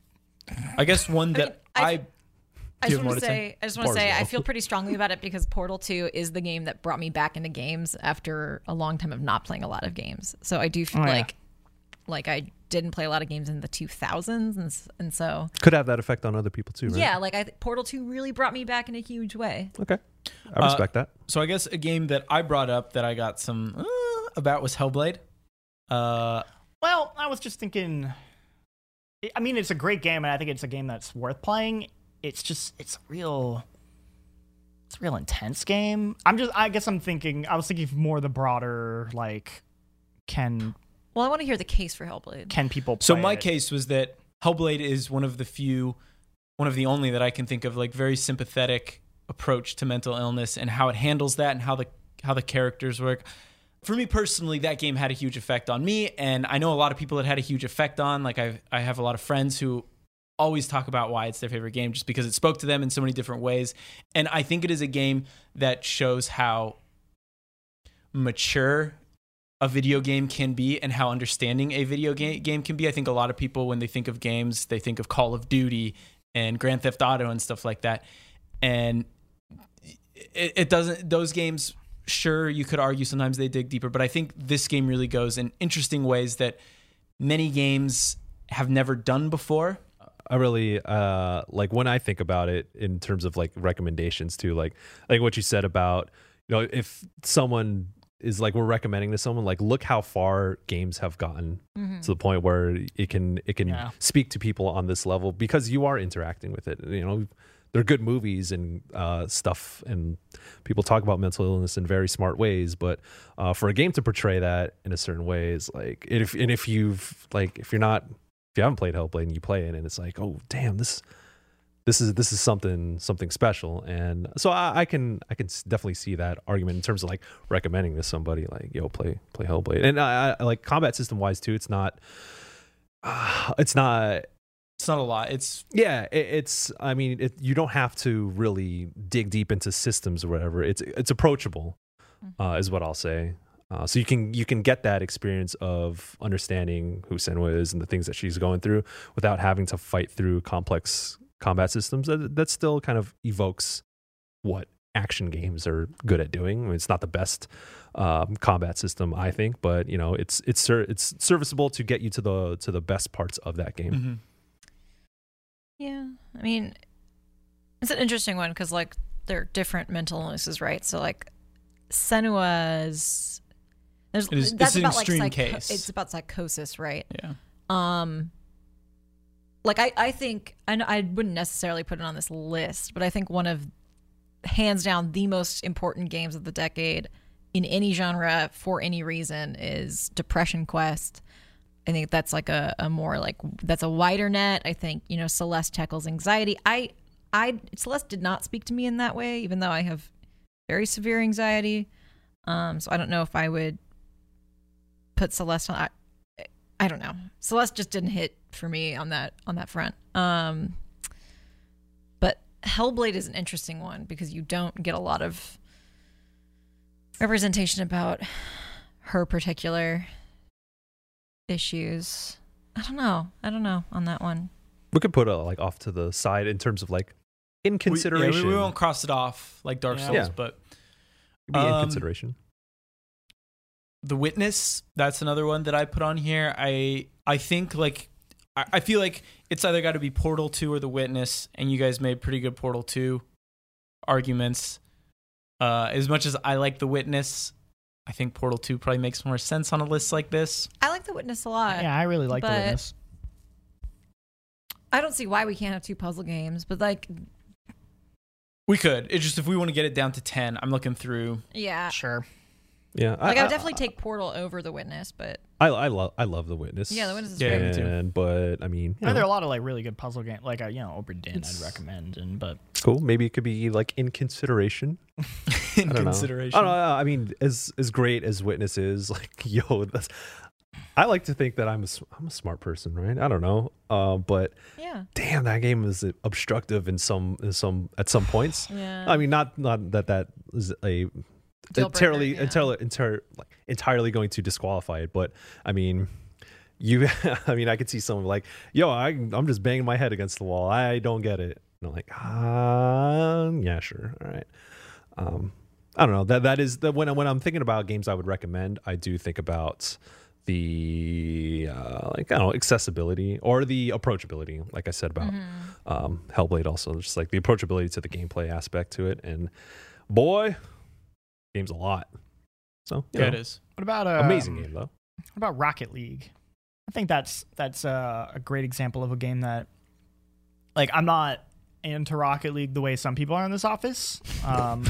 [SPEAKER 1] I guess one that
[SPEAKER 4] I
[SPEAKER 1] I,
[SPEAKER 4] mean, I
[SPEAKER 1] Do
[SPEAKER 4] just
[SPEAKER 1] you have
[SPEAKER 4] want to
[SPEAKER 1] more to say?
[SPEAKER 4] say, I just want to say, I
[SPEAKER 5] Barzal.
[SPEAKER 4] feel pretty strongly about it because Portal 2 is the game that brought me back into games after a long time of not playing a lot of games. So I do feel
[SPEAKER 3] Oh, yeah.
[SPEAKER 4] like, like I didn't play a lot of games in the 2000s, and, s- and so
[SPEAKER 5] Could have that effect on other people too. Right?
[SPEAKER 4] yeah, like I th- Portal 2 really brought me back in a huge way.
[SPEAKER 5] Okay.
[SPEAKER 3] Uh,
[SPEAKER 5] I respect that.
[SPEAKER 1] so I guess a game that I brought up that I got some uh, about was Hellblade. Uh,
[SPEAKER 3] Well, I was just thinking I mean it's a great game and I think it's a game that's worth playing. It's just it's a real it's a real intense game. I'm just I guess I'm thinking I was thinking more the broader like can
[SPEAKER 4] Well, I want to hear the case for Hellblade.
[SPEAKER 3] can people play
[SPEAKER 1] so my
[SPEAKER 3] it?
[SPEAKER 1] case was that Hellblade is one of the few, one of the only that I can think of like very sympathetic approach to mental illness and how it handles that and how the how the characters work. For me personally, that game had a huge effect on me, and I know a lot of people it had a huge effect on. Like I, I have a lot of friends who always talk about why it's their favorite game just because it spoke to them in so many different ways. And I think it is a game that shows how mature a video game can be and how understanding a video game game can be. I think a lot of people when they think of games, they think of Call of Duty and Grand Theft Auto and stuff like that. And it, it doesn't those games sure you could argue sometimes they dig deeper, but I think this game really goes in interesting ways that many games have never done before.
[SPEAKER 5] I really uh like when I think about it in terms of like recommendations too, like like what you said about you know if someone is like we're recommending to someone like look how far games have gotten to the point where it can it can
[SPEAKER 3] Yeah.
[SPEAKER 5] speak to people on this level because you are interacting with it you know they're good movies and uh, stuff and people talk about mental illness in very smart ways but uh, for a game to portray that in a certain way is like and if and if you've like if you're not if you haven't played Hellblade and you play it and it's like oh damn this this is this is something something special and so I, I can I can s- definitely see that argument in terms of like recommending to somebody like yo play play Hellblade and I, I like combat system wise too it's not [sighs] it's not
[SPEAKER 1] It's not a lot. It's
[SPEAKER 5] yeah it, it's I mean it, you don't have to really dig deep into systems or whatever it's it's approachable uh, is what I'll say uh, so you can you can get that experience of understanding who Senwa is and the things that she's going through without having to fight through complex combat systems. That, that still kind of evokes what action games are good at doing. I mean, it's not the best um, combat system, I think, but you know, it's it's ser- it's serviceable to get you to the to the best parts of that game.
[SPEAKER 1] mhm.
[SPEAKER 4] Yeah. I mean, it's an interesting one because, like, they're different mental illnesses, right? So, like, Senua's. There's,
[SPEAKER 1] It is-
[SPEAKER 4] that's
[SPEAKER 1] it's an
[SPEAKER 4] about,
[SPEAKER 1] extreme
[SPEAKER 4] like,
[SPEAKER 1] case.
[SPEAKER 4] It's about psychosis, right?
[SPEAKER 1] yeah.
[SPEAKER 4] Um, like I, I think I, know, I wouldn't necessarily put it on this list, but I think one of hands down the most important games of the decade in any genre for any reason is Depression Quest. I think that's like a, a more like that's a wider net. I think you know Celeste tackles anxiety. I I Celeste did not speak to me in that way, even though I have very severe anxiety. Um, so I don't know if I would put Celeste on. I, I don't know. Celeste just didn't hit for me on that on that front. Um, but Hellblade is an interesting one because you don't get a lot of representation about her particular issues. I don't know. I don't know on that one.
[SPEAKER 5] We could put it like off to the side in terms of like in
[SPEAKER 1] We- yeah, we-
[SPEAKER 5] consideration.
[SPEAKER 1] We, won't cross it off like Dark
[SPEAKER 3] Yeah.
[SPEAKER 1] Souls,
[SPEAKER 5] Yeah.
[SPEAKER 1] but
[SPEAKER 5] It'd be in
[SPEAKER 1] um,
[SPEAKER 5] consideration.
[SPEAKER 1] The Witness, that's another one that I put on here. I I think like I, I feel like it's either got to be Portal 2 or The Witness, and you guys made pretty good Portal 2 arguments. Uh, as much as I like The Witness, I think Portal 2 probably makes more sense on a list like this.
[SPEAKER 4] I like The Witness a lot.
[SPEAKER 3] yeah, I really like the
[SPEAKER 4] Uh, but-
[SPEAKER 3] witness.
[SPEAKER 4] I don't see why we can't have two puzzle games, but like,
[SPEAKER 1] We could. It's just if we want to get it down to 10, I'm looking through.
[SPEAKER 4] yeah,
[SPEAKER 3] Sure.
[SPEAKER 5] Yeah,
[SPEAKER 4] like I would definitely take Portal over The Witness, but
[SPEAKER 5] I, I love I love the witness.
[SPEAKER 4] yeah, The Witness is
[SPEAKER 1] Yeah.
[SPEAKER 4] great.
[SPEAKER 1] me too.
[SPEAKER 5] And but I mean, you
[SPEAKER 3] You know, there
[SPEAKER 5] know,
[SPEAKER 3] are a lot of like really good puzzle games, like uh, you know, Oberdin
[SPEAKER 5] It's-
[SPEAKER 3] I'd recommend, and but
[SPEAKER 5] cool. Maybe it could be like in consideration.
[SPEAKER 1] [laughs] in
[SPEAKER 5] I don't know.
[SPEAKER 1] consideration.
[SPEAKER 5] I, don't know. I mean, as as great as Witness is, [laughs] like yo, that's. I like to think that I'm a s- I'm a smart person, right? I don't know, uh, but
[SPEAKER 4] Yeah,
[SPEAKER 5] damn, that game is obstructive in some in some at
[SPEAKER 4] [sighs]
[SPEAKER 5] some points.
[SPEAKER 4] yeah.
[SPEAKER 5] I mean, not not that that is a
[SPEAKER 4] Deal breaker,
[SPEAKER 5] entirely
[SPEAKER 4] yeah.
[SPEAKER 5] entirely entire like entirely going to disqualify it, but I mean. You, [laughs] I mean, I could see someone like, "Yo, I, I'm just banging my head against the wall. I don't get it." And I'm like, "Um, yeah, sure, all right." Um, I don't know. That that is that when I, when I'm thinking about games I would recommend, I do think about the uh, like I don't know accessibility or the approachability, like I said about
[SPEAKER 4] Mm-hmm.
[SPEAKER 5] um, Hellblade. Also, just like the approachability to the gameplay aspect to it, and boy, game's a lot. So you
[SPEAKER 1] Yeah, it
[SPEAKER 5] know,
[SPEAKER 1] is.
[SPEAKER 3] what about uh,
[SPEAKER 5] amazing game though.
[SPEAKER 3] What about Rocket League? I think that's that's uh, a great example of a game that, like, I'm not into Rocket League the way some people are in this office.
[SPEAKER 5] [laughs]
[SPEAKER 3] Um,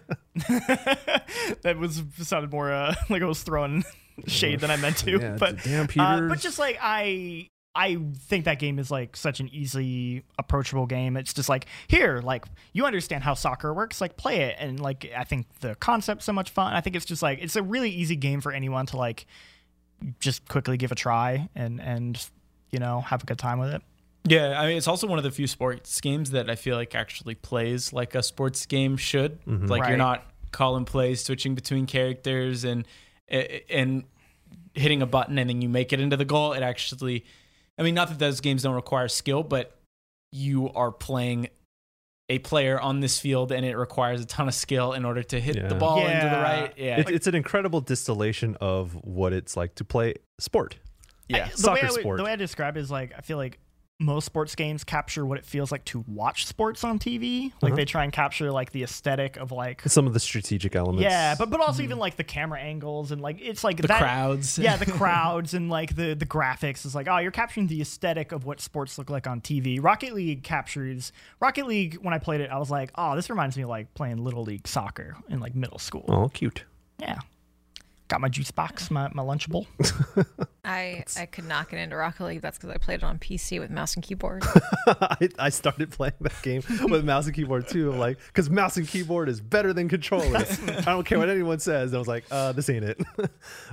[SPEAKER 3] [laughs] that was sounded more uh, [laughs] like I was throwing shade than I meant to,
[SPEAKER 5] Yeah,
[SPEAKER 3] but
[SPEAKER 5] damn Peter.
[SPEAKER 3] uh, but just like I. I think that game is like such an easily approachable game. It's just like here, like you understand how soccer works, like play it, and like I think the concept's so much fun. I think it's just like it's a really easy game for anyone to like just quickly give a try and and you know have a good time with it.
[SPEAKER 1] Yeah, I mean, it's also one of the few sports games that I feel like actually plays like a sports game should.
[SPEAKER 5] Mm-hmm.
[SPEAKER 1] Like
[SPEAKER 3] Right.
[SPEAKER 1] you're not calling plays, switching between characters, and and hitting a button, and then you make it into the goal. It actually, I mean, not that those games don't require skill, but you are playing a player on this field, and it requires a ton of skill in order to hit
[SPEAKER 5] Yeah.
[SPEAKER 1] the ball into the
[SPEAKER 3] Yeah.
[SPEAKER 1] right. Yeah,
[SPEAKER 5] It- it's an incredible distillation of what it's like to play sport.
[SPEAKER 1] yeah.
[SPEAKER 3] The way
[SPEAKER 5] Soccer
[SPEAKER 3] I would-
[SPEAKER 5] sport.
[SPEAKER 3] The way I describe it is like I feel like most sports games capture what it feels like to watch sports on TV. Like they try and capture like the aesthetic of like
[SPEAKER 5] Some of the strategic elements.
[SPEAKER 3] yeah, but but also even like the camera angles and like it's like the
[SPEAKER 1] mm. crowds. [laughs]
[SPEAKER 3] [laughs] Yeah, the crowds and like the the graphics is like oh you're capturing the aesthetic of what sports look like on TV. Rocket League captures Rocket League. When I played it, I was like oh this reminds me of like playing little league soccer in like middle school.
[SPEAKER 5] oh, cute.
[SPEAKER 3] Yeah, got my juice box, my
[SPEAKER 1] [laughs]
[SPEAKER 3] my Lunchable.
[SPEAKER 4] I, I could not get into Rocket League. That's because I played it on PC with mouse and keyboard.
[SPEAKER 5] I, I started playing that game with mouse and keyboard too. I'm like, because mouse and keyboard is better than controller. I don't care what anyone says. I was like, uh, this ain't it. [laughs]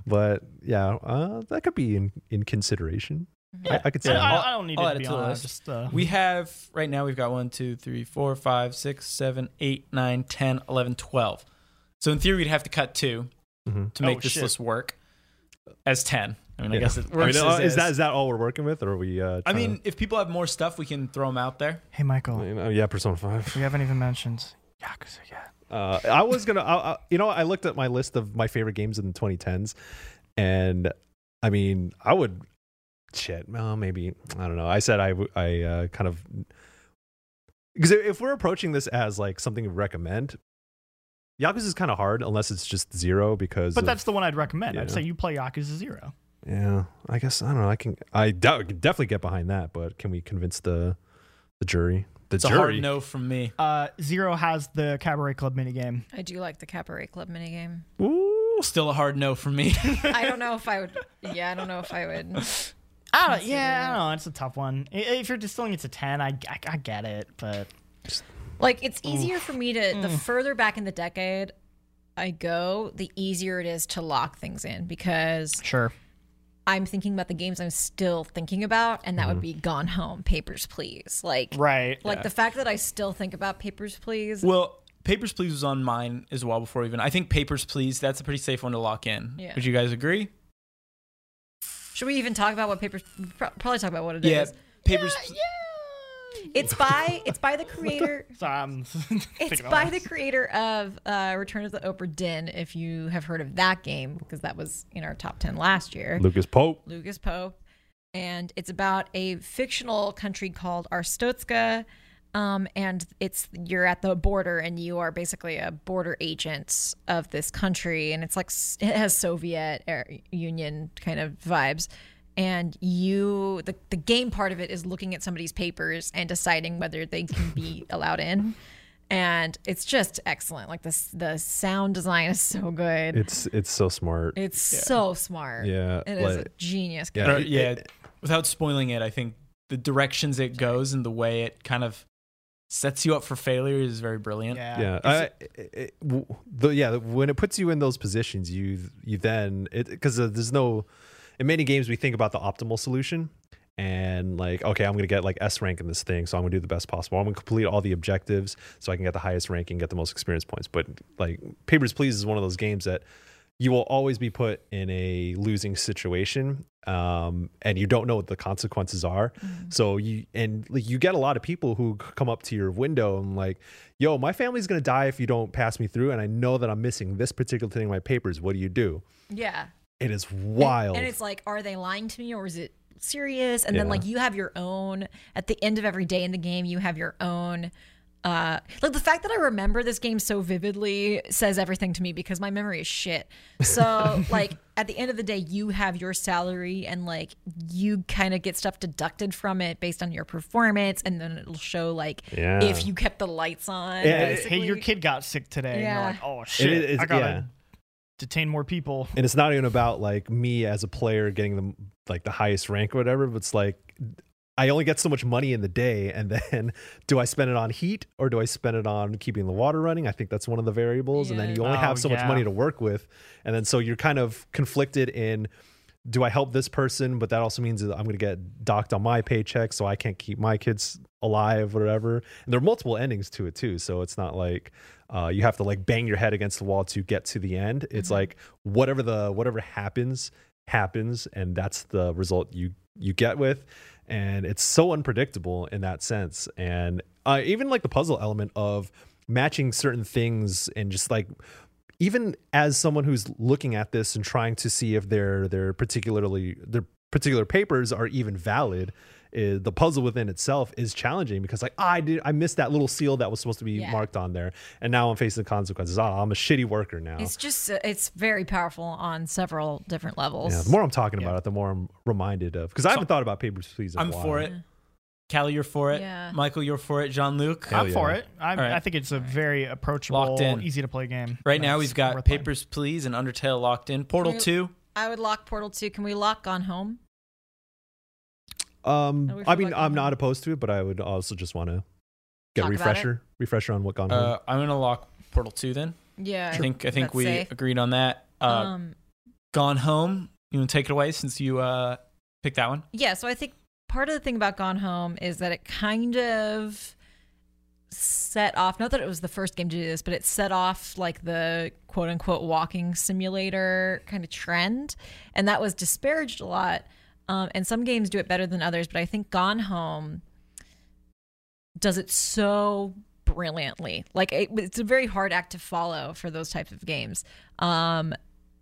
[SPEAKER 5] but yeah, uh, that could be in, in consideration. I, I could say.
[SPEAKER 3] I, I don't need
[SPEAKER 1] I'll add
[SPEAKER 3] it to
[SPEAKER 1] it
[SPEAKER 3] be
[SPEAKER 1] to the
[SPEAKER 3] on.
[SPEAKER 1] list.
[SPEAKER 3] Just uh,
[SPEAKER 1] We have right now we've got 1, 2, 3, 4, 5, 6, 7, 8, 9, 10, 11, 12. So in theory, we'd have to cut 2
[SPEAKER 5] Mhm.
[SPEAKER 1] to make
[SPEAKER 3] Oh,
[SPEAKER 1] this
[SPEAKER 3] shit.
[SPEAKER 1] list work as 10. I mean, I
[SPEAKER 5] Yeah.
[SPEAKER 1] guess it
[SPEAKER 5] I mean,
[SPEAKER 1] works.
[SPEAKER 5] uh,
[SPEAKER 1] as
[SPEAKER 5] is that is that all we're working with, or are we? Uh,
[SPEAKER 1] I
[SPEAKER 5] trying
[SPEAKER 1] mean, if people have more stuff, we can throw them out there.
[SPEAKER 3] hey
[SPEAKER 5] to-
[SPEAKER 3] Michael,
[SPEAKER 5] You know, yeah, Persona Five.
[SPEAKER 3] we haven't even mentioned Yakuza yet.
[SPEAKER 5] Uh, I was gonna, I, I, you know, I looked at my list of my favorite games in the 2010s, and I mean, I would shit. Well, maybe I don't know. I said I, w- I uh, kind of because if we're approaching this as like something to recommend, Yakuza is kind of hard unless it's just zero because.
[SPEAKER 3] But
[SPEAKER 5] of-
[SPEAKER 3] that's the one I'd recommend. I'd
[SPEAKER 5] Yeah.
[SPEAKER 3] say you play Yakuza Zero.
[SPEAKER 5] yeah. I guess I don't know. I can I doubt- could definitely get behind that, but can we convince the the jury? The
[SPEAKER 1] It's a
[SPEAKER 5] jury.
[SPEAKER 1] hard no from me.
[SPEAKER 3] Uh, Zero has the Cabaret Club minigame.
[SPEAKER 4] I do like the Cabaret Club minigame.
[SPEAKER 5] Ooh.
[SPEAKER 1] Still a hard no from
[SPEAKER 5] [laughs]
[SPEAKER 1] me.
[SPEAKER 4] I don't know if I would. Yeah, I don't know if I would.
[SPEAKER 3] I don't, yeah, I don't know. It's a tough one. I- If you're distilling it to 10, I, I, I get it, but
[SPEAKER 4] Like, it's easier for me to, the further back in the decade I go, the easier it is to lock things in because
[SPEAKER 3] sure.
[SPEAKER 4] I'm thinking about the games I'm still thinking about, and that would be Gone Home, Papers, Please. Like,
[SPEAKER 3] Right.
[SPEAKER 4] like the fact that I still think about Papers, Please.
[SPEAKER 1] well, Papers, Please was on mine as well before even. I think Papers, Please, that's a pretty safe one to lock in.
[SPEAKER 4] Yeah.
[SPEAKER 1] Would you guys agree?
[SPEAKER 4] Should we even talk about what Papers, pro- probably talk about what it is?
[SPEAKER 1] Yeah. Papers, Pl-
[SPEAKER 4] It's by, it's by the creator.
[SPEAKER 3] So um, [laughs] I'm
[SPEAKER 4] It's by the creator of uh, Return of the Oprah Din, if you have heard of that game, because that was in our top 10 last year.
[SPEAKER 5] Lucas Pope.
[SPEAKER 4] Lucas Pope. And it's about a fictional country called Arstotska. Um, and it's you're at the border and you are basically a border agent of this country. And it's like s- it has Soviet er, Union kind of vibes. And you, the, the game part of it is looking at somebody's papers and deciding whether they can be allowed in. And it's just excellent. Like this, the sound design is so good.
[SPEAKER 5] It's it's so smart.
[SPEAKER 4] It's so smart.
[SPEAKER 5] Yeah,
[SPEAKER 4] It is a
[SPEAKER 5] like-
[SPEAKER 4] genius
[SPEAKER 5] Yeah.
[SPEAKER 4] game.
[SPEAKER 1] or, yeah, without spoiling it, I think the directions it goes and the way it kind of sets you up for failure is very brilliant.
[SPEAKER 3] Yeah.
[SPEAKER 5] yeah I, it, it, w- the, yeah when it puts you in those positions you you then because there's no in many games we think about the optimal solution and like okay i'm gonna get like s rank in this thing so i'm gonna do the best possible i'm gonna complete all the objectives so i can get the highest rank and get the most experience points but like papers please is one of those games that you will always be put in a losing situation um, and you don't know what the consequences are
[SPEAKER 4] Mm-hmm.
[SPEAKER 5] so you and like, you get a lot of people who c- come up to your window and like yo my family's gonna die if you don't pass me through and i know that i'm missing this particular thing in my papers what do you do
[SPEAKER 4] Yeah.
[SPEAKER 5] it is wild
[SPEAKER 4] And it's like, are they lying to me or is it serious? And then
[SPEAKER 5] Yeah.
[SPEAKER 4] like you have your own at the end of every day in the game, you have your own uh like the fact that I remember this game so vividly says everything to me because my memory is shit.
[SPEAKER 5] [laughs]
[SPEAKER 4] So like at the end of the day you have your salary and like you kind of get stuff deducted from it based on your performance and then it'll show like
[SPEAKER 5] Yeah.
[SPEAKER 4] if you kept the lights on.
[SPEAKER 5] Yeah, it-
[SPEAKER 3] Hey, your
[SPEAKER 4] basically.
[SPEAKER 3] kid got sick today.
[SPEAKER 4] Yeah.
[SPEAKER 3] And you're like, oh, shit.
[SPEAKER 5] it's-
[SPEAKER 3] I got to
[SPEAKER 5] yeah.
[SPEAKER 3] detain more people.
[SPEAKER 5] and it's not even about like me as a player getting the like the highest rank or whatever but it's like i only get so much money in the day and then [laughs] do i spend it on heat or do i spend it on keeping the water running i think that's one of the variables and then
[SPEAKER 4] Yeah.
[SPEAKER 5] you only
[SPEAKER 3] Oh,
[SPEAKER 5] have so much
[SPEAKER 3] yeah.
[SPEAKER 5] money to work with and then so you're kind of conflicted in do i help this person but that also means that i'm going to get docked on my paycheck so i can't keep my kids alive whatever and there are multiple endings to it too so it's not like uh, you have to like bang your head against the wall to get to the end. It's like whatever the whatever happens happens, and that's the result you you get with. And it's so unpredictable in that sense. And uh, even like the puzzle element of matching certain things and just like even as someone who's looking at this and trying to see if their their particularly their particular papers are even valid is the puzzle within itself is challenging because like "Ah, I did I missed that little seal that was supposed to be marked on there, and now I'm facing the consequences. Ah, I'm a shitty worker now.
[SPEAKER 4] It's just uh, it's very powerful on several different levels.
[SPEAKER 5] yeah, the more I'm talking about it, the more I'm reminded of because I haven't thought about Papers, Please. in a
[SPEAKER 1] I'm
[SPEAKER 5] while.
[SPEAKER 1] for it. Callie, you're for it.
[SPEAKER 4] Yeah.
[SPEAKER 1] Michael, you're for it. Jean Luc.
[SPEAKER 5] Hell
[SPEAKER 3] I'm for
[SPEAKER 5] yeah.
[SPEAKER 3] it. I'm,
[SPEAKER 1] All right.
[SPEAKER 3] I think it's a very approachable,
[SPEAKER 1] Locked in.
[SPEAKER 3] easy to play game.
[SPEAKER 1] Right now,
[SPEAKER 3] That's
[SPEAKER 1] we've got
[SPEAKER 3] worth playing.
[SPEAKER 1] Papers, Please, and Undertale locked in. Portal
[SPEAKER 4] Can we-
[SPEAKER 1] 2.
[SPEAKER 4] I would lock Portal 2. Can we lock Gone Home?
[SPEAKER 5] Um,
[SPEAKER 4] we
[SPEAKER 5] I
[SPEAKER 4] feel
[SPEAKER 5] mean,
[SPEAKER 4] like
[SPEAKER 5] I'm
[SPEAKER 4] we-
[SPEAKER 5] not opposed to it, but I would also just want to
[SPEAKER 4] Talk
[SPEAKER 5] get a
[SPEAKER 4] about it.
[SPEAKER 5] refresher, refresher on what gone home.
[SPEAKER 1] Uh, I'm going to lock Portal 2 then.
[SPEAKER 4] Yeah.
[SPEAKER 1] I think I think
[SPEAKER 4] That's
[SPEAKER 1] we
[SPEAKER 4] safe.
[SPEAKER 1] agreed on that. Uh,
[SPEAKER 4] um,
[SPEAKER 1] Gone Home. You want to take it away since you uh, picked that one?
[SPEAKER 4] yeah, so I think part of the thing about Gone Home is that it kind of set off not that it was the first game to do this, but it set off like the quote unquote walking simulator kind of trend. And that was disparaged a lot. Um, and some games do it better than others, but I think Gone Home does it so brilliantly. Like it, it's a very hard act to follow for those types of games. Um,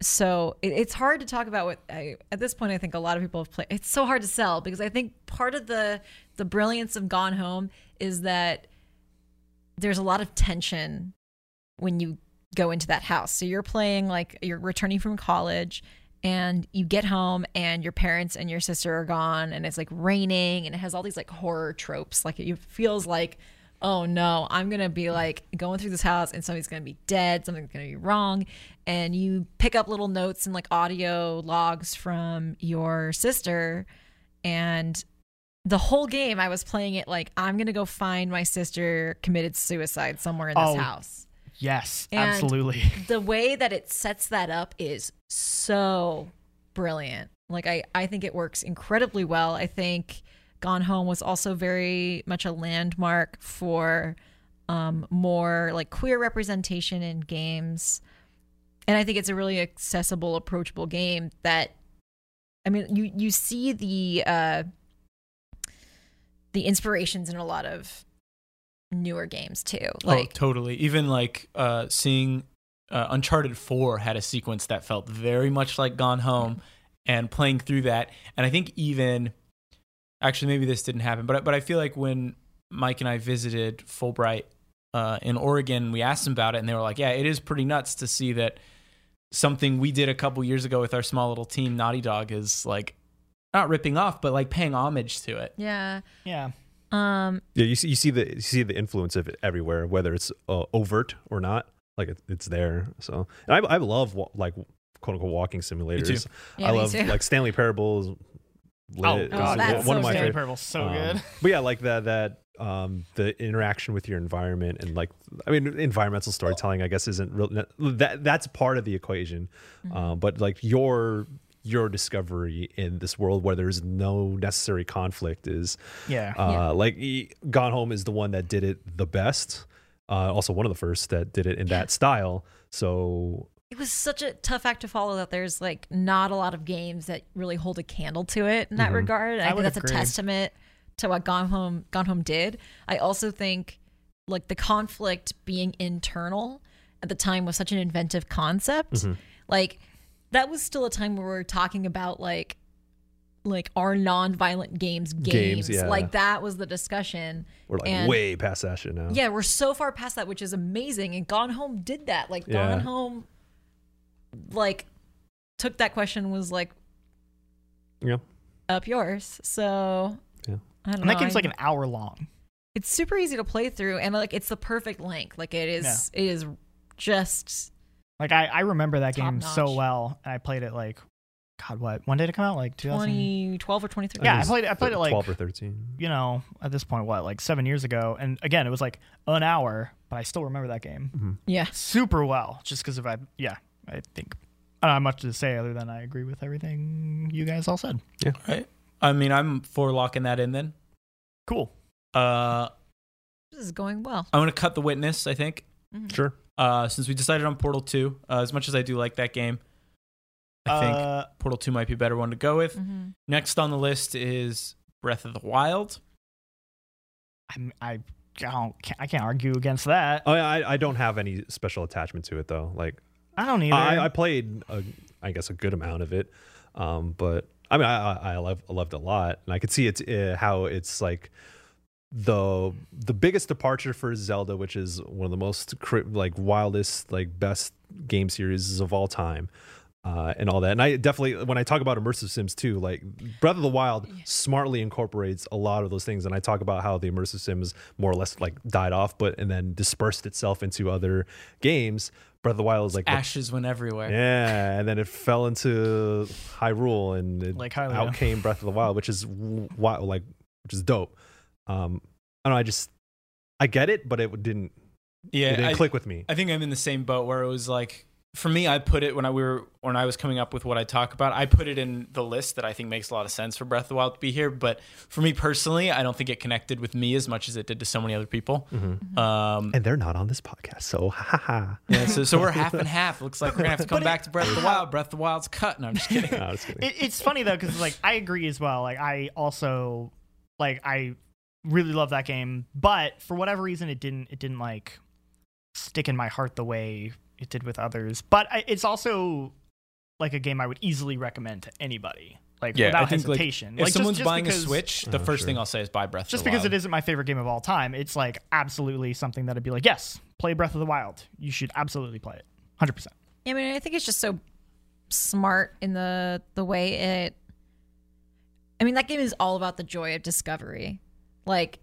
[SPEAKER 4] so it, it's hard to talk about what I, at this point i think a lot of people have played it's so hard to sell because i think part of the the brilliance of gone home is that there's a lot of tension when you go into that house so you're playing like you're returning from college and you get home and your parents and your sister are gone and it's like raining and it has all these like horror tropes like it feels like oh no i'm gonna be like going through this house and somebody's gonna be dead something's gonna be wrong and you pick up little notes and like audio logs from your sister and the whole game i was playing it like i'm gonna go find my sister committed suicide somewhere in this
[SPEAKER 3] Oh.
[SPEAKER 4] house
[SPEAKER 3] Yes,
[SPEAKER 4] And-
[SPEAKER 3] absolutely. [laughs]
[SPEAKER 4] the way that it sets that up is so brilliant. Like I, I think it works incredibly well. I think Gone Home was also very much a landmark for um, more like queer representation in games, and I think it's a really accessible, approachable game that, I mean, you you see the uh, the inspirations in a lot of newer games too.
[SPEAKER 1] oh,
[SPEAKER 4] Like
[SPEAKER 1] totally. Even like uh, seeing uh, Uncharted 4 had a sequence that felt very much like Gone Home and playing through that. And I think even, actually, maybe this didn't happen, but, but I feel like when Mike and I visited Fulbright uh, in Oregon, we asked them about it and they were like, yeah, it is pretty nuts to see that something we did a couple years ago with our small little team, Naughty Dog, is like not ripping off, but like paying homage to it.
[SPEAKER 4] yeah,
[SPEAKER 3] yeah.
[SPEAKER 4] um,
[SPEAKER 5] yeah, you see, you see the you see the influence of it everywhere, whether it's uh, overt or not. Like it, it's there. So and I I love wa- like quote unquote walking simulators.
[SPEAKER 4] Yeah,
[SPEAKER 5] I
[SPEAKER 4] me
[SPEAKER 5] love
[SPEAKER 4] too.
[SPEAKER 5] like Stanley Parable. is Lit,
[SPEAKER 3] Oh,
[SPEAKER 5] is
[SPEAKER 3] God.
[SPEAKER 5] one
[SPEAKER 4] that's
[SPEAKER 5] one of
[SPEAKER 4] so
[SPEAKER 5] my
[SPEAKER 4] good.
[SPEAKER 3] Stanley
[SPEAKER 5] favorite.
[SPEAKER 3] Parable's so
[SPEAKER 5] Um,
[SPEAKER 3] good.
[SPEAKER 5] But yeah, like that that um the interaction with your environment and like I mean environmental storytelling I guess isn't real that that's part of the equation.
[SPEAKER 4] Mm-hmm.
[SPEAKER 5] Um but like your your discovery in this world where there's no necessary conflict is
[SPEAKER 4] [laughs]
[SPEAKER 3] Yeah.
[SPEAKER 5] uh like e- Gone Home is the one that did it the best. Uh also one of the first that did it in that style. So
[SPEAKER 4] it was such a tough act to follow that there's like not a lot of games that really hold a candle to it in that
[SPEAKER 5] Mm-hmm.
[SPEAKER 4] regard. And I,
[SPEAKER 3] I
[SPEAKER 4] think
[SPEAKER 3] would
[SPEAKER 4] that's
[SPEAKER 3] agree.
[SPEAKER 4] a testament to what Gone Home Gone Home did. I also think like the conflict being internal at the time was such an inventive concept.
[SPEAKER 5] Mm-hmm.
[SPEAKER 4] Like that was still a time where we were talking about like like are non-violent games games,
[SPEAKER 5] Games, yeah.
[SPEAKER 4] like that was the discussion
[SPEAKER 5] we're like
[SPEAKER 4] And-
[SPEAKER 5] way past that shit now.
[SPEAKER 4] yeah, we're so far past that, which is amazing. And Gone Home did that. Like
[SPEAKER 5] Yeah.
[SPEAKER 4] Gone Home, like took that question and was like
[SPEAKER 5] Yeah.
[SPEAKER 4] up yours. So
[SPEAKER 5] Yeah.
[SPEAKER 4] I don't
[SPEAKER 3] and
[SPEAKER 4] know.
[SPEAKER 3] that game's
[SPEAKER 4] I-
[SPEAKER 3] like an hour long.
[SPEAKER 4] it's super easy to play through, and like it's the perfect length. Like it is, it is just
[SPEAKER 3] Like I, I remember that
[SPEAKER 4] Top
[SPEAKER 3] game so
[SPEAKER 4] notch.
[SPEAKER 3] well, and I played it like, God, what? When did it come out? Like 2000.
[SPEAKER 4] twenty twelve or twenty three.
[SPEAKER 5] think
[SPEAKER 3] Yeah, I
[SPEAKER 5] was
[SPEAKER 3] played- I played it, like-
[SPEAKER 5] twelve or thirteen.
[SPEAKER 3] You know, at this point, what? Like seven years ago, and again, it was like an hour, but I still remember that game
[SPEAKER 5] Mm-hmm.
[SPEAKER 4] yeah.
[SPEAKER 3] super well, just because of I. Yeah, I think I don't have much to say other than I agree with everything you guys all said.
[SPEAKER 1] Right. I mean, I'm for locking that in then.
[SPEAKER 3] Cool.
[SPEAKER 1] Uh,
[SPEAKER 4] This is going well. Mm-hmm.
[SPEAKER 1] I'm gonna cut the witness. I think
[SPEAKER 5] Sure.
[SPEAKER 1] uh, since we decided on Portal Two, uh, as much as I do like that game, I think
[SPEAKER 3] Uh,
[SPEAKER 1] Portal Two might be a better one to go with.
[SPEAKER 4] Mm-hmm.
[SPEAKER 1] Next on the list is Breath of the Wild.
[SPEAKER 3] I'm, I don't. Can't, I can't argue against that.
[SPEAKER 5] Oh, yeah, I, I don't have any special attachment to it though. Like
[SPEAKER 3] I don't either.
[SPEAKER 5] I, I played, a, I guess, a good amount of it, um, but I- I mean, I I, I loved, I loved it a lot, and I could see it's uh, how it's like the the biggest departure for Zelda, which is one of the most cri- like wildest like best game series of all time, uh, and all that. And I definitely when I talk about immersive sims too, like Breath of the Wild smartly incorporates a lot of those things. And I talk about how the immersive sims more or less like died off, but and then dispersed itself into other games. Breath of the Wild is like the-
[SPEAKER 1] Ashes went everywhere.
[SPEAKER 5] yeah, and then it fell into Hyrule, and it
[SPEAKER 3] Like Hylia.
[SPEAKER 5] out came Breath of the Wild, which is wow, like which is dope. Um, I don't know, I just I get it, but it didn't
[SPEAKER 1] Yeah,
[SPEAKER 5] it didn't
[SPEAKER 1] I-
[SPEAKER 5] click with me.
[SPEAKER 1] I think I'm in the same boat where it was like for me I put it when I we were when I was coming up with what I talk about, I put it in the list that I think makes a lot of sense for Breath of the Wild to be here, but for me personally, I don't think it connected with me as much as it did to so many other people.
[SPEAKER 5] [laughs]
[SPEAKER 1] Um
[SPEAKER 5] and they're not on this podcast, so
[SPEAKER 1] [laughs]
[SPEAKER 5] ha ha.
[SPEAKER 1] yeah, so, so we're half and half. Looks like we're gonna have to come back to Breath of the Wild. Breath of the Wild's cut. No, I'm just kidding.
[SPEAKER 5] No, I was kidding.
[SPEAKER 3] it, it's funny though because like I agree as well. Like I also like I really love that game, but for whatever reason, it didn't it didn't like stick in my heart the way it did with others. But I, it's also like a game I would easily recommend to anybody, like without
[SPEAKER 1] like,
[SPEAKER 3] hesitation.
[SPEAKER 1] if
[SPEAKER 3] Like, just-
[SPEAKER 1] someone's
[SPEAKER 3] just
[SPEAKER 1] buying
[SPEAKER 3] because-
[SPEAKER 1] a Switch, the
[SPEAKER 5] Oh,
[SPEAKER 1] first
[SPEAKER 5] sure.
[SPEAKER 1] thing I'll say is buy Breath
[SPEAKER 3] just
[SPEAKER 1] of the
[SPEAKER 3] because
[SPEAKER 1] Wild.
[SPEAKER 3] it isn't my favorite game of all time, it's like absolutely something that'd be like, yes, play Breath of the Wild. You should absolutely play it, hundred percent.
[SPEAKER 4] I mean, I think it's just so smart in the the way it. I mean, that game is all about the joy of discovery. Like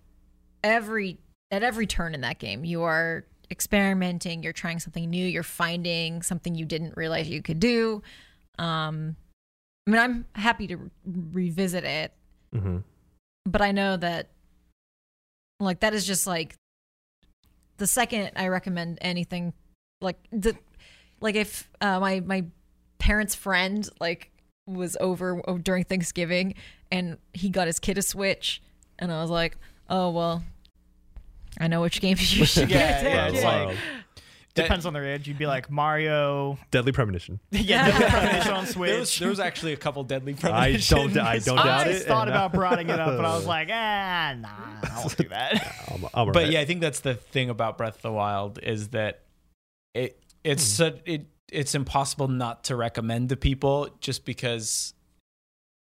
[SPEAKER 4] every at every turn in that game, you are experimenting, you're trying something new, you're finding something you didn't realize you could do. Um, I mean, I'm happy to re- revisit it,
[SPEAKER 5] hmm
[SPEAKER 4] but I know that like that is just like the second I recommend anything like the like if uh, my my parents' friend like was over o- during Thanksgiving and he got his kid a Switch and I was like, oh well, I know which [laughs] games you should get.
[SPEAKER 1] Yeah, yeah,
[SPEAKER 5] Breath of
[SPEAKER 1] it's
[SPEAKER 5] the
[SPEAKER 1] like- [laughs]
[SPEAKER 5] Wild.
[SPEAKER 1] That-
[SPEAKER 3] Depends on their age. You'd be like Mario.
[SPEAKER 5] Deadly Premonition.
[SPEAKER 3] Yeah, Devil Premonition on Switch.
[SPEAKER 1] [laughs] there was, there was actually a couple deadly
[SPEAKER 5] I
[SPEAKER 1] premonitions.
[SPEAKER 5] don't.
[SPEAKER 1] [laughs]
[SPEAKER 5] I don't doubt
[SPEAKER 3] I
[SPEAKER 5] it.
[SPEAKER 3] thought
[SPEAKER 5] and, uh,
[SPEAKER 3] about bringing it up, but [laughs] I was like, ah, nah, I won't do [laughs] that.
[SPEAKER 5] I'm, I'm all
[SPEAKER 1] but
[SPEAKER 5] right.
[SPEAKER 1] yeah, I think that's the thing about Breath of the Wild is that it it's su it it's impossible not to recommend to people just because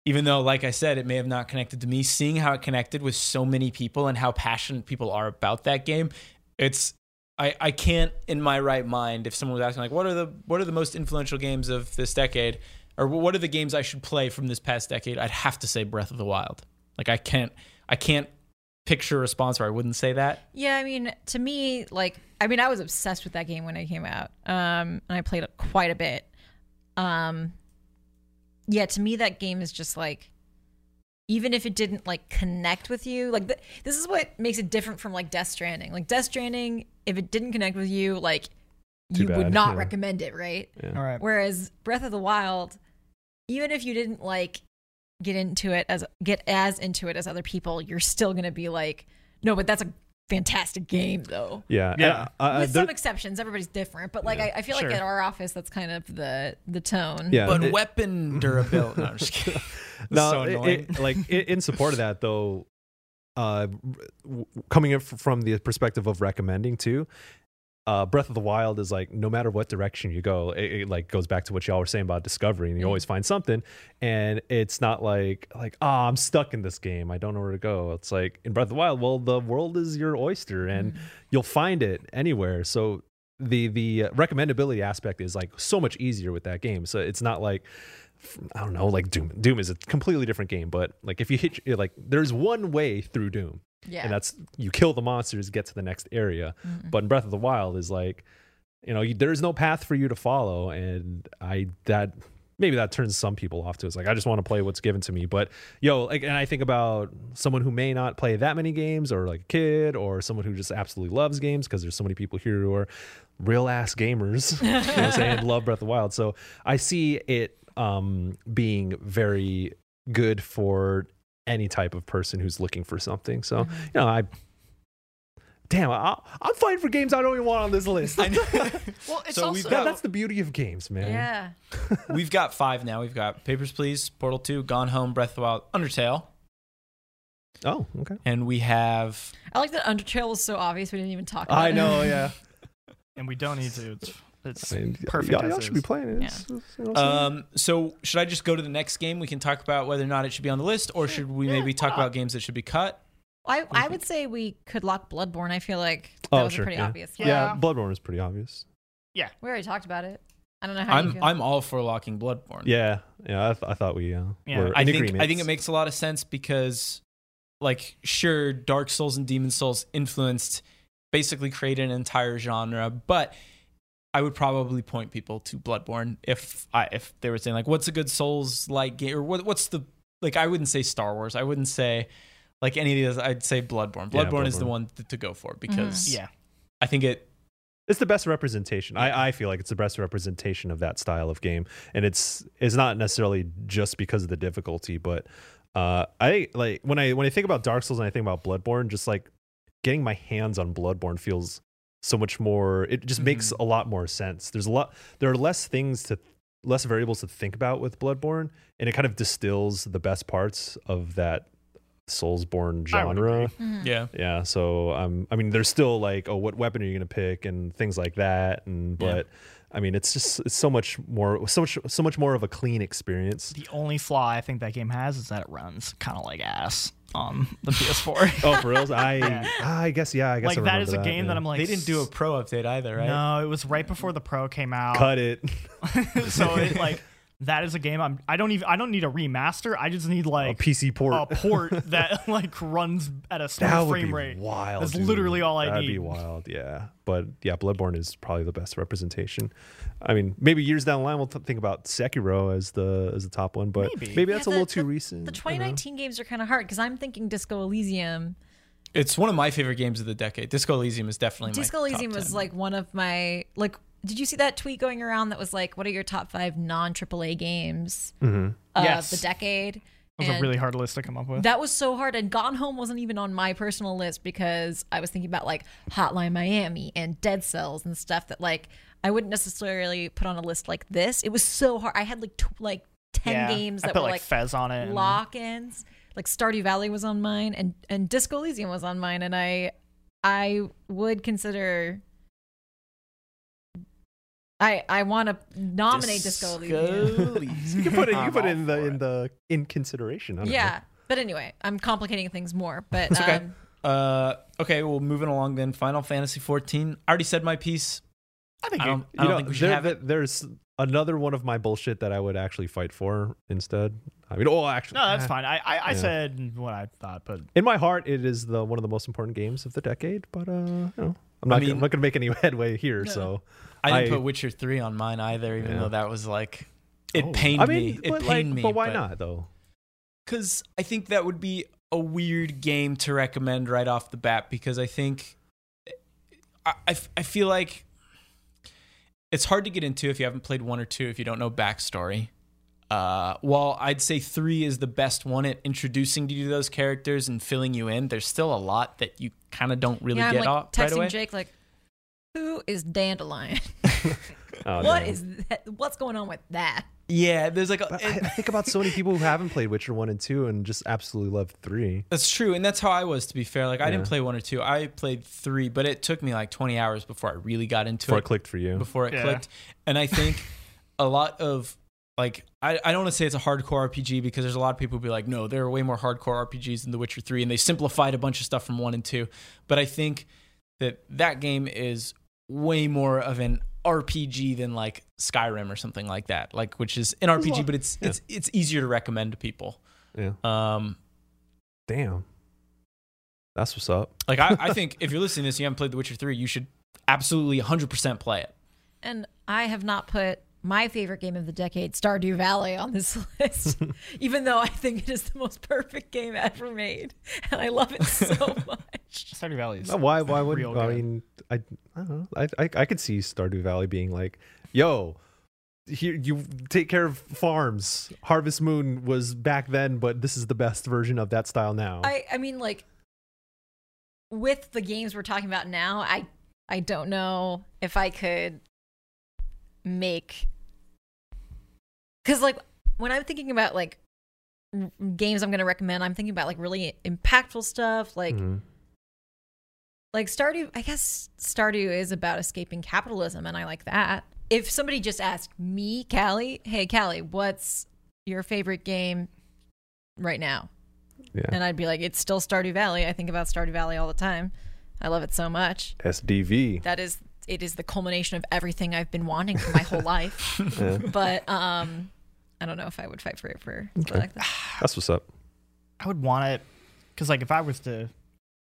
[SPEAKER 1] even though like I said it may have not connected to me seeing how it connected with so many people and how passionate people are about that game it's I, I can't in my right mind if someone was asking like what are the what are the most influential games of this decade or what are the games I should play from this past decade I'd have to say Breath of the Wild like I can't I can't picture a response where I wouldn't say that
[SPEAKER 4] Yeah, I mean, to me, like, I mean, I was obsessed with that game when it came out, um, and I played it quite a bit. Um, yeah, to me, that game is just like, even if it didn't like connect with you, like th- this is what makes it different from like Death Stranding. Like Death Stranding, if it didn't connect with you, like
[SPEAKER 5] Too
[SPEAKER 4] you would
[SPEAKER 5] bad,
[SPEAKER 4] not
[SPEAKER 5] yeah.
[SPEAKER 4] recommend it, right?
[SPEAKER 5] Yeah.
[SPEAKER 3] All right.
[SPEAKER 4] Whereas Breath of the Wild, even if you didn't like get into it as get as into it as other people, you're still gonna be like, no, but that's a fantastic game though.
[SPEAKER 5] yeah,
[SPEAKER 3] Yeah.
[SPEAKER 5] and, uh, uh,
[SPEAKER 4] With
[SPEAKER 5] there-
[SPEAKER 4] some exceptions, everybody's different, but like
[SPEAKER 5] Yeah.
[SPEAKER 4] I, I feel
[SPEAKER 3] Sure.
[SPEAKER 4] like at our office, that's kind of the the tone.
[SPEAKER 5] yeah,
[SPEAKER 1] but
[SPEAKER 5] it- [laughs]
[SPEAKER 1] weapon durability no, I'm just kidding.
[SPEAKER 5] no,
[SPEAKER 1] so
[SPEAKER 5] it- it- [laughs]
[SPEAKER 1] annoying.
[SPEAKER 5] like i- in support of that though, uh, w- coming in f- from the perspective of recommending too, uh, Breath of the Wild is like no matter what direction you go, it, it, like goes back to what y'all were saying about discovery, and you always find something. And it's not like like oh, I'm stuck in this game, I don't know where to go. It's like in Breath of the Wild, well, the world is your oyster, and you'll find it anywhere. So the the uh, recommendability aspect is like so much easier with that game. So it's not like I don't know, like Doom. Doom is a completely different game, but like if you hit you're like there's one way through Doom,
[SPEAKER 4] yeah.
[SPEAKER 5] and that's you kill the monsters, get to the next area. But in Breath of the Wild is like, you know, you, there is no path for you to follow, and I that maybe that turns some people off to. It's like I just want to play what's given to me. But yo, like, and I think about someone who may not play that many games, or like a kid, or someone who just absolutely loves games because there's so many people here who are real ass gamers, you know what I'm saying, love Breath of the Wild. So I see it um being very good for any type of person who's looking for something. So, you know, I damn, I, I'm fighting for games I don't even want on this
[SPEAKER 1] [laughs]
[SPEAKER 5] list.
[SPEAKER 1] I know.
[SPEAKER 3] Well, it's
[SPEAKER 1] So
[SPEAKER 3] also
[SPEAKER 1] we've
[SPEAKER 5] That-
[SPEAKER 1] got-
[SPEAKER 5] that's the beauty of games, man.
[SPEAKER 4] yeah.
[SPEAKER 1] We've got five now. We've got Papers, Please, Portal 2, Gone Home, Breath of the Wild, Undertale.
[SPEAKER 5] Oh, okay.
[SPEAKER 1] And we have.
[SPEAKER 4] I like that Undertale was so obvious we didn't even talk about
[SPEAKER 5] I
[SPEAKER 4] it.
[SPEAKER 5] know, yeah.
[SPEAKER 3] and we don't need to. It's It's
[SPEAKER 5] I mean,
[SPEAKER 3] perfect.
[SPEAKER 5] Y'all,
[SPEAKER 3] as
[SPEAKER 5] y'all should be
[SPEAKER 3] is.
[SPEAKER 5] playing it. It's- it's- you know what I'm saying?
[SPEAKER 1] Um, so should I just go to the next game? We can talk about whether or not it should be on the list, or should we maybe talk about games that should be cut?
[SPEAKER 4] [laughs] I, I would say we could lock Bloodborne. I feel like that
[SPEAKER 5] Mm-hmm. Oh,
[SPEAKER 4] was
[SPEAKER 5] sure,
[SPEAKER 4] a pretty
[SPEAKER 5] yeah.
[SPEAKER 4] obvious.
[SPEAKER 3] Yeah.
[SPEAKER 4] one.
[SPEAKER 5] yeah, Bloodborne is pretty obvious.
[SPEAKER 4] We already talked about it. I don't know how you
[SPEAKER 1] I'm
[SPEAKER 4] feel.
[SPEAKER 1] I'm all for locking Bloodborne.
[SPEAKER 5] Yeah, yeah. I, th- I thought we uh,
[SPEAKER 3] Yeah.
[SPEAKER 5] were in
[SPEAKER 1] I think
[SPEAKER 5] agreement.
[SPEAKER 1] I think it makes a lot of sense because, like, sure, Dark Souls and Demon Souls influenced, basically created an entire genre. But I would probably point people to Bloodborne if I if they were saying like, what's a good Souls like game or what, what's the like? I wouldn't say Star Wars. I wouldn't say like any of those. I'd say Bloodborne.
[SPEAKER 5] Yeah,
[SPEAKER 1] Bloodborne, is the
[SPEAKER 5] Bloodborne.
[SPEAKER 1] one th- to go for because
[SPEAKER 3] Yeah.
[SPEAKER 1] I think it
[SPEAKER 5] it's the best representation. I, I feel like it's the best representation of that style of game, and it's it's not necessarily just because of the difficulty, but uh, I like when I when I think about Dark Souls and I think about Bloodborne, just like getting my hands on Bloodborne feels so much more. It just makes
[SPEAKER 3] Mm-hmm.
[SPEAKER 5] a lot more sense. There's a lot. There are less things to less variables to think about with Bloodborne, and it kind of distills the best parts of that Soulsborne
[SPEAKER 3] I would
[SPEAKER 5] genre.
[SPEAKER 4] Mm-hmm. Mm.
[SPEAKER 1] yeah.
[SPEAKER 5] Yeah, so um, I mean, there's still like, oh, what weapon are you gonna pick and things like that, and
[SPEAKER 1] Yeah.
[SPEAKER 5] but I mean, it's just it's so much more, so much, so much more of a
[SPEAKER 3] [laughs]
[SPEAKER 5] clean experience.
[SPEAKER 3] The only flaw I think that game has is that it runs kind of like ass on
[SPEAKER 5] [laughs]
[SPEAKER 3] the PS4.
[SPEAKER 5] Oh, for reals? I I guess yeah, I guess I
[SPEAKER 3] like that
[SPEAKER 5] remember
[SPEAKER 3] is a game
[SPEAKER 5] yeah.
[SPEAKER 3] that I'm like
[SPEAKER 1] They didn't do a
[SPEAKER 3] s-
[SPEAKER 1] pro update either, right?
[SPEAKER 3] No, it was right before the Pro came out.
[SPEAKER 5] [laughs] cut it.
[SPEAKER 3] [laughs] so
[SPEAKER 5] [laughs]
[SPEAKER 3] it like that is a game I'm I don't even I don't need a remaster. I just need
[SPEAKER 5] a
[SPEAKER 3] like
[SPEAKER 5] PC port.
[SPEAKER 3] a
[SPEAKER 5] [laughs]
[SPEAKER 3] port that like runs at a slow
[SPEAKER 5] that would
[SPEAKER 3] frame
[SPEAKER 5] be
[SPEAKER 3] rate.
[SPEAKER 5] wild.
[SPEAKER 3] That's
[SPEAKER 5] dude.
[SPEAKER 3] literally all I
[SPEAKER 5] That'd
[SPEAKER 3] need.
[SPEAKER 5] be wild. Yeah, but yeah, Bloodborne is probably the best representation. I mean, maybe years down the line we'll t- think about Sekiro as the as the top one, but
[SPEAKER 3] Maybe.
[SPEAKER 5] maybe, that's
[SPEAKER 4] Yeah,
[SPEAKER 5] a
[SPEAKER 4] the-
[SPEAKER 5] little too recent.
[SPEAKER 4] The
[SPEAKER 3] Mm-hmm.
[SPEAKER 5] I don't know.
[SPEAKER 4] 2019 games are kind of hard because I'm thinking Disco Elysium.
[SPEAKER 1] It's one of my favorite games of the decade. Disco Elysium is definitely my
[SPEAKER 4] Disco Elysium
[SPEAKER 1] top
[SPEAKER 4] was
[SPEAKER 1] 10.
[SPEAKER 4] like one of my like. Did you see that tweet going around that was like, "What are your top five non AAA games of
[SPEAKER 3] Mm-hmm. Yes.
[SPEAKER 4] the decade?"
[SPEAKER 3] That was a
[SPEAKER 4] And
[SPEAKER 3] really hard list to come up with.
[SPEAKER 4] That was so hard. And Gone Home wasn't even on my personal list because I was thinking about like Hotline Miami and Dead Cells and stuff that like I wouldn't necessarily put on a list like this. It was so hard. I had like tw- like ten
[SPEAKER 3] Yeah.
[SPEAKER 4] games
[SPEAKER 3] I
[SPEAKER 4] that
[SPEAKER 3] put
[SPEAKER 4] were
[SPEAKER 3] like,
[SPEAKER 4] like
[SPEAKER 3] Fez on it. and-
[SPEAKER 4] lock-ins. Like Stardew Valley was on mine, and and Disco Elysium was on mine, and I I would consider. I I want to nominate Disco Elysium.
[SPEAKER 5] [laughs] You can
[SPEAKER 3] [laughs]
[SPEAKER 5] put it. You can put it in the in the in consideration. I don't
[SPEAKER 4] Yeah, but anyway, I'm complicating things more. But
[SPEAKER 1] It's okay.
[SPEAKER 4] um,
[SPEAKER 1] [laughs] Uh, okay, well, moving along then. Final Fantasy 14. I already said my piece.
[SPEAKER 3] I think
[SPEAKER 1] I don't, I
[SPEAKER 3] you-
[SPEAKER 5] know. You
[SPEAKER 1] don't
[SPEAKER 5] know,
[SPEAKER 1] think we should
[SPEAKER 5] there-
[SPEAKER 1] have it.
[SPEAKER 5] there- There's another one of my bullshit that I would actually fight for instead. I mean, oh, actually,
[SPEAKER 3] no, that's
[SPEAKER 5] eh.
[SPEAKER 3] fine. I I, I
[SPEAKER 5] Yeah.
[SPEAKER 3] said what I thought, but
[SPEAKER 5] In my heart, it is the one of the most important games of the decade. But uh, you know, I'm not.
[SPEAKER 1] I
[SPEAKER 5] gonna-
[SPEAKER 1] mean-
[SPEAKER 5] I'm not going to make any [laughs] headway here. So
[SPEAKER 1] I didn't
[SPEAKER 5] I-
[SPEAKER 1] put Witcher 3 on mine either, even
[SPEAKER 5] Yeah. Oh.
[SPEAKER 1] though that was like, it pained
[SPEAKER 5] I mean,
[SPEAKER 1] me. It
[SPEAKER 5] but
[SPEAKER 1] pained
[SPEAKER 5] like,
[SPEAKER 1] me.
[SPEAKER 5] but why not though?
[SPEAKER 1] Because I think that would be a weird game to recommend right off the bat because I think, I, I, I feel like it's hard to get into if you haven't played one or two, if you don't know backstory. Uh, while I'd say three is the best one at introducing you to those characters and filling you in, there's still a lot that you kind of don't really
[SPEAKER 4] yeah, I'm
[SPEAKER 1] get
[SPEAKER 4] like
[SPEAKER 1] off
[SPEAKER 4] texting
[SPEAKER 1] right away.
[SPEAKER 4] Jake like, "Who is Dandelion? [laughs]
[SPEAKER 5] Oh,
[SPEAKER 4] What
[SPEAKER 5] no.
[SPEAKER 4] is that? What's going on with that?"
[SPEAKER 1] Yeah, there's like a,
[SPEAKER 5] But I, [laughs] I think about so many people who haven't played Witcher one and two and just absolutely love three.
[SPEAKER 1] That's true, and that's how I was. To be fair, like I didn't
[SPEAKER 5] Yeah.
[SPEAKER 1] play one or two. I played three, but it took me like twenty hours before I really got into it.
[SPEAKER 5] Before it clicked for
[SPEAKER 1] [laughs]
[SPEAKER 5] you,
[SPEAKER 1] Before it
[SPEAKER 3] Yeah.
[SPEAKER 1] clicked, and I think a lot of like I, I don't want to say it's a hardcore RPG because there's a lot of people who be like, no, there are way more hardcore RPGs than The Witcher Three, and they simplified a bunch of stuff from one and two. But I think that that game is way more of an RPG than like Skyrim or something like that, like which is an
[SPEAKER 5] a
[SPEAKER 1] RPG,
[SPEAKER 5] lot-
[SPEAKER 1] but it's
[SPEAKER 5] yeah.
[SPEAKER 1] it's it's easier to recommend to people.
[SPEAKER 5] yeah.
[SPEAKER 1] Um,
[SPEAKER 5] Damn, that's what's up.
[SPEAKER 1] Like I,
[SPEAKER 3] [laughs]
[SPEAKER 1] I think if you're listening to this, and you haven't played The Witcher Three, you should absolutely 100 percent play it.
[SPEAKER 4] And I have not put my favorite game of the decade, Stardew Valley, on this [laughs] list, even though I think it is the most perfect game ever made. And I love it so much.
[SPEAKER 3] Stardew Valley is
[SPEAKER 5] Uh, Why? Why would
[SPEAKER 3] real
[SPEAKER 5] I
[SPEAKER 3] good.
[SPEAKER 5] mean? I, I don't know. I, I I could see Stardew Valley being like, yo, here you take care of farms. Harvest Moon was back then, but this is the best version of that style now.
[SPEAKER 4] I, I mean, like, with the games we're talking about now, I, I don't know if I could make. Because, like, when I'm thinking about, like, r-
[SPEAKER 5] Mm-hmm.
[SPEAKER 4] games I'm going to recommend, I'm thinking about, like, really impactful stuff, like,
[SPEAKER 5] Mhm.
[SPEAKER 4] Like Stardew, I guess Stardew is about escaping capitalism, and I like that. If somebody just asked me, Callie, hey, Callie, what's your favorite game right now?
[SPEAKER 5] Yeah.
[SPEAKER 4] And I'd be like, it's still Stardew Valley. I think about Stardew Valley all the time. I love it so much. [laughs]
[SPEAKER 5] SDV.
[SPEAKER 4] That is, it is the culmination of everything I've been wanting for my whole life.
[SPEAKER 5] Yeah.
[SPEAKER 4] But um, I don't know if I would fight for it for for like that.
[SPEAKER 5] That's what's up. [laughs]
[SPEAKER 3] I would want it because like if I was to,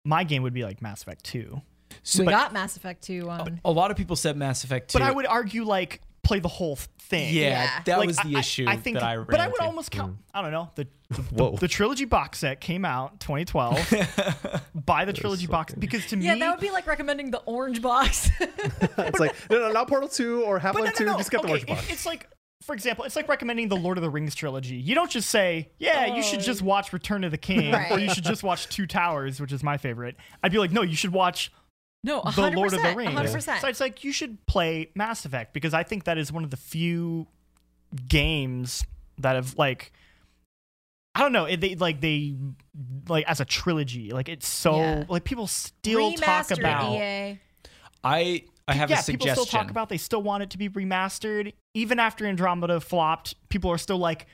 [SPEAKER 3] my game would be like Mass Effect Two,
[SPEAKER 1] So-
[SPEAKER 4] we
[SPEAKER 1] but
[SPEAKER 4] got Mass Effect um, 2 on.
[SPEAKER 1] a lot of people said Mass Effect 2.
[SPEAKER 3] but I would argue like play the whole thing.
[SPEAKER 1] yeah,
[SPEAKER 4] Yeah.
[SPEAKER 1] that
[SPEAKER 3] Like,
[SPEAKER 1] was the
[SPEAKER 3] I- I-
[SPEAKER 1] issue
[SPEAKER 3] I think,
[SPEAKER 1] that I ran
[SPEAKER 3] but I would
[SPEAKER 1] into.
[SPEAKER 3] almost count. I don't know the the,
[SPEAKER 5] Whoa.
[SPEAKER 3] the the trilogy box set came out 2012. Buy the trilogy box because to
[SPEAKER 4] Yeah,
[SPEAKER 3] Oh, me,
[SPEAKER 4] that would be like recommending the orange box. [laughs]
[SPEAKER 5] it's like no, no, not Portal Two or Half
[SPEAKER 3] but
[SPEAKER 5] Life Two. Just get the
[SPEAKER 3] okay,
[SPEAKER 5] orange box.
[SPEAKER 3] it- it's like. For example, it's like recommending the Lord of the Rings trilogy. You don't just say, "Yeah, you should just watch Return of the King," or
[SPEAKER 4] Oh. Right.
[SPEAKER 3] you should just watch Two Towers, which is my favorite. I'd be like, "No, you should watch
[SPEAKER 4] no, 100%.
[SPEAKER 3] the Lord of the Rings.
[SPEAKER 4] 100%.
[SPEAKER 3] So it's like you should play Mass Effect because I think that is one of the few games that have like I don't know, it, they like they like as a trilogy. Like it's so
[SPEAKER 4] Yeah.
[SPEAKER 3] like people still talk
[SPEAKER 4] Remastered E
[SPEAKER 3] about
[SPEAKER 4] EA.
[SPEAKER 1] I I have
[SPEAKER 3] yeah,
[SPEAKER 1] a suggestion.
[SPEAKER 3] people still talk about they still want it to be remastered even after Andromeda flopped. People are still like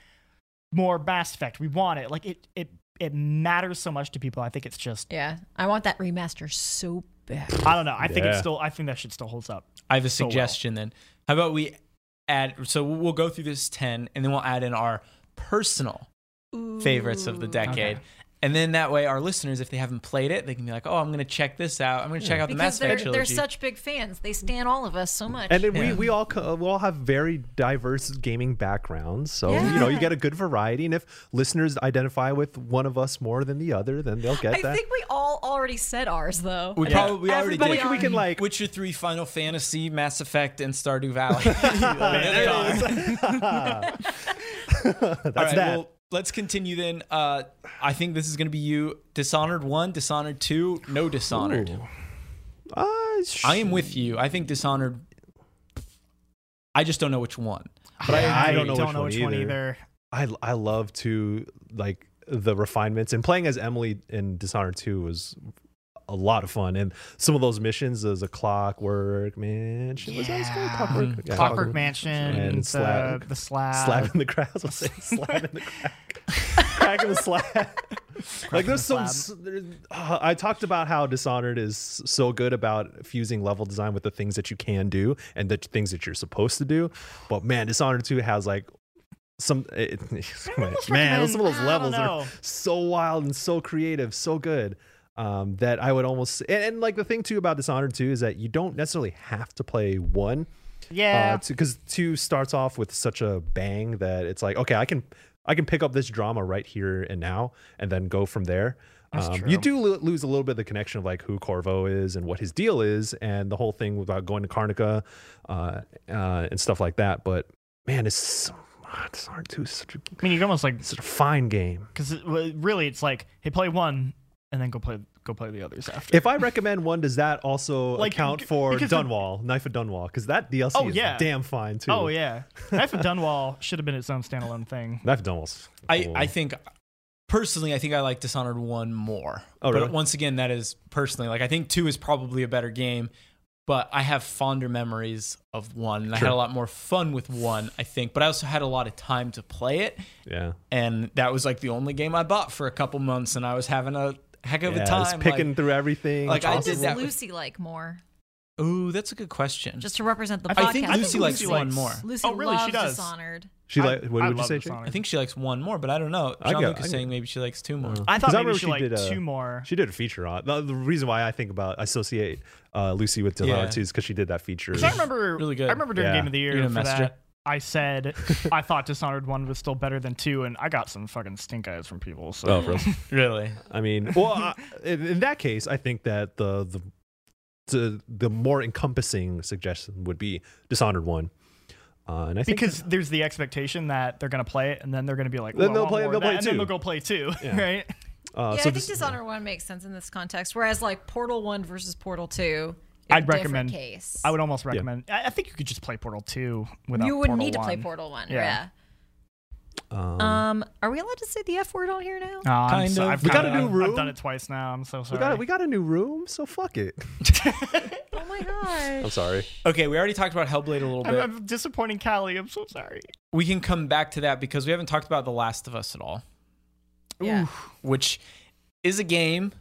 [SPEAKER 3] more Mass Effect. We want it. Like it it it matters so much to people. I think it's just
[SPEAKER 4] Yeah, I want that remaster so bad.
[SPEAKER 3] I don't know. I think it's
[SPEAKER 5] Yeah.
[SPEAKER 3] still I think that shit still holds up.
[SPEAKER 1] I have a
[SPEAKER 3] well.
[SPEAKER 1] suggestion then. How about we add? So we'll go through this ten, and then we'll add in our personal favorites of the decade. And then that way, our listeners, if they haven't played it, they can be like, "Oh, I'm going to check this out. I'm going to check out the
[SPEAKER 4] Because
[SPEAKER 1] Mass
[SPEAKER 4] they're,
[SPEAKER 1] Effect
[SPEAKER 4] they're
[SPEAKER 1] trilogy."
[SPEAKER 4] such big fans. They stand all of us so much.
[SPEAKER 5] And then we, we all co- we all have very diverse gaming backgrounds, so you know you get a good variety. And if listeners identify with one of us more than the other, then they'll get
[SPEAKER 4] I
[SPEAKER 5] that.
[SPEAKER 4] think we all already said ours, though.
[SPEAKER 1] we probably we already
[SPEAKER 4] Everybody
[SPEAKER 1] did.
[SPEAKER 4] on- We can,
[SPEAKER 5] like-
[SPEAKER 1] Witcher three, Final Fantasy, Mass Effect, and Stardew Valley. There it is. [laughs] All
[SPEAKER 5] That's
[SPEAKER 1] right,
[SPEAKER 5] that.
[SPEAKER 1] well, let's continue then. Uh, I think this is going to be you. Dishonored one, Dishonored two, no Dishonored.
[SPEAKER 5] Uh, sh-
[SPEAKER 1] I am with you. I think Dishonored. I just don't know which one.
[SPEAKER 3] But
[SPEAKER 5] I
[SPEAKER 3] agree.
[SPEAKER 5] don't know which one either. I I love to like the refinements and playing as Emily in Dishonored 2 was a lot of fun and some of those missions as a clockwork mansion was that was called
[SPEAKER 3] Yeah.
[SPEAKER 5] clockwork, yeah,
[SPEAKER 3] Mm-hmm. Clockwork Mansion,
[SPEAKER 5] And
[SPEAKER 3] the,
[SPEAKER 5] slab-
[SPEAKER 3] the slab.
[SPEAKER 5] slap in the crack [laughs] I was
[SPEAKER 3] [laughs]
[SPEAKER 5] gonna say slap in the crack crack in the slab like there's
[SPEAKER 3] in
[SPEAKER 5] some
[SPEAKER 3] the
[SPEAKER 5] s- there's, uh, I talked about how Dishonored is so good about fusing level design with the things that you can do and the things that you're supposed to do but man Dishonored 2 has like some eh, it, [laughs]
[SPEAKER 3] almost
[SPEAKER 5] man some of those
[SPEAKER 3] recommend- I
[SPEAKER 5] levels
[SPEAKER 3] don't
[SPEAKER 5] are
[SPEAKER 3] know.
[SPEAKER 5] so wild and so creative, so good um, that I would almost and, and like the thing too about Dishonored 2 is that you don't necessarily have to play one
[SPEAKER 3] Yeah.
[SPEAKER 5] because Uh, two starts off with such a bang that it's like okay, I can I can pick up this drama right here and now and then go from there.
[SPEAKER 3] That's
[SPEAKER 5] Um,
[SPEAKER 3] true.
[SPEAKER 5] you do lo- lose a little bit of the connection of like who Corvo is and what his deal is and the whole thing about going to Karnica uh, uh, and stuff like that. But man, it's so, ah, Dishonored 2 is such a,
[SPEAKER 3] I mean, you can almost like
[SPEAKER 5] such a fine game.
[SPEAKER 3] because it, well, really, it's like hey, play one and then go play go play the others after.
[SPEAKER 5] If I recommend one, does that also
[SPEAKER 3] Like,
[SPEAKER 5] account
[SPEAKER 3] g-
[SPEAKER 5] for
[SPEAKER 3] because the-
[SPEAKER 5] Dunwall, Knife of Dunwall? Because that DLC
[SPEAKER 3] Oh,
[SPEAKER 5] is
[SPEAKER 3] yeah.
[SPEAKER 5] damn fine too.
[SPEAKER 3] oh yeah, Knife of Dunwall should have been its own standalone thing.
[SPEAKER 5] Knife of Dunwall's.
[SPEAKER 1] I,
[SPEAKER 5] cool.
[SPEAKER 1] I think personally, I think I like Dishonored one more.
[SPEAKER 5] Oh, really?
[SPEAKER 1] But once again, that is personally like I think two is probably a better game, but I have fonder memories of one. And I had
[SPEAKER 5] Sure.
[SPEAKER 1] a lot more fun with one, I think. But I also had a lot of time to play it,
[SPEAKER 5] yeah,
[SPEAKER 1] and that was like the only game I bought for a couple months, and I was having a heck of
[SPEAKER 5] yeah,
[SPEAKER 1] a
[SPEAKER 5] it's
[SPEAKER 1] time.
[SPEAKER 5] picking through everything.
[SPEAKER 1] like, I
[SPEAKER 4] what
[SPEAKER 1] did
[SPEAKER 5] tossing
[SPEAKER 4] does
[SPEAKER 5] it.
[SPEAKER 1] that with-
[SPEAKER 4] Lucy like more?
[SPEAKER 1] Like, ooh, that's a good question.
[SPEAKER 4] Just to represent the
[SPEAKER 3] I
[SPEAKER 4] podcast.
[SPEAKER 1] I think
[SPEAKER 3] I think
[SPEAKER 1] Lucy likes
[SPEAKER 3] Lucy
[SPEAKER 1] one
[SPEAKER 3] likes-
[SPEAKER 1] more.
[SPEAKER 4] Lucy
[SPEAKER 3] Oh, really? She
[SPEAKER 4] loves
[SPEAKER 3] does.
[SPEAKER 4] Dishonored.
[SPEAKER 5] She like. What
[SPEAKER 3] I
[SPEAKER 5] would you
[SPEAKER 3] love
[SPEAKER 5] say? Jake?
[SPEAKER 3] Dishonored.
[SPEAKER 1] I think she likes one more, but I don't know.
[SPEAKER 5] I
[SPEAKER 1] John
[SPEAKER 5] get-
[SPEAKER 1] Luke
[SPEAKER 5] I Oh.
[SPEAKER 1] is
[SPEAKER 5] get-
[SPEAKER 1] saying maybe she likes two more.
[SPEAKER 3] I thought
[SPEAKER 5] 'Cause
[SPEAKER 3] maybe
[SPEAKER 5] I remember
[SPEAKER 3] she
[SPEAKER 5] she
[SPEAKER 3] like
[SPEAKER 5] did a-
[SPEAKER 3] two more.
[SPEAKER 5] She did a feature on. The, the reason why I think about I associate uh, Lucy with Dishonored
[SPEAKER 1] Yeah.
[SPEAKER 5] too is because she did that feature.
[SPEAKER 3] 'Cause I remember
[SPEAKER 1] Really good.
[SPEAKER 3] I remember during
[SPEAKER 5] Yeah.
[SPEAKER 3] Game of the
[SPEAKER 1] You're
[SPEAKER 3] Year
[SPEAKER 1] gonna
[SPEAKER 3] for
[SPEAKER 1] message
[SPEAKER 3] that.
[SPEAKER 1] her?
[SPEAKER 3] I said I thought Dishonored One was still better than Two, and I got some fucking stink eyes from people. So
[SPEAKER 5] Oh, really?
[SPEAKER 1] Really?
[SPEAKER 5] I mean, well, I, in, in that case, I think that the the the, the more encompassing suggestion would be Dishonored One, uh, and I think
[SPEAKER 3] [laughs] because there's the expectation that they're gonna play it, and then they're gonna be like,
[SPEAKER 5] Then
[SPEAKER 3] "Ooh, I
[SPEAKER 5] they'll
[SPEAKER 3] want
[SPEAKER 5] play-
[SPEAKER 3] more of
[SPEAKER 5] they'll
[SPEAKER 3] that,"
[SPEAKER 5] play
[SPEAKER 3] and then
[SPEAKER 5] two.
[SPEAKER 3] they'll go play two, [laughs]
[SPEAKER 5] Yeah.
[SPEAKER 3] right?
[SPEAKER 4] yeah,
[SPEAKER 5] uh, so
[SPEAKER 4] I think
[SPEAKER 5] this-
[SPEAKER 4] Dishonored 1 makes sense in this context. Whereas, like, Portal 1 versus Portal 2 is
[SPEAKER 3] I'd
[SPEAKER 4] a different
[SPEAKER 3] recommend-
[SPEAKER 4] case.
[SPEAKER 3] I would almost recommend. I, I think you could just play Portal Two without.
[SPEAKER 4] you would
[SPEAKER 3] Portal
[SPEAKER 4] need to play
[SPEAKER 3] 1.
[SPEAKER 4] Portal 1.
[SPEAKER 3] Yeah.
[SPEAKER 4] Yeah.
[SPEAKER 5] Um,
[SPEAKER 4] Um, are we allowed to say the F word on here now?
[SPEAKER 3] Oh, I'm
[SPEAKER 1] Kind
[SPEAKER 3] so-
[SPEAKER 1] of.
[SPEAKER 3] I've
[SPEAKER 1] We
[SPEAKER 5] got
[SPEAKER 3] kinda-
[SPEAKER 5] a new
[SPEAKER 3] I've- I've
[SPEAKER 5] room.
[SPEAKER 3] done it twice now. I'm so sorry.
[SPEAKER 5] we got we got a new room, so fuck it.
[SPEAKER 4] Oh my god.
[SPEAKER 5] I'm [laughs] sorry.
[SPEAKER 1] Okay, we already talked about Hellblade a little
[SPEAKER 3] I'm,
[SPEAKER 1] bit.
[SPEAKER 3] I'm disappointing Callie. I'm so sorry.
[SPEAKER 1] we can come back to that because we haven't talked about The Last of Us at all,
[SPEAKER 4] Yeah.
[SPEAKER 1] which is a game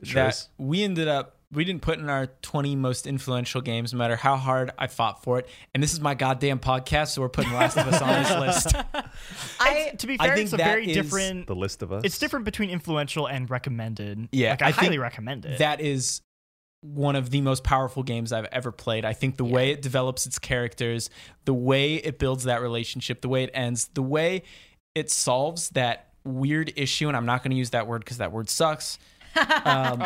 [SPEAKER 5] It sure
[SPEAKER 1] that
[SPEAKER 5] is.
[SPEAKER 1] we ended up we didn't put in our 20 most influential games, no matter how hard I fought for it. And this is my goddamn podcast, so we're putting Last of Us on this list.
[SPEAKER 4] I
[SPEAKER 3] To be
[SPEAKER 1] I
[SPEAKER 3] fair,
[SPEAKER 1] think
[SPEAKER 3] it's a
[SPEAKER 1] that
[SPEAKER 3] very
[SPEAKER 1] is
[SPEAKER 3] different.
[SPEAKER 5] The list of us.
[SPEAKER 3] It's different between influential and recommended.
[SPEAKER 1] Yeah,
[SPEAKER 3] like, I,
[SPEAKER 1] I think
[SPEAKER 3] highly recommend it. [laughs]
[SPEAKER 1] That is one of the most powerful games I've ever played. I think the way it develops its characters, the way it builds that relationship, the way it ends, the way it solves that weird issue, and I'm not going to use that word because that word sucks. Um,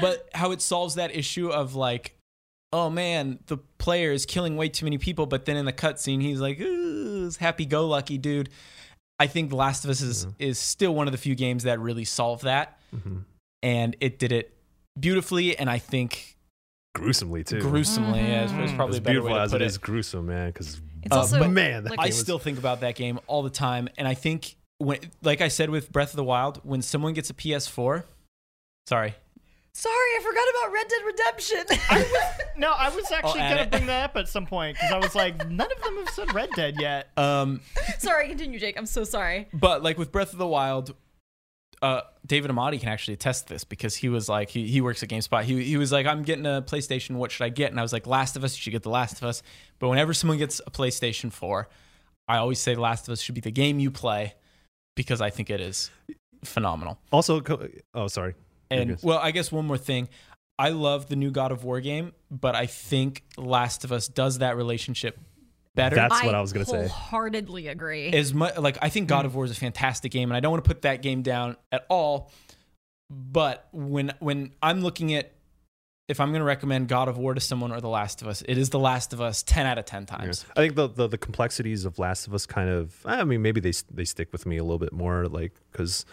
[SPEAKER 1] but how it solves that issue of like, oh man, the player is killing way too many people, but then in the cutscene he's like, ooh, happy go lucky dude. I think The Last of Us is is still one of the few games that really solve that,
[SPEAKER 5] Mhm.
[SPEAKER 1] and it did it beautifully, and I think
[SPEAKER 5] gruesomely too.
[SPEAKER 1] gruesomely. Yeah, is- is probably
[SPEAKER 5] As
[SPEAKER 1] a better
[SPEAKER 5] beautiful
[SPEAKER 1] way to
[SPEAKER 5] as
[SPEAKER 1] put
[SPEAKER 5] it
[SPEAKER 1] it.
[SPEAKER 5] is gruesome, man. Because
[SPEAKER 4] It's
[SPEAKER 1] Uh,
[SPEAKER 4] also
[SPEAKER 1] but
[SPEAKER 5] man, that
[SPEAKER 4] like-
[SPEAKER 5] game
[SPEAKER 1] I
[SPEAKER 5] was-
[SPEAKER 1] still think about that game all the time, and I think when, like I said with Breath of the Wild, when someone gets a PS4, sorry,
[SPEAKER 4] sorry, I forgot about Red Dead Redemption.
[SPEAKER 3] [laughs]
[SPEAKER 4] [laughs]
[SPEAKER 3] no, I was actually
[SPEAKER 5] Oh,
[SPEAKER 1] add
[SPEAKER 3] gonna
[SPEAKER 1] it.
[SPEAKER 3] bring that up at some point because I was like, none of them have said Red Dead yet.
[SPEAKER 1] um,
[SPEAKER 4] sorry, continue, Jake. I'm so sorry.
[SPEAKER 1] But like with Breath of the Wild, uh, David Amati can actually attest to this because he was like he, he works at GameSpot. He he was like I'm getting a PlayStation. What should I get? And I was like Last of Us. You should get the Last of Us. But whenever someone gets a PlayStation Four, I always say Last of Us should be the game you play because I think it is phenomenal.
[SPEAKER 5] also. Co- oh, sorry. You're
[SPEAKER 1] And
[SPEAKER 5] good.
[SPEAKER 1] well, I guess one more thing. I love the new God of War game, but I think Last of Us does that relationship better.
[SPEAKER 5] That's what I was gonna say.
[SPEAKER 4] Wholeheartedly agree.
[SPEAKER 1] as much like I think
[SPEAKER 4] Mm.
[SPEAKER 1] God of War is a fantastic game, and I don't want to put that game down at all. But when when I'm looking at if I'm going to recommend God of War to someone or The Last of Us, it is The Last of Us ten out of ten
[SPEAKER 5] Yeah.
[SPEAKER 1] times.
[SPEAKER 5] I think the, the the complexities of Last of Us kind of. I mean, maybe they they stick with me a little bit more, like because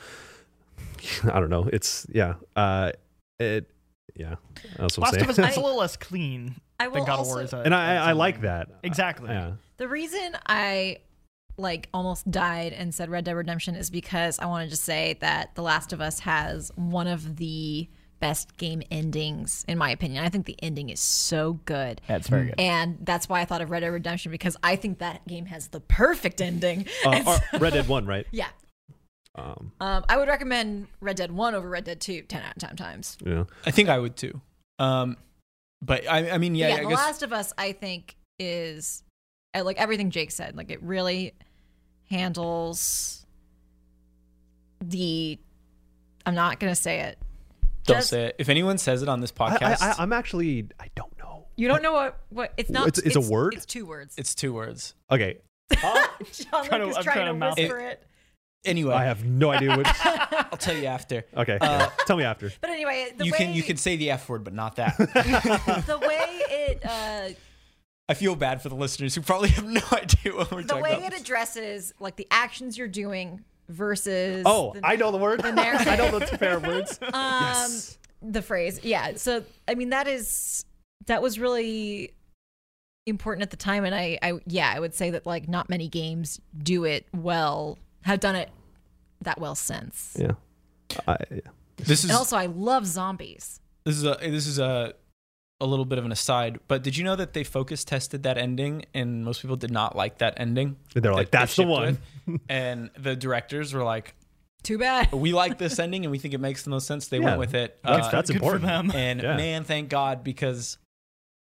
[SPEAKER 5] [laughs] I don't know. It's yeah. Uh, it yeah. That's what
[SPEAKER 3] Last
[SPEAKER 5] I'm saying. [laughs]
[SPEAKER 3] of Us is a little less clean
[SPEAKER 4] I will
[SPEAKER 3] than God of
[SPEAKER 4] also,
[SPEAKER 3] War is. A,
[SPEAKER 5] and I I, I like that
[SPEAKER 3] Exactly.
[SPEAKER 5] Yeah. Uh,
[SPEAKER 4] The reason I like almost died and said Red Dead Redemption is because I wanted to say that The Last of Us has one of the best game endings in my opinion. I think the ending is so good.
[SPEAKER 3] That's very good.
[SPEAKER 4] And that's why I thought of Red Dead Redemption because I think that game has the perfect ending.
[SPEAKER 5] Uh,
[SPEAKER 4] And so-
[SPEAKER 5] or Red Dead One, right?
[SPEAKER 4] yeah.
[SPEAKER 5] Um,
[SPEAKER 4] Um, I would recommend Red Dead 1 over Red Dead 2 10 out of 10 times.
[SPEAKER 5] yeah.
[SPEAKER 1] I think I would too. Um, but I I mean yeah,
[SPEAKER 4] yeah,
[SPEAKER 1] I
[SPEAKER 4] The
[SPEAKER 1] guess
[SPEAKER 4] Last of Us, I think, is uh, like everything Jake said. Like it really handles the. I'm not gonna say it.
[SPEAKER 1] don't
[SPEAKER 4] just-
[SPEAKER 1] say it. If anyone says it on this
[SPEAKER 5] I,
[SPEAKER 1] podcast,
[SPEAKER 5] I, I I'm actually I don't know.
[SPEAKER 4] You don't know what what it's not.
[SPEAKER 5] It's- it's a word?
[SPEAKER 4] It's two words.
[SPEAKER 1] it's two words.
[SPEAKER 5] Okay.
[SPEAKER 4] [laughs] John
[SPEAKER 3] trying to-
[SPEAKER 4] Luke is
[SPEAKER 3] I'm
[SPEAKER 4] trying
[SPEAKER 3] trying to
[SPEAKER 4] to
[SPEAKER 3] mouth
[SPEAKER 4] whisper it.
[SPEAKER 1] Anyway,
[SPEAKER 5] I have Uh, no idea what.
[SPEAKER 1] I'll tell you
[SPEAKER 5] [laughs]
[SPEAKER 1] after.
[SPEAKER 5] Okay. Tell me after.
[SPEAKER 4] But anyway, the
[SPEAKER 1] you
[SPEAKER 4] way
[SPEAKER 1] can you can say the f word, but not that. [laughs]
[SPEAKER 4] [laughs]
[SPEAKER 5] [laughs]
[SPEAKER 4] the way it uh,
[SPEAKER 1] I feel bad for the listeners who probably have no [laughs] idea what we're
[SPEAKER 4] the
[SPEAKER 1] talking
[SPEAKER 4] way
[SPEAKER 1] about.
[SPEAKER 4] it addresses like the actions you're doing versus
[SPEAKER 5] Oh,
[SPEAKER 4] the- um,
[SPEAKER 5] I know the word.
[SPEAKER 4] narrative.
[SPEAKER 5] [laughs] I know the two pair of words.
[SPEAKER 4] um the phrase yeah so i mean that is that was really important at the time and i i yeah i would say that like not many games do it well have done it that well since
[SPEAKER 5] Yeah. I,
[SPEAKER 1] this is
[SPEAKER 4] and also i love zombies
[SPEAKER 1] This is a this is a a little bit of an aside, but did you know that they focus tested that ending and most people did not like that ending?
[SPEAKER 5] They're like,
[SPEAKER 1] that they
[SPEAKER 5] "That's the
[SPEAKER 1] shipped
[SPEAKER 5] one."
[SPEAKER 1] with? and the directors were like,
[SPEAKER 4] too bad
[SPEAKER 1] "We like this ending and we think it makes the most sense." They
[SPEAKER 5] Yeah.
[SPEAKER 1] went with it.
[SPEAKER 5] That's,
[SPEAKER 1] Uh,
[SPEAKER 5] that's
[SPEAKER 3] Good for
[SPEAKER 5] important.
[SPEAKER 3] them.
[SPEAKER 1] and
[SPEAKER 5] Yeah.
[SPEAKER 1] man, thank God because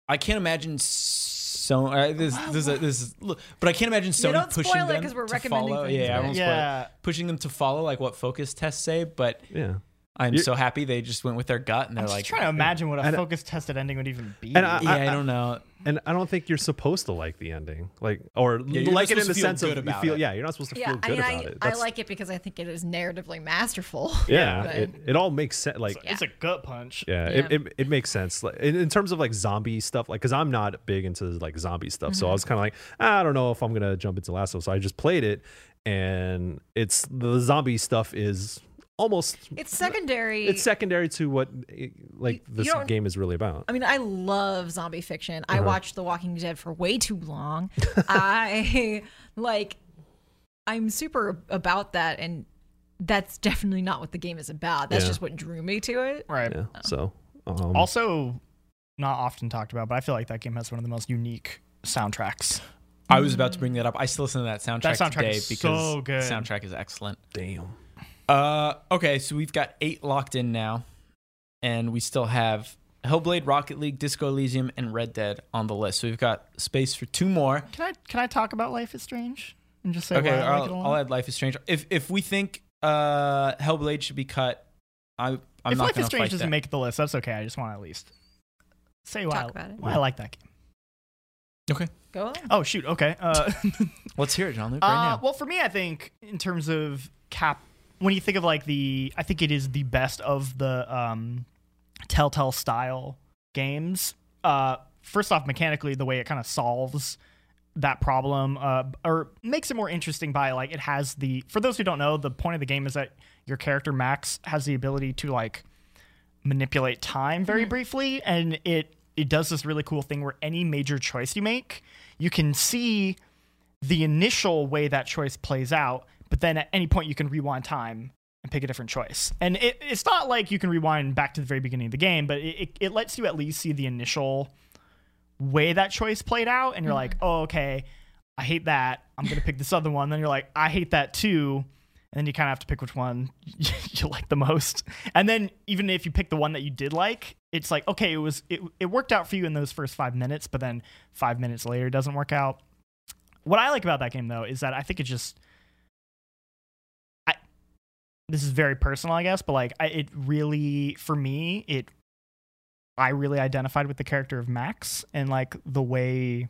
[SPEAKER 1] I can't imagine so uh, this this is a, this is, look, but I can't imagine Sony
[SPEAKER 4] don't
[SPEAKER 1] pushing
[SPEAKER 4] spoil it
[SPEAKER 1] them
[SPEAKER 4] 'cause we're
[SPEAKER 1] to
[SPEAKER 4] recommending
[SPEAKER 1] follow.
[SPEAKER 4] things,
[SPEAKER 1] yeah, I
[SPEAKER 4] right?
[SPEAKER 1] won't spoil it.
[SPEAKER 3] Yeah.
[SPEAKER 1] pushing them to follow like what focus tests say, but
[SPEAKER 5] Yeah.
[SPEAKER 1] I'm
[SPEAKER 5] You're-
[SPEAKER 1] so happy they just went with their gut and they're
[SPEAKER 3] I'm
[SPEAKER 1] like
[SPEAKER 3] just trying to imagine what a
[SPEAKER 5] and-
[SPEAKER 3] focus tested ending would even be.
[SPEAKER 5] And I-
[SPEAKER 1] yeah, I don't know.
[SPEAKER 5] And I don't think you're supposed to like the ending, like or
[SPEAKER 1] you're not
[SPEAKER 5] like it in
[SPEAKER 1] supposed to
[SPEAKER 5] the
[SPEAKER 1] feel
[SPEAKER 5] sense
[SPEAKER 1] good
[SPEAKER 5] of you
[SPEAKER 1] about
[SPEAKER 5] feel.
[SPEAKER 1] it.
[SPEAKER 5] Yeah, you're not supposed to
[SPEAKER 4] yeah
[SPEAKER 5] feel
[SPEAKER 4] i
[SPEAKER 5] good
[SPEAKER 4] mean
[SPEAKER 5] about
[SPEAKER 4] I,
[SPEAKER 5] it.
[SPEAKER 4] I
[SPEAKER 5] That's-
[SPEAKER 4] like it because i think it is narratively masterful
[SPEAKER 5] Yeah,
[SPEAKER 4] [laughs] but-
[SPEAKER 5] it, it all makes sense. Like,
[SPEAKER 3] It's a gut punch.
[SPEAKER 5] yeah, It, it, it makes sense. Like in, in terms of like zombie stuff, like because I'm not big into like zombie stuff,
[SPEAKER 4] Mm-hmm.
[SPEAKER 5] so I was kind of like, "Ah, I don't know if I'm gonna jump into Last of Us. So I just played it, and it's the zombie stuff is almost
[SPEAKER 4] it's secondary
[SPEAKER 5] it's secondary to what eh, like
[SPEAKER 4] you
[SPEAKER 5] this
[SPEAKER 4] don't-
[SPEAKER 5] game is really about.
[SPEAKER 4] I mean, I love zombie fiction.
[SPEAKER 3] Uh-huh. [laughs]
[SPEAKER 4] I watched The Walking Dead for way too long. I like I'm super about that, and that's definitely not what the game is about. That's
[SPEAKER 5] Yeah.
[SPEAKER 4] just what drew me to it.
[SPEAKER 3] Right.
[SPEAKER 5] Yeah. So um,
[SPEAKER 3] Also, not often talked about, but I feel like that game has one of the most unique soundtracks.
[SPEAKER 1] I was about to bring that up. I still listen to that soundtrack,
[SPEAKER 3] soundtrack
[SPEAKER 1] today
[SPEAKER 3] is
[SPEAKER 1] because
[SPEAKER 3] so good.
[SPEAKER 1] the soundtrack is excellent.
[SPEAKER 5] damn.
[SPEAKER 1] Uh, okay, so we've got eight locked in now, and we still have Hellblade, Rocket League, Disco Elysium, and Red Dead on the list. So we've got space for two more.
[SPEAKER 3] Can I can I talk about Life is Strange and just say
[SPEAKER 1] okay,
[SPEAKER 3] why I like it a
[SPEAKER 1] I'll,
[SPEAKER 3] lot?
[SPEAKER 1] I'll add Life is Strange. If if we think uh Hellblade should be cut, I I'm
[SPEAKER 3] if
[SPEAKER 1] not
[SPEAKER 3] Life
[SPEAKER 1] gonna
[SPEAKER 3] is Strange
[SPEAKER 1] fight
[SPEAKER 3] doesn't
[SPEAKER 1] that.
[SPEAKER 3] make the list, that's okay. I just want to at least say why,
[SPEAKER 4] Talk
[SPEAKER 3] I,
[SPEAKER 4] about it.
[SPEAKER 3] why I like that game.
[SPEAKER 4] Go on.
[SPEAKER 3] Oh shoot, okay.
[SPEAKER 1] [laughs]
[SPEAKER 3] Uh,
[SPEAKER 1] Let's hear it, John Luke,
[SPEAKER 3] Uh,
[SPEAKER 1] right now.
[SPEAKER 3] Well, for me, I think in terms of cap, when you think of like the, I think it is the best of the um, Telltale style games. Uh, first off, mechanically, the way it kind of solves that problem uh, or makes it more interesting by like it has the. For those who don't know, the point of the game is that your character Max has the ability to like manipulate time very briefly and it it does this really cool thing where any major choice you make you can see the initial way that choice plays out, but then at any point you can rewind time and pick a different choice. And it, it's not like you can rewind back to the very beginning of the game, but it, it, it lets you at least see the initial way that choice played out. And you're like, oh, okay, I hate that. I'm going to pick this other one. Then you're like, I hate that too. And then you kind of have to pick which one [laughs] you like the most. And then even if you pick the one that you did like, it's like, okay, it was it, it worked out for you in those first five minutes, but then five minutes later it doesn't work out what I like about that game though is that I think it just I this is very personal I guess but like I, it really for me it I really identified with the character of Max and like the way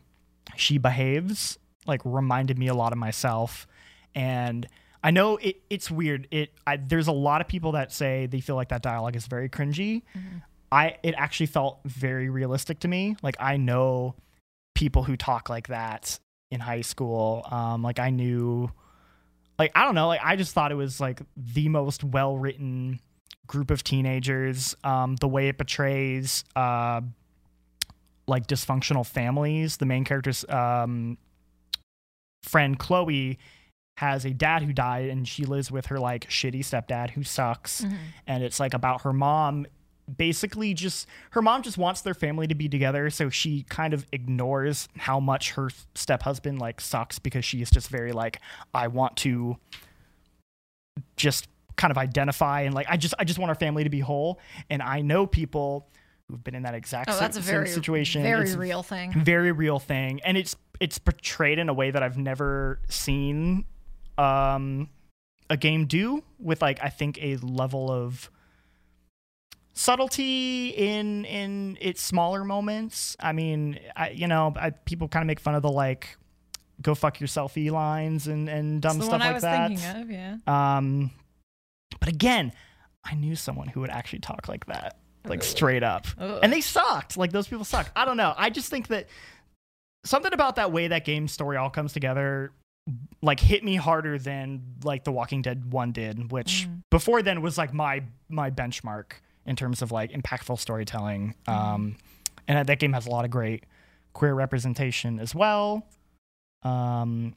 [SPEAKER 3] she behaves like reminded me a lot of myself and I know it, it's weird it I, there's a lot of people that say they feel like that dialogue is very cringy
[SPEAKER 4] Mm-hmm. Oh,
[SPEAKER 3] I it actually felt very realistic to me like I know people who talk like that in high school. Um, like I knew, like I don't know, like I just thought it was like the most well written group of teenagers. Um, the way it portrays, uh, like dysfunctional families. The main character's um, friend Chloe has a dad who died, and she lives with her like shitty stepdad who sucks.
[SPEAKER 4] Mm-hmm.
[SPEAKER 3] And it's like about her mom. Basically, just her mom just wants their family to be together, so she kind of ignores how much her step husband like sucks because she is just very like, I want to just kind of identify and like I just I just want our family to be whole. And I know people who've been in that exact
[SPEAKER 4] Oh,
[SPEAKER 3] si-
[SPEAKER 4] that's a
[SPEAKER 3] same
[SPEAKER 4] very
[SPEAKER 3] situation.
[SPEAKER 4] very
[SPEAKER 3] It's
[SPEAKER 4] real thing.
[SPEAKER 3] very real thing and it's it's portrayed in a way that i've never seen um a game do with like i think a level of subtlety in in its smaller moments i mean i you know I, people kind of make fun of the like go fuck yourself lines and and dumb
[SPEAKER 4] It's the one
[SPEAKER 3] stuff like
[SPEAKER 4] I was
[SPEAKER 3] that
[SPEAKER 4] thinking of. Yeah.
[SPEAKER 3] um, but again, I knew someone who would actually talk like that, like straight up,
[SPEAKER 4] Ugh.
[SPEAKER 3] [laughs] and they sucked. Like those people suck. I don't know. I just think that something about that way that game story all comes together, like hit me harder than like The Walking Dead one did, which before then was like my my benchmark in terms of like impactful storytelling. Um, and that game has a lot of great queer representation as well. Um,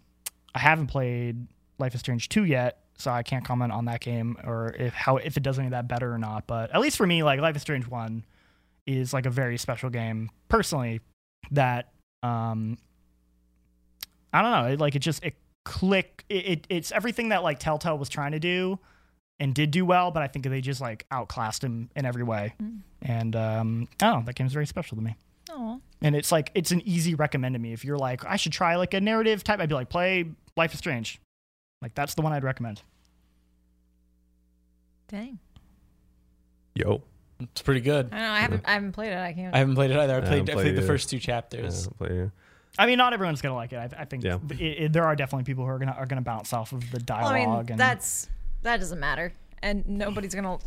[SPEAKER 3] I haven't played Life is Strange 2 yet, so I can't comment on that game or if how if it does any of that better or not. But at least for me, like Life is Strange 1 is like a very special game personally that um I don't know, it, like it just it click it, it it's everything that like Telltale was trying to do and did do well, but I think they just like outclassed him in every way.
[SPEAKER 4] Mm.
[SPEAKER 3] And um I don't know, that game's very special to me.
[SPEAKER 4] Oh.
[SPEAKER 3] And it's like it's an easy recommend to me. If you're like, I should try like a narrative type, I'd be like, play Life is Strange. Like that's the one I'd recommend.
[SPEAKER 4] Dang.
[SPEAKER 5] Yo.
[SPEAKER 1] It's pretty good.
[SPEAKER 4] I don't know. I haven't. I haven't played it. I can't.
[SPEAKER 1] I haven't played it either. I
[SPEAKER 5] Yeah, I
[SPEAKER 1] played, I
[SPEAKER 5] played
[SPEAKER 1] played the
[SPEAKER 5] it.
[SPEAKER 1] first two
[SPEAKER 5] Yeah,
[SPEAKER 1] chapters.
[SPEAKER 5] play-
[SPEAKER 3] I mean, not everyone's gonna like it. I, I think
[SPEAKER 5] Yeah.
[SPEAKER 3] th- it, it- there are definitely people who are gonna are gonna bounce off of the
[SPEAKER 4] Well,
[SPEAKER 3] dialogue.
[SPEAKER 4] I mean,
[SPEAKER 3] and
[SPEAKER 4] that's that doesn't matter, and nobody's gonna.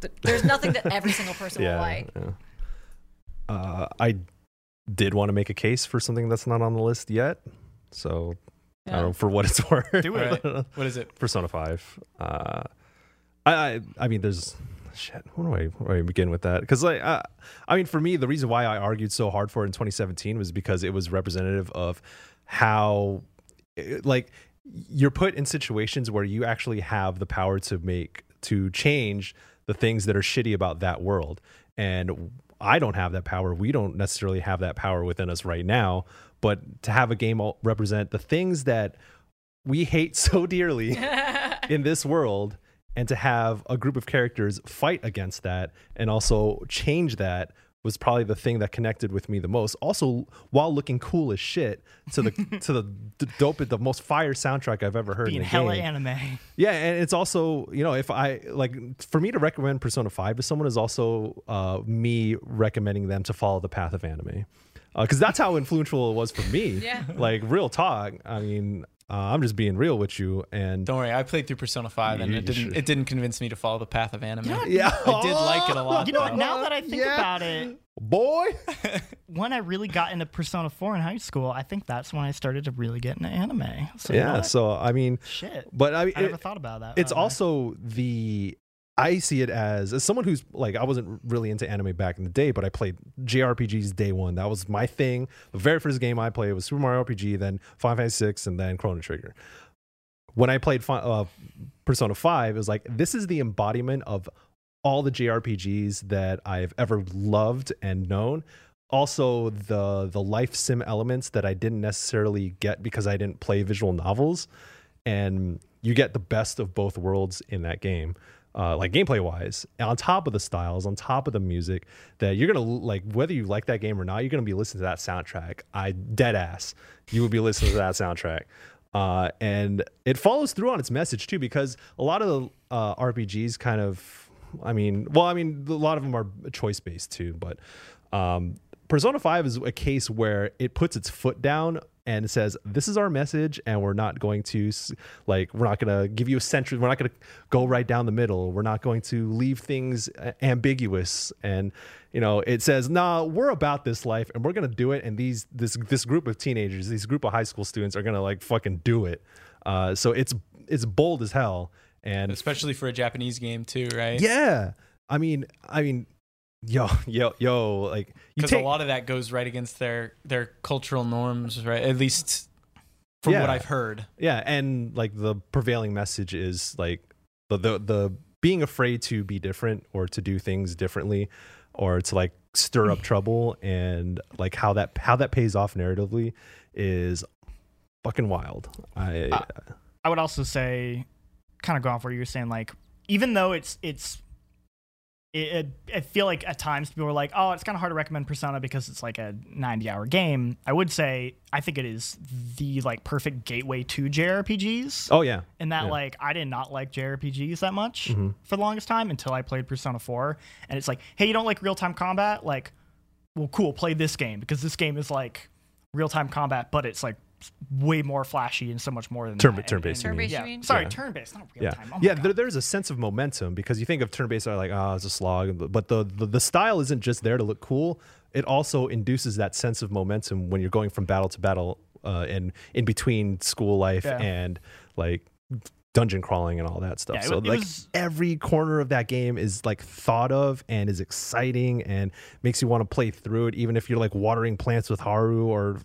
[SPEAKER 4] th- There's nothing that every single person
[SPEAKER 3] [laughs]
[SPEAKER 4] will
[SPEAKER 5] yeah,
[SPEAKER 4] like.
[SPEAKER 5] yeah. Uh, I did want to make a case for something that's not on the list yet. So I
[SPEAKER 4] Yeah.
[SPEAKER 5] don't know for what it's [laughs] worth.
[SPEAKER 3] Do
[SPEAKER 1] it. What is it?
[SPEAKER 5] Persona Five. Uh, I, I I mean, there's shit. Where do I, where do I begin with that? Because like, uh, I mean, for me, the reason why I argued so hard for it in 2017 was because it was representative of how, it- like, you're put in situations where you actually have the power to make to change the things that are shitty about that world and i don't have that power we don't necessarily have that power within us right now but to have a game all- represent the things that we hate [laughs]
[SPEAKER 3] [laughs]
[SPEAKER 5] so dearly in this world and to have a group of characters fight against that and also change that was probably the thing that connected with me the most also while looking cool as shit
[SPEAKER 3] [laughs]
[SPEAKER 5] to the to the d- dope the most fire soundtrack i've ever heard
[SPEAKER 3] Being
[SPEAKER 5] in a
[SPEAKER 3] hella
[SPEAKER 5] game.
[SPEAKER 3] anime.
[SPEAKER 5] Yeah, and it's also you know if I like for me to recommend Persona Five to someone is also uh, me recommending them to follow the path of anime, because that's how influential it was for me. yeah, [laughs] like real talk. I mean, uh, I'm just being real with you, and
[SPEAKER 1] Don't worry, I played through Persona Five, and it didn't it didn't convince me to follow the path of anime.
[SPEAKER 5] yeah, Oh,
[SPEAKER 1] I did like it a lot.
[SPEAKER 3] You know what?
[SPEAKER 1] though.
[SPEAKER 3] Now that I think
[SPEAKER 5] Yeah.
[SPEAKER 3] about it,
[SPEAKER 5] boy.
[SPEAKER 3] when I really got into Persona 4 in high school, I think that's when I started to really get into anime. So you know
[SPEAKER 5] Yeah,
[SPEAKER 3] what?
[SPEAKER 5] so I mean,
[SPEAKER 3] shit.
[SPEAKER 5] but I,
[SPEAKER 3] I
[SPEAKER 5] it-
[SPEAKER 3] never thought about that.
[SPEAKER 5] it's
[SPEAKER 3] that way.
[SPEAKER 5] also the I see it as as someone who's like I wasn't really into anime back in the day, but I played JRPGs day one. That was my thing. The very first game I played was Super Mario RPG, then Final Fantasy Six, and then Chrono Trigger. When I played Fi- uh, Persona Five, it was like this is the embodiment of all the JRPGs that I've ever loved and known. Also, the the life sim elements that I didn't necessarily get because I didn't play visual novels and you get the best of both worlds in that game uh, like gameplay wise And on top of the styles on top of the music that you're gonna l- like whether you like that game or not you're gonna be listening to that soundtrack i dead ass you would be listening to that [laughs] soundtrack uh, and it follows through on its message too because a lot of the uh, rpgs kind of i mean well i mean a lot of them are choice based too but um, Persona 5 is a case where it puts its foot down and says, This is our message, and we're not going to, s- like, we're not going to give you a century. We're not going to go right down the middle. We're not going to leave things uh, ambiguous. And, you know, it says, Nah, we're about this life and we're going to do it. And these, this, this group of teenagers, these group of high school students are going to, like, fucking do it. Uh, so it's, it's bold as hell. And
[SPEAKER 1] especially for a Japanese game too, right?
[SPEAKER 5] yeah, I mean, I mean, yo, [laughs] yo, yo, like, you
[SPEAKER 1] because
[SPEAKER 5] take,
[SPEAKER 1] a lot of that goes right against their their cultural norms, right? At least from
[SPEAKER 5] Yeah.
[SPEAKER 1] what I've heard.
[SPEAKER 5] Yeah, and like the prevailing message is like the the, the being afraid to be different or to do things differently or to like stir up trouble and like how that how that pays off narratively is fucking wild. I
[SPEAKER 3] Uh, I would also say, kind of go off where you were saying, like, even though it's it's, it, it, I feel like at times people are like, oh, it's kind of hard to recommend Persona because it's like a ninety-hour game. I would say I think it is the like perfect gateway to JRPGs,
[SPEAKER 5] oh yeah.
[SPEAKER 3] and that
[SPEAKER 5] yeah. Mm-hmm.
[SPEAKER 3] like I did not like JRPGs that much for the longest time until I played Persona Four, and it's like, hey, you don't like real-time combat? Like, well, cool, play this game because this game is like real-time combat, but it's like way more flashy and so much more than
[SPEAKER 5] Turn-
[SPEAKER 3] that. And-
[SPEAKER 5] turn-based,
[SPEAKER 3] and-
[SPEAKER 5] you mean?
[SPEAKER 4] Turn-based,
[SPEAKER 3] yeah.
[SPEAKER 4] you mean?
[SPEAKER 3] Sorry,
[SPEAKER 5] Yeah.
[SPEAKER 3] turn-based, not real
[SPEAKER 5] Yeah,
[SPEAKER 3] time. Oh my
[SPEAKER 5] yeah.
[SPEAKER 3] God.
[SPEAKER 5] There, there's a sense of momentum because you think of turn-based are like, ah, it's a slog, but the, the the style isn't just there to look cool. It also induces that sense of momentum when you're going from battle to battle, uh, and in between school life
[SPEAKER 3] Yeah.
[SPEAKER 5] and like dungeon crawling and all that stuff.
[SPEAKER 3] Yeah, it
[SPEAKER 5] so
[SPEAKER 3] wa- it
[SPEAKER 5] like
[SPEAKER 3] was-
[SPEAKER 5] every corner of that game is like thought of and is exciting and makes you want to play through it, even if you're like watering plants with Haru or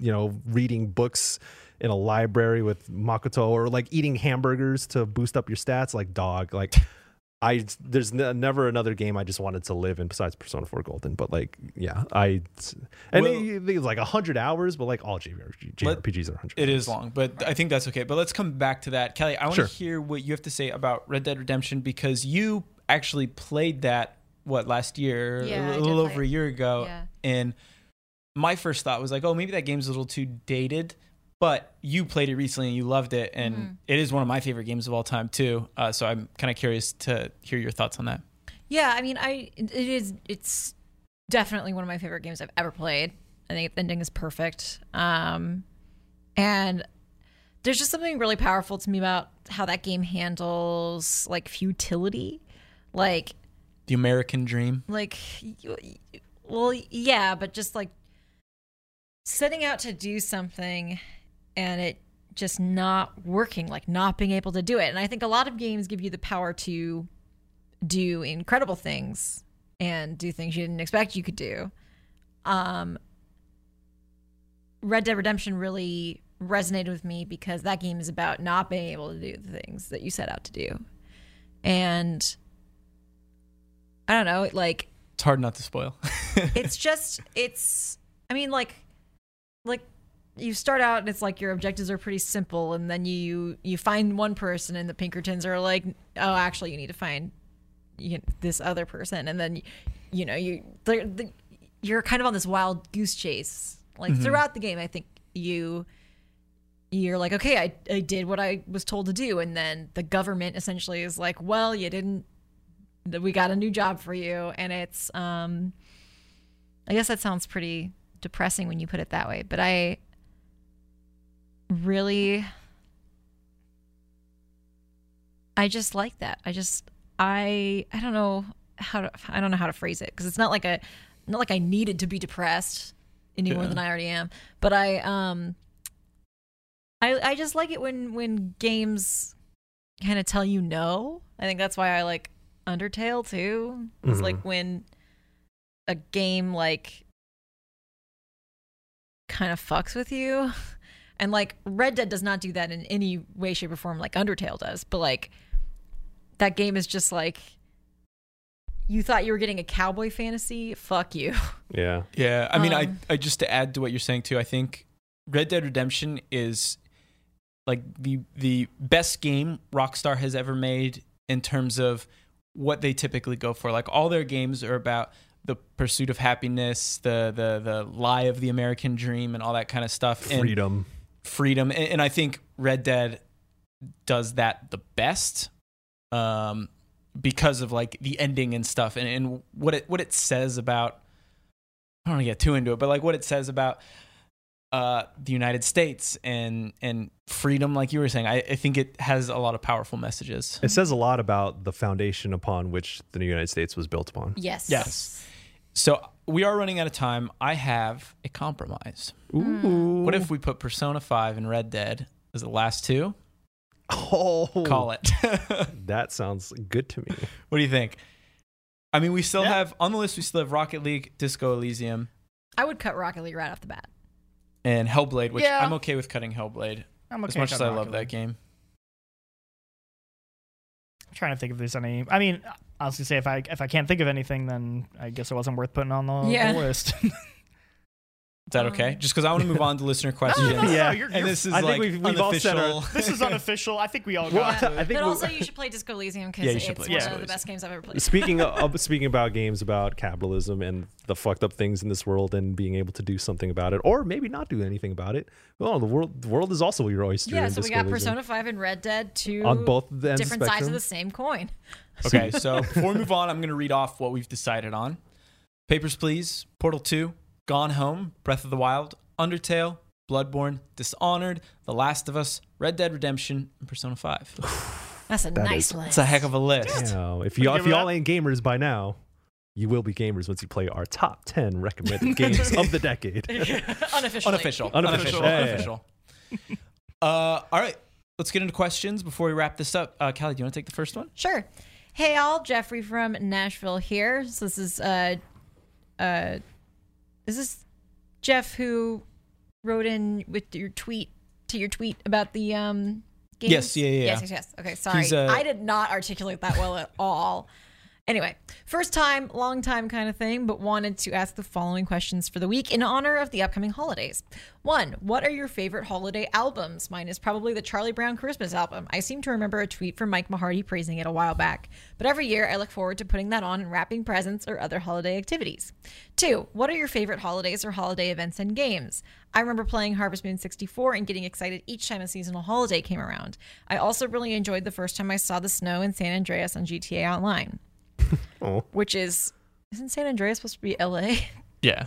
[SPEAKER 5] you know, reading books in a library with Makoto or like eating hamburgers to boost up your stats, like dog. Like, [laughs] I there's n- never another game I just wanted to live in besides Persona 4 Golden, but like, yeah, I and
[SPEAKER 1] Well-
[SPEAKER 5] it, it's like 100 hours, but like all JRPG, JRPGs are 100.
[SPEAKER 1] It is
[SPEAKER 5] hours.
[SPEAKER 1] long, but I think that's okay. But let's come back to that, Kelly. I want
[SPEAKER 5] Sure.
[SPEAKER 1] to hear what you have to say about Red Dead Redemption because you actually played that what last year,
[SPEAKER 4] Yeah,
[SPEAKER 1] a
[SPEAKER 4] I did
[SPEAKER 1] little
[SPEAKER 4] play
[SPEAKER 1] over a
[SPEAKER 4] it.
[SPEAKER 1] year ago,
[SPEAKER 4] Yeah.
[SPEAKER 1] and my first thought was like, oh, maybe that game's a little too dated. But you played it recently and you loved it, and
[SPEAKER 4] Mm-hmm.
[SPEAKER 1] it is one of my favorite games of all time too. Uh, so I'm kind of curious to hear your thoughts on that.
[SPEAKER 4] Yeah, I mean, I it is it's definitely one of my favorite games I've ever played. I think the ending is perfect. Um and there's just something really powerful to me about how that game handles like futility. Like
[SPEAKER 1] The American Dream.
[SPEAKER 4] like you- you- well yeah, but just like setting out to do something and it just not working, like not being able to do it. And I think a lot of games give you the power to do incredible things and do things you didn't expect you could do. Um, Red Dead Redemption really resonated with me because that game is about not being able to do the things that you set out to do. And I don't know, it, like
[SPEAKER 1] It's hard not to spoil.
[SPEAKER 4] it's just it's I mean like like you start out and it's like your objectives are pretty simple and then you you find one person and the Pinkertons are like oh actually you need to find you know, this other person and then you know you they're, the you're kind of on this wild goose chase like throughout the game I think you you're like, okay, I, I did what I was told to do. And then the government essentially is like, well, you didn't, we got a new job for you. And it's, um, I guess that sounds pretty depressing when you put it that way, but I really, I just like that. I just, I, I don't know how to, I don't know how to phrase it because it's not like a, not like I needed to be depressed any more
[SPEAKER 1] Yeah.
[SPEAKER 4] than I already am, but I, um, I, I just like it when when games kind of tell you no. I think that's why I like Undertale too. It's
[SPEAKER 5] Mhm.
[SPEAKER 1] Mm-hmm.
[SPEAKER 4] like when a game like kind of fucks with you. [laughs] And like Red Dead does not do that in any way, shape, or form like Undertale does, but like that game is just like you thought you were getting a cowboy fantasy? Fuck you. [laughs]
[SPEAKER 5] Yeah.
[SPEAKER 1] Yeah, I mean,
[SPEAKER 4] Um,
[SPEAKER 1] I, I just to add to what you're saying too, I think Red Dead Redemption is like the the best game Rockstar has ever made in terms of what they typically go for. Like all their games are about the pursuit of happiness, the the the lie of the American dream, and all that kind of stuff. And-
[SPEAKER 5] Freedom.
[SPEAKER 1] freedom. And, and I think Red Dead does that the best um, because of like the ending and stuff and, and what it what it says about I don't want to get too into it, but like what it says about uh, the United States and and freedom, like you were saying, I, I think it has a lot of powerful messages.
[SPEAKER 5] It says a lot about the foundation upon which the United States was built upon.
[SPEAKER 4] Yes.
[SPEAKER 1] Yes. So we are running out of time. I have a compromise.
[SPEAKER 3] Hmm.
[SPEAKER 5] Ooh.
[SPEAKER 1] What if we put Persona Five and Red Dead as the last two?
[SPEAKER 5] Oh,
[SPEAKER 1] Call it. [laughs]
[SPEAKER 5] That sounds good to me.
[SPEAKER 1] What do you think? I mean, we still
[SPEAKER 3] Yeah.
[SPEAKER 1] have on the list. We still have Rocket League, Disco Elysium,
[SPEAKER 4] I would cut Rocket League right off the bat.
[SPEAKER 1] and Hellblade. Which
[SPEAKER 3] Yeah.
[SPEAKER 1] I'm okay with cutting Hellblade
[SPEAKER 3] I'm okay
[SPEAKER 1] as much
[SPEAKER 3] with
[SPEAKER 1] as I
[SPEAKER 3] Rocket
[SPEAKER 1] love that
[SPEAKER 3] League.
[SPEAKER 1] game.
[SPEAKER 3] I'm trying to think if there's any. I mean, I was gonna say if I if I can't think of anything, then I guess it wasn't worth putting on the, the
[SPEAKER 4] Yeah.
[SPEAKER 3] list.
[SPEAKER 1] Is that okay? Just because I want to move on to listener questions.
[SPEAKER 3] Um, [laughs] no, no,
[SPEAKER 5] Yeah.
[SPEAKER 3] you're,
[SPEAKER 1] And
[SPEAKER 3] you're-
[SPEAKER 1] this is
[SPEAKER 5] I think
[SPEAKER 1] like
[SPEAKER 5] we've- we've all said our-
[SPEAKER 1] unofficial.
[SPEAKER 3] this is unofficial. I think we
[SPEAKER 5] [laughs]
[SPEAKER 3] all
[SPEAKER 5] Well,
[SPEAKER 3] got it.
[SPEAKER 5] I think
[SPEAKER 4] But
[SPEAKER 5] we-
[SPEAKER 4] also, you
[SPEAKER 1] [laughs]
[SPEAKER 4] should play Disco Elysium because
[SPEAKER 1] Yeah, you
[SPEAKER 4] it's
[SPEAKER 1] should
[SPEAKER 4] one
[SPEAKER 1] play Disco
[SPEAKER 4] of the
[SPEAKER 1] Elysium.
[SPEAKER 4] best games I've ever played. [laughs]
[SPEAKER 5] speaking of, speaking about games about capitalism and the fucked up things in this world and being able to do something about it or maybe not do anything about it. Well, the world the world is also your oyster.
[SPEAKER 4] Yeah,
[SPEAKER 5] in
[SPEAKER 4] so we
[SPEAKER 5] Disco
[SPEAKER 4] got
[SPEAKER 5] Elysium.
[SPEAKER 4] Persona 5 and Red Dead, two
[SPEAKER 5] on both ends of the
[SPEAKER 4] different sides
[SPEAKER 5] spectrum.
[SPEAKER 4] of the same coin.
[SPEAKER 1] [laughs] okay, so before we move on, I'm going to read off what we've decided on: Papers, Please, Portal Two, Gone Home, Breath of the Wild, Undertale, Bloodborne, Dishonored, The Last of Us, Red Dead Redemption, and Persona Five.
[SPEAKER 4] That's a
[SPEAKER 5] That
[SPEAKER 4] nice
[SPEAKER 5] is-
[SPEAKER 4] list.
[SPEAKER 1] It's a heck of a list.
[SPEAKER 5] Now, if y'all
[SPEAKER 3] give
[SPEAKER 5] if
[SPEAKER 3] it
[SPEAKER 5] y'all
[SPEAKER 3] up.
[SPEAKER 5] ain't gamers by now, you will be gamers once you play our top
[SPEAKER 4] [laughs]
[SPEAKER 5] ten recommended games of the decade.
[SPEAKER 1] [laughs]
[SPEAKER 4] unofficially.
[SPEAKER 1] unofficial,
[SPEAKER 5] Unofficial.
[SPEAKER 1] unofficial,
[SPEAKER 5] Yeah, yeah,
[SPEAKER 1] unofficial. [laughs] uh, all right, let's get into questions before we wrap this up. Uh, Callie, do you want to take the first one?
[SPEAKER 4] Sure. Hey, all. Jeffrey from Nashville here. So this is, uh, uh, is this Jeff who wrote in with your tweet to your tweet about the, um, games?
[SPEAKER 1] Yes, yeah, yeah,
[SPEAKER 4] Yes,
[SPEAKER 1] yeah.
[SPEAKER 4] yes, yes. Okay, sorry.
[SPEAKER 1] uh,
[SPEAKER 4] I did not articulate that well at all. Anyway, first time, long time kind of thing, but wanted to ask the following questions for the week in honor of the upcoming holidays. One, what are your favorite holiday albums? Mine is probably the Charlie Brown Christmas album. I seem to remember a tweet from Mike Mahardy praising it a while back, but every year I look forward to putting that on and wrapping presents or other holiday activities. Two, what are your favorite holidays or holiday events and games? I remember playing Harvest Moon 64 and getting excited each time a seasonal holiday came around. I also really enjoyed the first time I saw the snow in San Andreas on GTA Online which is isn't San Andreas supposed to be
[SPEAKER 5] [laughs]
[SPEAKER 4] LA?
[SPEAKER 1] Yeah.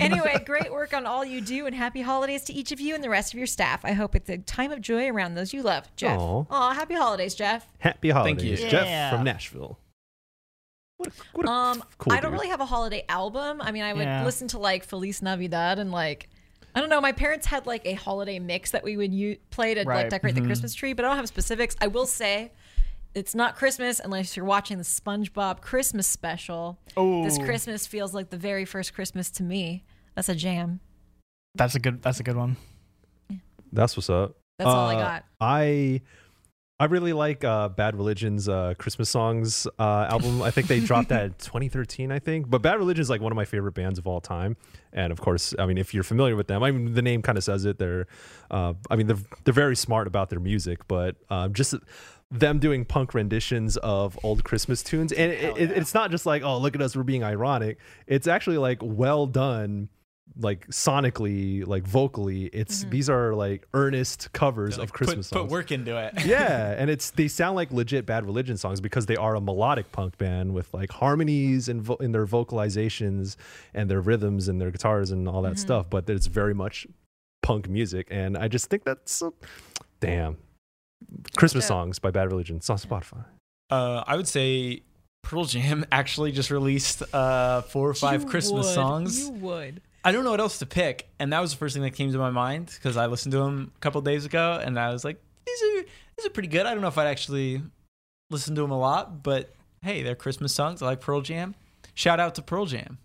[SPEAKER 4] anyway, great work on all you do and happy holidays to each of you and the rest of your staff. I hope it's a time of joy around those you love. Jeff.
[SPEAKER 5] Aw.
[SPEAKER 4] Aw, happy holidays, Jeff.
[SPEAKER 5] [laughs] Happy holidays,
[SPEAKER 1] you.
[SPEAKER 5] Jeff
[SPEAKER 3] Yeah.
[SPEAKER 5] from Nashville. What a, what a
[SPEAKER 4] Um
[SPEAKER 5] cool
[SPEAKER 4] I don't
[SPEAKER 5] dude.
[SPEAKER 4] really have a holiday album. I mean, I would
[SPEAKER 3] Yeah.
[SPEAKER 4] listen to like Feliz Navidad and like I don't know. My parents had like a holiday mix that we would u- play to like
[SPEAKER 3] Right.
[SPEAKER 4] decorate
[SPEAKER 5] Mm-hmm.
[SPEAKER 4] the Christmas tree, but I don't have specifics. I will say it's not Christmas unless you're watching the SpongeBob Christmas special. This
[SPEAKER 3] Ooh.
[SPEAKER 4] Christmas feels like the very first Christmas to me. That's a jam.
[SPEAKER 3] That's a good. That's a good one.
[SPEAKER 5] That's what's up.
[SPEAKER 4] That's all I
[SPEAKER 5] Uh,
[SPEAKER 4] got.
[SPEAKER 5] I I really like uh, Bad Religion's uh, Christmas songs uh, album. I think they dropped that in 2013, I think. But Bad Religion is like one of my favorite bands of all time, and of course, I mean, if you're familiar with them, I mean, the name kind of says it. They're, uh, I mean, they're they're very smart about their music, but um, just them doing punk renditions of old Christmas tunes, and it, it, it's not just like, oh, look at us, we're being ironic. It's actually like well done like sonically, like vocally, it's these are like earnest covers of
[SPEAKER 1] Like,
[SPEAKER 5] Christmas
[SPEAKER 1] put,
[SPEAKER 5] songs.
[SPEAKER 1] put
[SPEAKER 5] [laughs]
[SPEAKER 1] work into it.
[SPEAKER 5] yeah, and it's they sound like legit Bad Religion songs because they are a melodic punk band with like harmonies and vo- in their vocalizations and their rhythms and their guitars and all that stuff. But it's very much punk music, and I just think that's so, damn. Christmas
[SPEAKER 4] Yeah.
[SPEAKER 5] songs by Bad Religion. It's on Spotify.
[SPEAKER 1] [laughs] Uh, I would say Pearl Jam [laughs] actually just released uh, four or five
[SPEAKER 4] You
[SPEAKER 1] Christmas
[SPEAKER 4] would.
[SPEAKER 1] songs.
[SPEAKER 4] You would.
[SPEAKER 1] I don't know what else to pick, and that was the first thing that came to my mind because I listened to them a couple days ago, and I was like, "These are these are pretty good." I don't know if I'd actually listen to them a lot, but hey, they're Christmas songs. I like Pearl Jam. Shout out to Pearl Jam.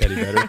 [SPEAKER 5] Eddie Vedder.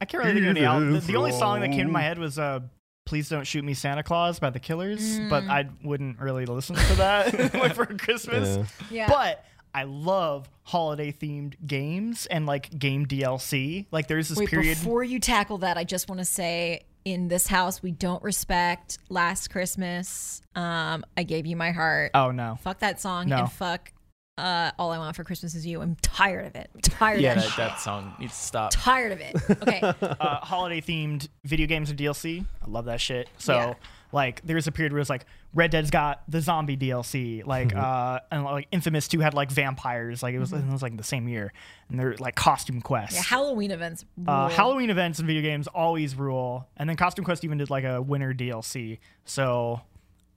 [SPEAKER 3] I can't really think of any album. The, the only song that came to my head was uh, "Please Don't Shoot Me, Santa Claus" by the Killers, but
[SPEAKER 4] Mm.
[SPEAKER 3] I wouldn't really listen to that [laughs] like for Christmas.
[SPEAKER 5] Yeah.
[SPEAKER 4] Yeah.
[SPEAKER 3] But I love holiday themed games and like game DLC. Like there's this
[SPEAKER 4] Wait,
[SPEAKER 3] period.
[SPEAKER 4] before you tackle that, I just want to say in this house, we don't respect last Christmas. Um, I gave you my heart.
[SPEAKER 3] [laughs] oh no.
[SPEAKER 4] fuck that song
[SPEAKER 3] No.
[SPEAKER 4] and fuck uh, all I want for Christmas is you. I'm tired of it. I'm tired
[SPEAKER 1] Yeah,
[SPEAKER 4] of it.
[SPEAKER 1] that, that song needs to stop.
[SPEAKER 4] Tired of it. Okay.
[SPEAKER 3] [laughs] uh, holiday themed video games and DLC. I love that shit. So
[SPEAKER 4] Yeah.
[SPEAKER 3] like there was a period where it's like Red Dead's got the zombie DLC, like uh and like Infamous 2 had like vampires, like it was it was like the same year. And they're like costume quests.
[SPEAKER 4] Yeah, Halloween events.
[SPEAKER 3] uh,
[SPEAKER 4] rule.
[SPEAKER 3] Halloween events in video games always rule. And then Costume Quest even did like a winter DLC. So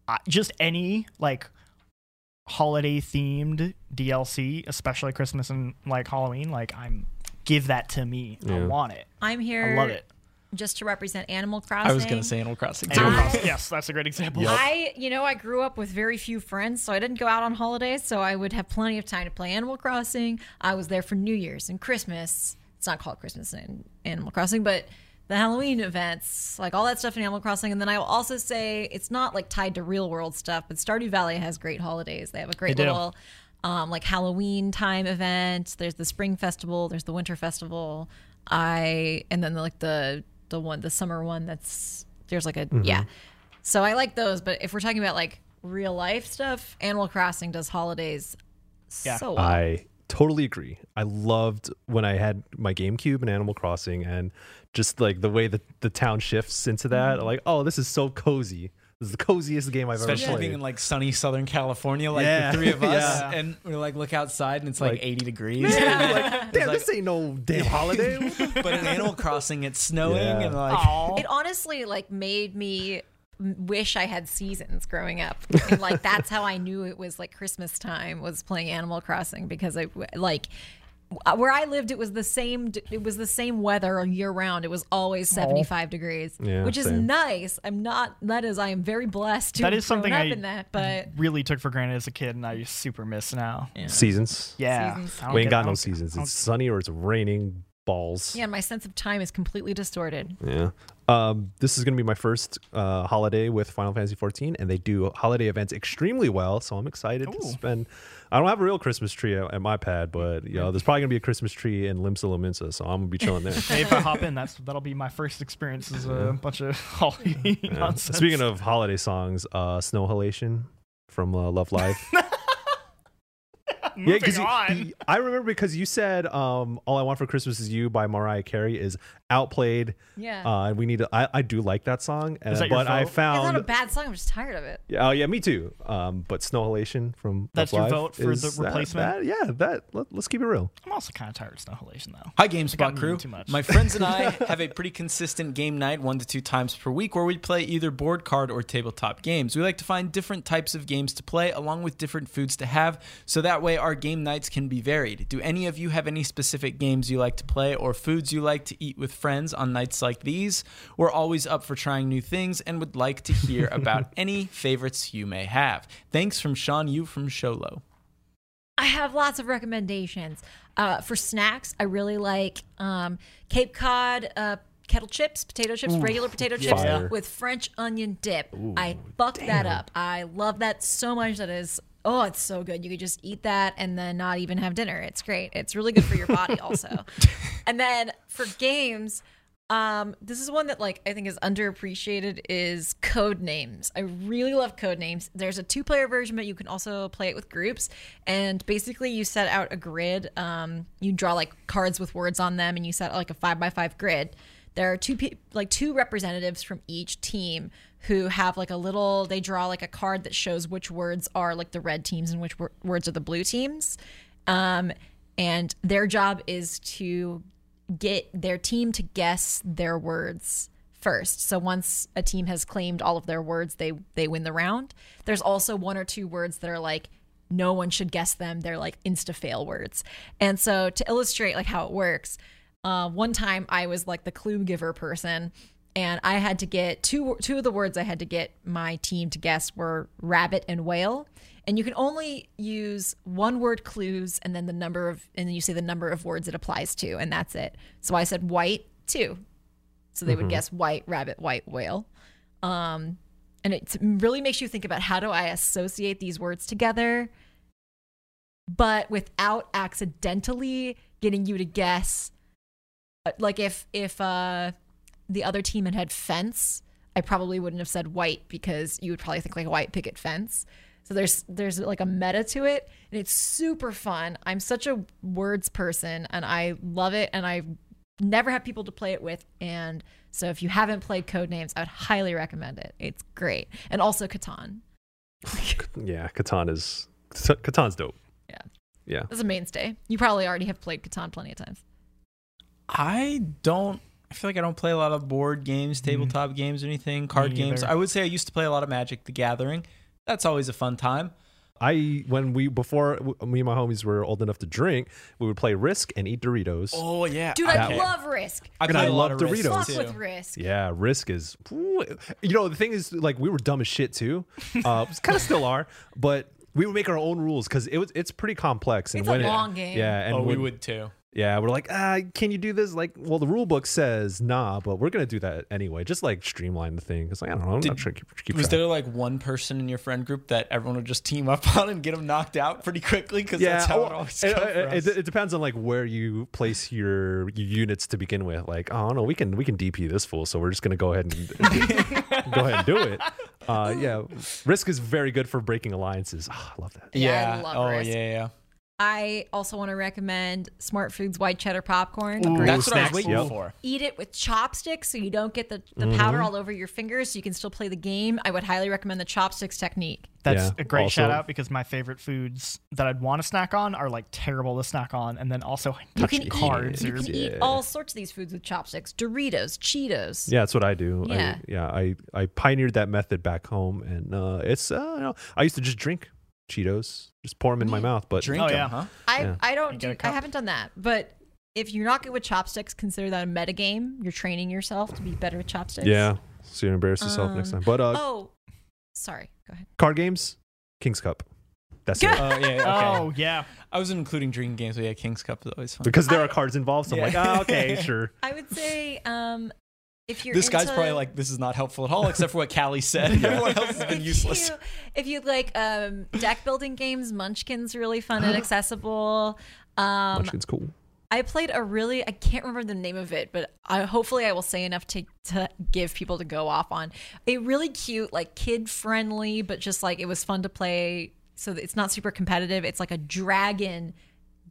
[SPEAKER 3] uh, just any like holiday themed DLC, especially Christmas and like Halloween, like I'm give that to me. I
[SPEAKER 5] Yeah.
[SPEAKER 3] want it.
[SPEAKER 4] I'm
[SPEAKER 3] I
[SPEAKER 4] here
[SPEAKER 3] love it.
[SPEAKER 4] just to represent Animal Crossing.
[SPEAKER 1] I was gonna say Animal Crossing.
[SPEAKER 3] Animal
[SPEAKER 1] Too.
[SPEAKER 3] Crossing. yes, that's a great example.
[SPEAKER 4] I, you know, I grew up with very few friends, so I didn't go out on holidays, so I would have plenty of time to play Animal Crossing. I was there for New Year's and Christmas. It's not called Christmas in Animal Crossing, but the Halloween events, like all that stuff in Animal Crossing. And then I will also say it's not like tied to real world stuff, but Stardew Valley has great holidays. They have a great
[SPEAKER 3] They do.
[SPEAKER 4] little um, like Halloween time event. There's the spring festival, there's the winter festival. I and then like the the one the summer one that's there's like a yeah. So I like those, but if we're talking about like real life stuff, Animal Crossing does holidays
[SPEAKER 3] Yeah.
[SPEAKER 4] so well.
[SPEAKER 5] I totally agree. I loved when I had my GameCube and Animal Crossing, and just like the way that the town shifts into that. Like, oh, this is so cozy. This is the coziest game I've ever
[SPEAKER 1] Especially
[SPEAKER 5] played.
[SPEAKER 1] being in like sunny Southern California, like
[SPEAKER 5] Yeah.
[SPEAKER 1] the three of us,
[SPEAKER 5] Yeah.
[SPEAKER 1] and we like look outside and it's like,
[SPEAKER 5] Like-
[SPEAKER 1] 80 degrees.
[SPEAKER 5] [laughs] like, damn, this ain't no damn holiday.
[SPEAKER 1] but in Animal Crossing, it's snowing
[SPEAKER 5] Yeah.
[SPEAKER 1] and like
[SPEAKER 4] It honestly like made me m- wish I had seasons growing up. And, like that's how I knew it was like Christmas time was playing Animal Crossing because I w- like w- where I lived it was the same d- it was the same weather year round. It was always 75 degrees,
[SPEAKER 5] Yeah,
[SPEAKER 4] which is
[SPEAKER 5] same.
[SPEAKER 4] nice. I'm not that is I am very blessed to
[SPEAKER 3] That
[SPEAKER 4] have
[SPEAKER 3] is something
[SPEAKER 4] grown up
[SPEAKER 3] I-
[SPEAKER 4] in that, but
[SPEAKER 3] [laughs] [laughs] really took for granted as a kid, and I super miss now. Yeah,
[SPEAKER 5] [laughs] seasons.
[SPEAKER 4] Seasons.
[SPEAKER 3] I don't
[SPEAKER 5] We ain't
[SPEAKER 3] get- I
[SPEAKER 5] got no
[SPEAKER 3] don't-
[SPEAKER 5] seasons.
[SPEAKER 3] I
[SPEAKER 5] It's sunny or it's raining balls.
[SPEAKER 4] yeah, my sense of time is completely distorted.
[SPEAKER 5] Yeah. Um, this is going to be my first uh, holiday with Final Fantasy 14, and they do holiday events extremely well. So I'm excited to spend. I don't have a real Christmas tree at, at my pad, but you know, there's probably going to be a Christmas tree in Limsa Lominsa, so I'm going to be
[SPEAKER 3] [laughs]
[SPEAKER 5] chilling there.
[SPEAKER 3] don't- if I hop in, that's that'll be my first experience as a bunch of [laughs] holiday
[SPEAKER 5] Yeah.
[SPEAKER 3] nonsense. [laughs]
[SPEAKER 5] Speaking of holiday songs, uh, Snow Halation from uh, Love Live.
[SPEAKER 3] moving
[SPEAKER 5] 'cause you-
[SPEAKER 3] on,
[SPEAKER 5] y- I remember because you said um, "All I Want for Christmas Is You" by Mariah Carey is outplayed.
[SPEAKER 4] Yeah.
[SPEAKER 5] uh, and we need. To, I I do like that song, and,
[SPEAKER 3] Is that your
[SPEAKER 5] but I
[SPEAKER 3] vote? Is
[SPEAKER 4] it's not
[SPEAKER 5] found.
[SPEAKER 4] a bad song. I'm just tired of it.
[SPEAKER 5] yeah, oh yeah, me too. Um, but Snow Halation from
[SPEAKER 3] That's your
[SPEAKER 5] Love Live
[SPEAKER 3] vote for the
[SPEAKER 5] is that-
[SPEAKER 3] replacement?
[SPEAKER 5] that- yeah, that. Let, us keep it real.
[SPEAKER 3] I'm also kind of tired of Snowhalation though.
[SPEAKER 1] Hi,
[SPEAKER 3] got
[SPEAKER 1] GameSpot
[SPEAKER 3] me
[SPEAKER 1] crew.
[SPEAKER 3] too much.
[SPEAKER 1] My friends
[SPEAKER 3] [laughs]
[SPEAKER 1] and I have a pretty consistent game night one to two times per week where we play either board, card, or tabletop games. We like to find different types of games to play along with different foods to have, so that way our game nights can be varied. Do any of you have any specific games you like to play or foods you like to eat with friends on nights like these? We're always up for trying new things and would like to hear
[SPEAKER 3] [laughs]
[SPEAKER 1] about any favorites you may have. Thanks from Sean Yu from Sholo.
[SPEAKER 4] I have lots of recommendations. Uh, for snacks, I really like um, Cape Cod uh, kettle chips, potato chips, regular potato chips
[SPEAKER 5] Fire.
[SPEAKER 4] [laughs] with French onion dip. I fucked that up. I love that so much. That is, oh, it's so good. You could just eat that and then not even have dinner. It's great. It's really good for your body, also. and then for games, um, this is one that like I think is underappreciated is code names. I really love code names. There's a two player version, but you can also play it with groups. And basically, you set out a grid. Um, you draw like cards with words on them, and you set like a five by five grid. There are two pe- like two representatives from each team who have like a little. They draw like a card that shows which words are like the red teams and which wor- words are the blue teams. Um, and their job is to get their team to guess their words first. So once a team has claimed all of their words, they they win the round. There's also one or two words that are like no one should guess them. They're like insta fail words. And so to illustrate like how it works, uh, one time I was like the clue giver person, and I had to get two two of the words I had to get my team to guess were rabbit and whale. And you can only use one word clues and then the number of and then you say the number of words it applies to, and that's it. So I said white two, so they would guess white rabbit, white whale. Um, and it really makes you think about how do I associate these words together, but without accidentally getting you to guess uh, like if if uh the other team had had fence i probably wouldn't have said white because you would probably think like a white picket fence so there's there's like a meta to it and it's super fun i'm such a words person and i love it and i never have people to play it with and so if you haven't played code names i would highly recommend it it's great and also catan
[SPEAKER 5] Yeah, Catan is Catan's dope.
[SPEAKER 4] Yeah.
[SPEAKER 5] Yeah.
[SPEAKER 4] that's a mainstay you probably already have played catan plenty of times
[SPEAKER 1] I don't. I feel like I don't play a lot of board games,
[SPEAKER 5] Mm-hmm.
[SPEAKER 1] tabletop games, or anything, card games.
[SPEAKER 3] either.
[SPEAKER 1] I would say I used to play a lot of Magic: The Gathering. That's always a fun time.
[SPEAKER 5] I when we before w- me and my homies were old enough to drink, we would play Risk and eat Doritos.
[SPEAKER 1] Oh yeah,
[SPEAKER 4] dude i love risk
[SPEAKER 1] I,
[SPEAKER 5] And
[SPEAKER 1] played
[SPEAKER 5] I
[SPEAKER 1] a lot
[SPEAKER 5] love
[SPEAKER 1] of Risk,
[SPEAKER 5] Doritos.
[SPEAKER 4] fuck
[SPEAKER 5] Those
[SPEAKER 1] too.
[SPEAKER 4] with risk
[SPEAKER 5] Yeah, Risk is. You know, the thing is, like, we were dumb as
[SPEAKER 4] [laughs]
[SPEAKER 5] shit too. Uh, kind of still are, but we would make our own rules because it was it's pretty complex. And
[SPEAKER 4] It's a
[SPEAKER 5] when it-
[SPEAKER 4] long game.
[SPEAKER 5] Yeah, and
[SPEAKER 1] Oh, we
[SPEAKER 5] when-
[SPEAKER 1] would too.
[SPEAKER 5] Yeah, we're like, ah, can you do this? Like, well, the rule book says nah, but we're gonna do that anyway. Just like streamline the thing. It's like I don't know. I'm not sure. Keep, keep
[SPEAKER 1] Was
[SPEAKER 5] track.
[SPEAKER 1] there like one person in your friend group that everyone would just team up [laughs] on and get them knocked out pretty quickly? Because that's how it
[SPEAKER 5] oh,
[SPEAKER 1] always
[SPEAKER 5] it,
[SPEAKER 1] goes. for
[SPEAKER 5] it-
[SPEAKER 1] us.
[SPEAKER 5] it- it depends on like where you place your units to begin with. Like, oh no, we can we can DP this fool, so we're just gonna go ahead and [laughs] go ahead and do it. Uh, yeah, risk is very good for breaking alliances. Ah, I love that.
[SPEAKER 4] Yeah, I
[SPEAKER 1] yeah.
[SPEAKER 4] love
[SPEAKER 1] oh
[SPEAKER 4] Risk.
[SPEAKER 1] yeah, yeah.
[SPEAKER 4] I also want to recommend Smart Foods white cheddar popcorn.
[SPEAKER 3] Ooh.
[SPEAKER 1] That's what I
[SPEAKER 3] snacks.
[SPEAKER 1] was waiting
[SPEAKER 5] Yep.
[SPEAKER 1] for.
[SPEAKER 4] Eat it with chopsticks so you don't get the,
[SPEAKER 5] Mm-hmm.
[SPEAKER 4] the powder all over your fingers so you can still play the game. I would highly recommend the chopsticks technique.
[SPEAKER 3] That's
[SPEAKER 5] Yeah,
[SPEAKER 3] a great
[SPEAKER 5] also-
[SPEAKER 3] shout out because my favorite foods that I'd want to snack on are like terrible to snack on, and then also
[SPEAKER 4] You can,
[SPEAKER 3] touchy
[SPEAKER 4] eat,
[SPEAKER 3] cards.
[SPEAKER 4] you
[SPEAKER 3] Or,
[SPEAKER 4] can eat all sorts of these foods with chopsticks Doritos, Cheetos.
[SPEAKER 5] Yeah, that's what I do.
[SPEAKER 4] Yeah.
[SPEAKER 5] I, yeah. I I pioneered that method back home, and uh, it's uh, you know, I used to just drink Cheetos, just pour them in my mouth. But
[SPEAKER 1] Drink
[SPEAKER 3] Oh,
[SPEAKER 1] 'em,
[SPEAKER 3] yeah.
[SPEAKER 1] huh?
[SPEAKER 4] I,
[SPEAKER 5] Yeah.
[SPEAKER 4] I
[SPEAKER 3] You
[SPEAKER 4] don't
[SPEAKER 3] get
[SPEAKER 4] do,
[SPEAKER 3] a
[SPEAKER 4] I
[SPEAKER 3] cup.
[SPEAKER 4] haven't done that, but if you're not good with chopsticks, consider that a metagame. You're training yourself to be better with chopsticks.
[SPEAKER 5] yeah, so you embarrass yourself next time. But uh,
[SPEAKER 4] Oh, sorry. Go ahead.
[SPEAKER 5] card games, King's Cup. That's
[SPEAKER 1] [laughs]
[SPEAKER 5] it.
[SPEAKER 1] Oh yeah. [laughs] Okay.
[SPEAKER 3] Oh yeah,
[SPEAKER 1] I was including drinking games, but yeah, King's Cup is always fun.
[SPEAKER 5] Because there are cards involved, so I'm
[SPEAKER 1] Yeah.
[SPEAKER 5] like, oh, okay, sure.
[SPEAKER 4] I would say um, if you're
[SPEAKER 1] this guy's
[SPEAKER 4] into-
[SPEAKER 1] probably like, this is not helpful at all, except for what Callie said.
[SPEAKER 5] [laughs]
[SPEAKER 1] Everyone else has been
[SPEAKER 4] If
[SPEAKER 1] useless.
[SPEAKER 4] You, if you like um, deck building games, Munchkin's really fun and accessible. Um,
[SPEAKER 5] Munchkin's cool.
[SPEAKER 4] I played a really I can't remember the name of it, but I, hopefully I will say enough to to give people to go off on a really cute, like kid friendly, but just like it was fun to play. So that it's not super competitive. It's like a dragon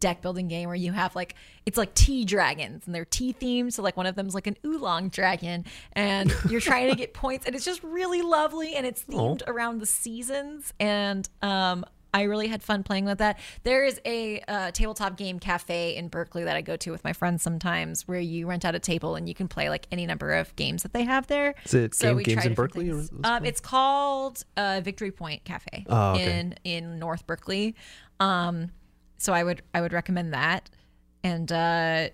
[SPEAKER 4] deck building game where you have like it's like tea dragons and they're tea themed so like one of them's like an oolong dragon and you're trying to get points and it's just really lovely and it's themed around the seasons and um I really had fun playing with that. There is a uh, tabletop game cafe in Berkeley that I go to with my friends sometimes, where you rent out a table and you can play like any number of games that they have there.
[SPEAKER 5] Is it Game-
[SPEAKER 4] we
[SPEAKER 5] Games
[SPEAKER 4] try
[SPEAKER 5] in
[SPEAKER 4] different
[SPEAKER 5] Berkeley, or
[SPEAKER 4] things.
[SPEAKER 5] what's it
[SPEAKER 4] Um, it's called uh, Victory Point Cafe
[SPEAKER 5] Oh, okay.
[SPEAKER 4] in in North Berkeley. Um, so I would I would recommend that. And uh,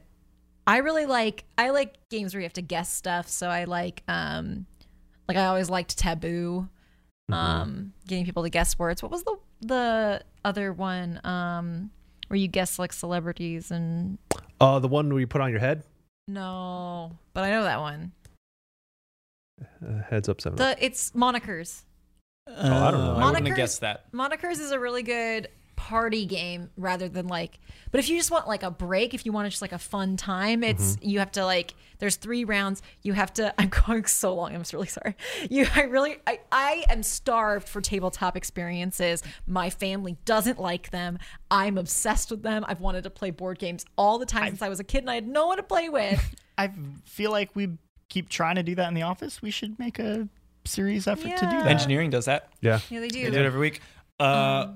[SPEAKER 4] I really like I like games where you have to guess stuff. So I like um, like I always liked Taboo.
[SPEAKER 5] Mm-hmm.
[SPEAKER 4] Um, getting people to guess words. What was the the other one? Um, where you guess like celebrities and
[SPEAKER 5] Uh, the one where you put on your head.
[SPEAKER 4] No, but I know that one.
[SPEAKER 5] Uh, heads up seven.
[SPEAKER 4] The it's monikers.
[SPEAKER 5] Oh, I don't know.
[SPEAKER 1] I wouldn't
[SPEAKER 4] Monikers-
[SPEAKER 1] have guessed that.
[SPEAKER 4] Monikers is a really good party game rather than like but if you just want like a break if you want just like a fun time it's you have to like there's three rounds you have to [laughs] i'm going so long i'm s- really sorry you i really I, I am starved for tabletop experiences my family doesn't like them i'm obsessed with them i've wanted to play board games all the time since i was a kid and i had no one to play with
[SPEAKER 3] I feel like we keep trying to do that in the office. We should make a serious effort to do
[SPEAKER 4] Yeah.
[SPEAKER 3] that.
[SPEAKER 1] Engineering does that.
[SPEAKER 5] yeah.
[SPEAKER 4] yeah they
[SPEAKER 1] They do it
[SPEAKER 4] do
[SPEAKER 1] every week. Uh,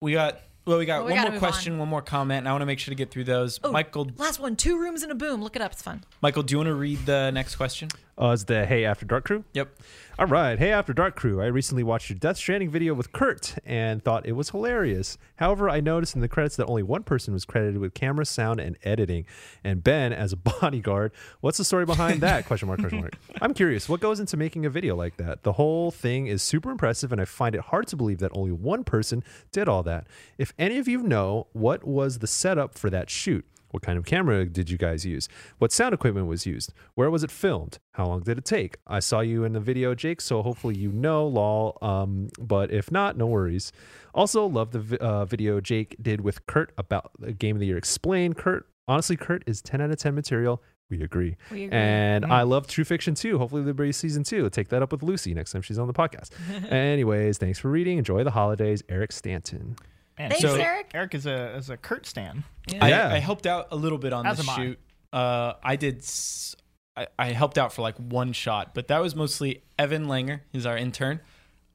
[SPEAKER 1] we got well, we got
[SPEAKER 4] Um, well, we
[SPEAKER 1] one
[SPEAKER 4] gotta
[SPEAKER 1] more
[SPEAKER 4] move Oh.
[SPEAKER 1] question, one more comment, and I want to make sure to get through those. Michael,
[SPEAKER 4] last one two rooms in a boom look it up it's fun
[SPEAKER 1] Michael, do you want to read the next question?
[SPEAKER 5] Uh, it's the Hey After Dark crew.
[SPEAKER 1] Yep.
[SPEAKER 5] All right. Hey After Dark crew. I recently watched your Death Stranding video with Kurt and thought it was hilarious. However, I noticed in the credits that only one person was credited with camera, sound, and editing, and Ben as a [laughs] bodyguard. What's the story behind that? question mark. Question mark. I'm curious. What goes into making a video like that? The whole thing is super impressive, and I find it hard to believe that only one person did all that. If any of you know what was the setup for that shoot. What kind of camera did you guys use? What sound equipment was used? Where was it filmed? How long did it take? I saw you in the video, Jake, so hopefully you know, lol. Um, but if not, no worries. Also, love the vi- uh, video Jake did with Kurt about the Game of the Year Explained. Kurt, honestly, Kurt is 10 out of 10 material. We agree.
[SPEAKER 4] We agree.
[SPEAKER 5] And I love True Fiction too. Hopefully, there'll be season two. take that up with Lucy next time she's on
[SPEAKER 4] [laughs]
[SPEAKER 5] the podcast. Anyways, thanks for reading. Enjoy the holidays. Eric Stanton.
[SPEAKER 3] Man,
[SPEAKER 4] Thanks,
[SPEAKER 1] So-
[SPEAKER 4] Eric.
[SPEAKER 3] Eric is a is a Kurt Stan.
[SPEAKER 5] Yeah.
[SPEAKER 1] I, I helped out a little bit on
[SPEAKER 3] As
[SPEAKER 1] this
[SPEAKER 3] am I.
[SPEAKER 1] shoot. Uh, I did. s- I, I helped out for like one shot, but that was mostly Evan Langer. He's our intern.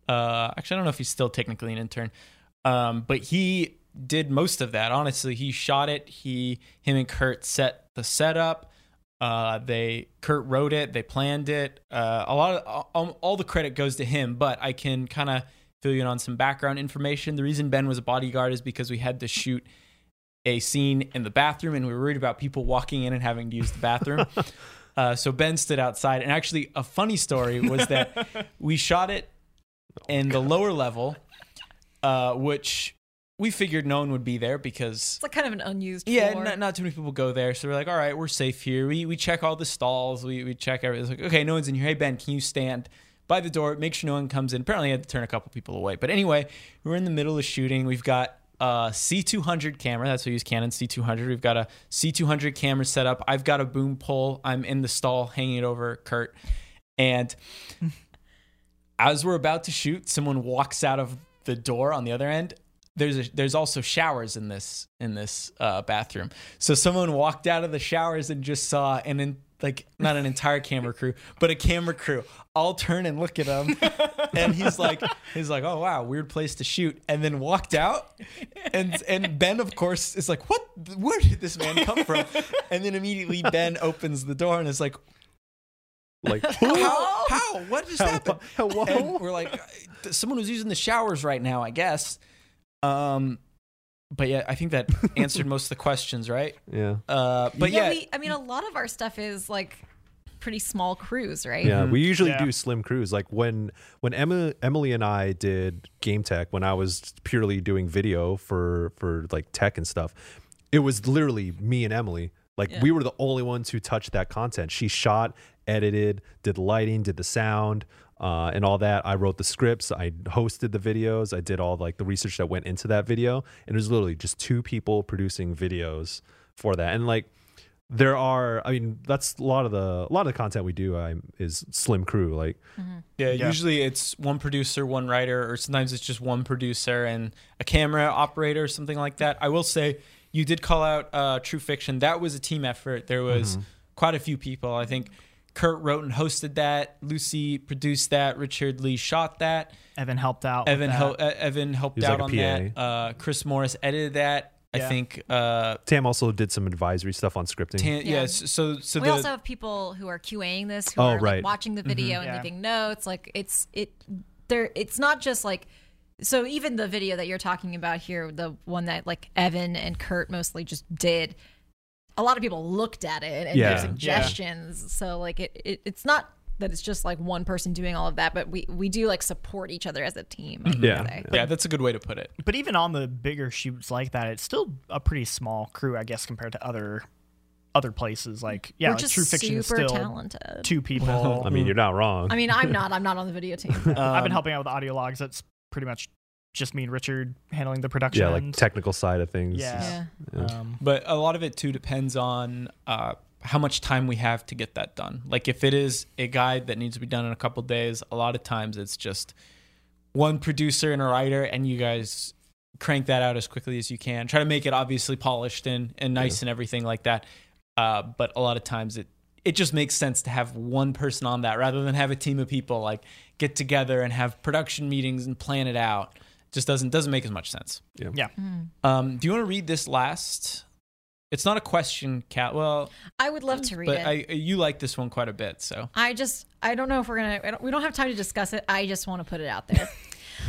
[SPEAKER 1] Uh, actually, I don't know if he's still technically an intern, um, but he did most of that. Honestly, he shot it. He, him, and Kurt set the setup. Uh, they Kurt wrote it. They planned it. Uh, a lot of all, all the credit goes to him, but I can kind of fill you in on some background information. The reason Ben was a bodyguard is because we had to shoot a scene in the bathroom, and we were worried about people walking in and having to use the bathroom. uh, so Ben stood outside, and actually, a funny story was that we shot it in the lower level, uh, which we figured no one would be there because
[SPEAKER 4] it's like kind of an unused
[SPEAKER 1] yeah,
[SPEAKER 4] floor.
[SPEAKER 1] not, not too many people go there. So we're like, all right, we're safe here. We we check all the stalls. We we check everything. It's like, okay, no one's in here. Hey Ben, can you stand by the door? Make sure no one comes in. Apparently, I had to turn a couple people away. But anyway, we're in the middle of shooting. We've got a C200 camera. That's what we use Canon C200. We've got a C200 camera set up. I've got a boom pole. I'm in the stall hanging it over Kurt, and as we're about to shoot, someone walks out of the door on the other end. There's a, there's also showers in this in this uh, bathroom. So someone walked out of the showers and just saw an in, like not an entire camera crew, but a camera crew all turn and look at him. and he's like he's like, "Oh wow, weird place to shoot." And then walked out. And and Ben of course is like, "What? Where did this man come from?" And then immediately Ben opens the door and is like,
[SPEAKER 4] [laughs]
[SPEAKER 5] Like,
[SPEAKER 1] "How? How? What just happened?"
[SPEAKER 5] hello?
[SPEAKER 1] and we're like, "Uh, someone was using the showers right now, I guess. Um, but yeah, I think that answered most of the questions, right?
[SPEAKER 5] Yeah.
[SPEAKER 1] Uh, but yeah,
[SPEAKER 4] we, I mean, a lot of our stuff is like pretty small crews, right?
[SPEAKER 5] Yeah, we usually
[SPEAKER 3] Yeah.
[SPEAKER 5] do slim crews. Like when when Emma, Emily and I did game tech, when I was purely doing video for for like tech and stuff, it was literally me and Emily. Like we were the only ones who touched that content. She shot, edited, did lighting, did the sound, uh, and all that. I wrote the scripts. I hosted the videos. I did all like the research that went into that video. And it was literally just two people producing videos for that. And like there are i mean that's a lot of the a lot of the content we do i is slim crew like
[SPEAKER 1] yeah,
[SPEAKER 3] Yeah.
[SPEAKER 1] Usually it's one producer, one writer, or sometimes it's just one producer and a camera operator, or something like that. I will say you did call out uh, True Fiction. That was a team effort. There was quite a few people. I think Kurt wrote and hosted that. Lucy produced that. Richard Lee shot that.
[SPEAKER 3] Evan helped out. with
[SPEAKER 1] Evan
[SPEAKER 3] that.
[SPEAKER 1] hel- uh, Evan helped
[SPEAKER 5] He was
[SPEAKER 1] out
[SPEAKER 5] like
[SPEAKER 1] on
[SPEAKER 5] a
[SPEAKER 1] that. Uh, Chris Morris edited that. I
[SPEAKER 3] Yeah.
[SPEAKER 1] think. Uh,
[SPEAKER 5] tam also did some advisory stuff on scripting
[SPEAKER 1] tan- yeah.
[SPEAKER 4] Yeah.
[SPEAKER 1] s- So so
[SPEAKER 4] we
[SPEAKER 1] the,
[SPEAKER 4] also have people who are QAing this, who
[SPEAKER 5] Oh,
[SPEAKER 4] are like,
[SPEAKER 5] right.
[SPEAKER 4] watching the video and
[SPEAKER 3] Yeah.
[SPEAKER 4] leaving notes. Like it's it there. It's not just like so. Even the video that you're talking about here, the one that like Evan and Kurt mostly just did. A lot of people looked at it and
[SPEAKER 5] Yeah.
[SPEAKER 4] gave suggestions. So like it, it, it's not that it's just like one person doing all of that, but we we do like support each other as a team. I would
[SPEAKER 5] Mm-hmm. Yeah.
[SPEAKER 4] say.
[SPEAKER 1] yeah, that's a good way to put it.
[SPEAKER 3] But even on the bigger shoots like that, it's still a pretty small crew, I guess, compared to other other places. Like yeah,
[SPEAKER 4] We're
[SPEAKER 3] like
[SPEAKER 4] just
[SPEAKER 3] True Fiction is
[SPEAKER 4] super
[SPEAKER 3] still
[SPEAKER 4] talented.
[SPEAKER 3] two people.
[SPEAKER 5] I mean, you're not wrong.
[SPEAKER 4] I mean, I'm not. I'm not on the video team.
[SPEAKER 1] [laughs]
[SPEAKER 3] I've been
[SPEAKER 1] Um,
[SPEAKER 3] helping out with audio logs. That's pretty much just me and Richard handling the production.
[SPEAKER 5] yeah, like technical side of things.
[SPEAKER 3] Yeah.
[SPEAKER 4] yeah.
[SPEAKER 3] um,
[SPEAKER 1] But a lot of it too depends on uh, how much time we have to get that done. Like if it is a guide that needs to be done in a couple days, a lot of times it's just one producer and a writer, and you guys crank that out as quickly as you can. Try to make it obviously polished and, and nice and everything like that. Uh, but a lot of times it it just makes sense to have one person on that rather than have a team of people like get together and have production meetings and plan it out. Just doesn't doesn't make as much sense.
[SPEAKER 3] yeah.
[SPEAKER 1] Um, do you want to read this last? It's not a question, Cat. Well,
[SPEAKER 4] I would love to read
[SPEAKER 1] but
[SPEAKER 4] it.
[SPEAKER 1] I, you like this one quite a bit, so
[SPEAKER 4] I just, I don't know if we're gonna, I don't, we don't have time to discuss it. I just want to put it
[SPEAKER 1] [laughs]
[SPEAKER 4] out there.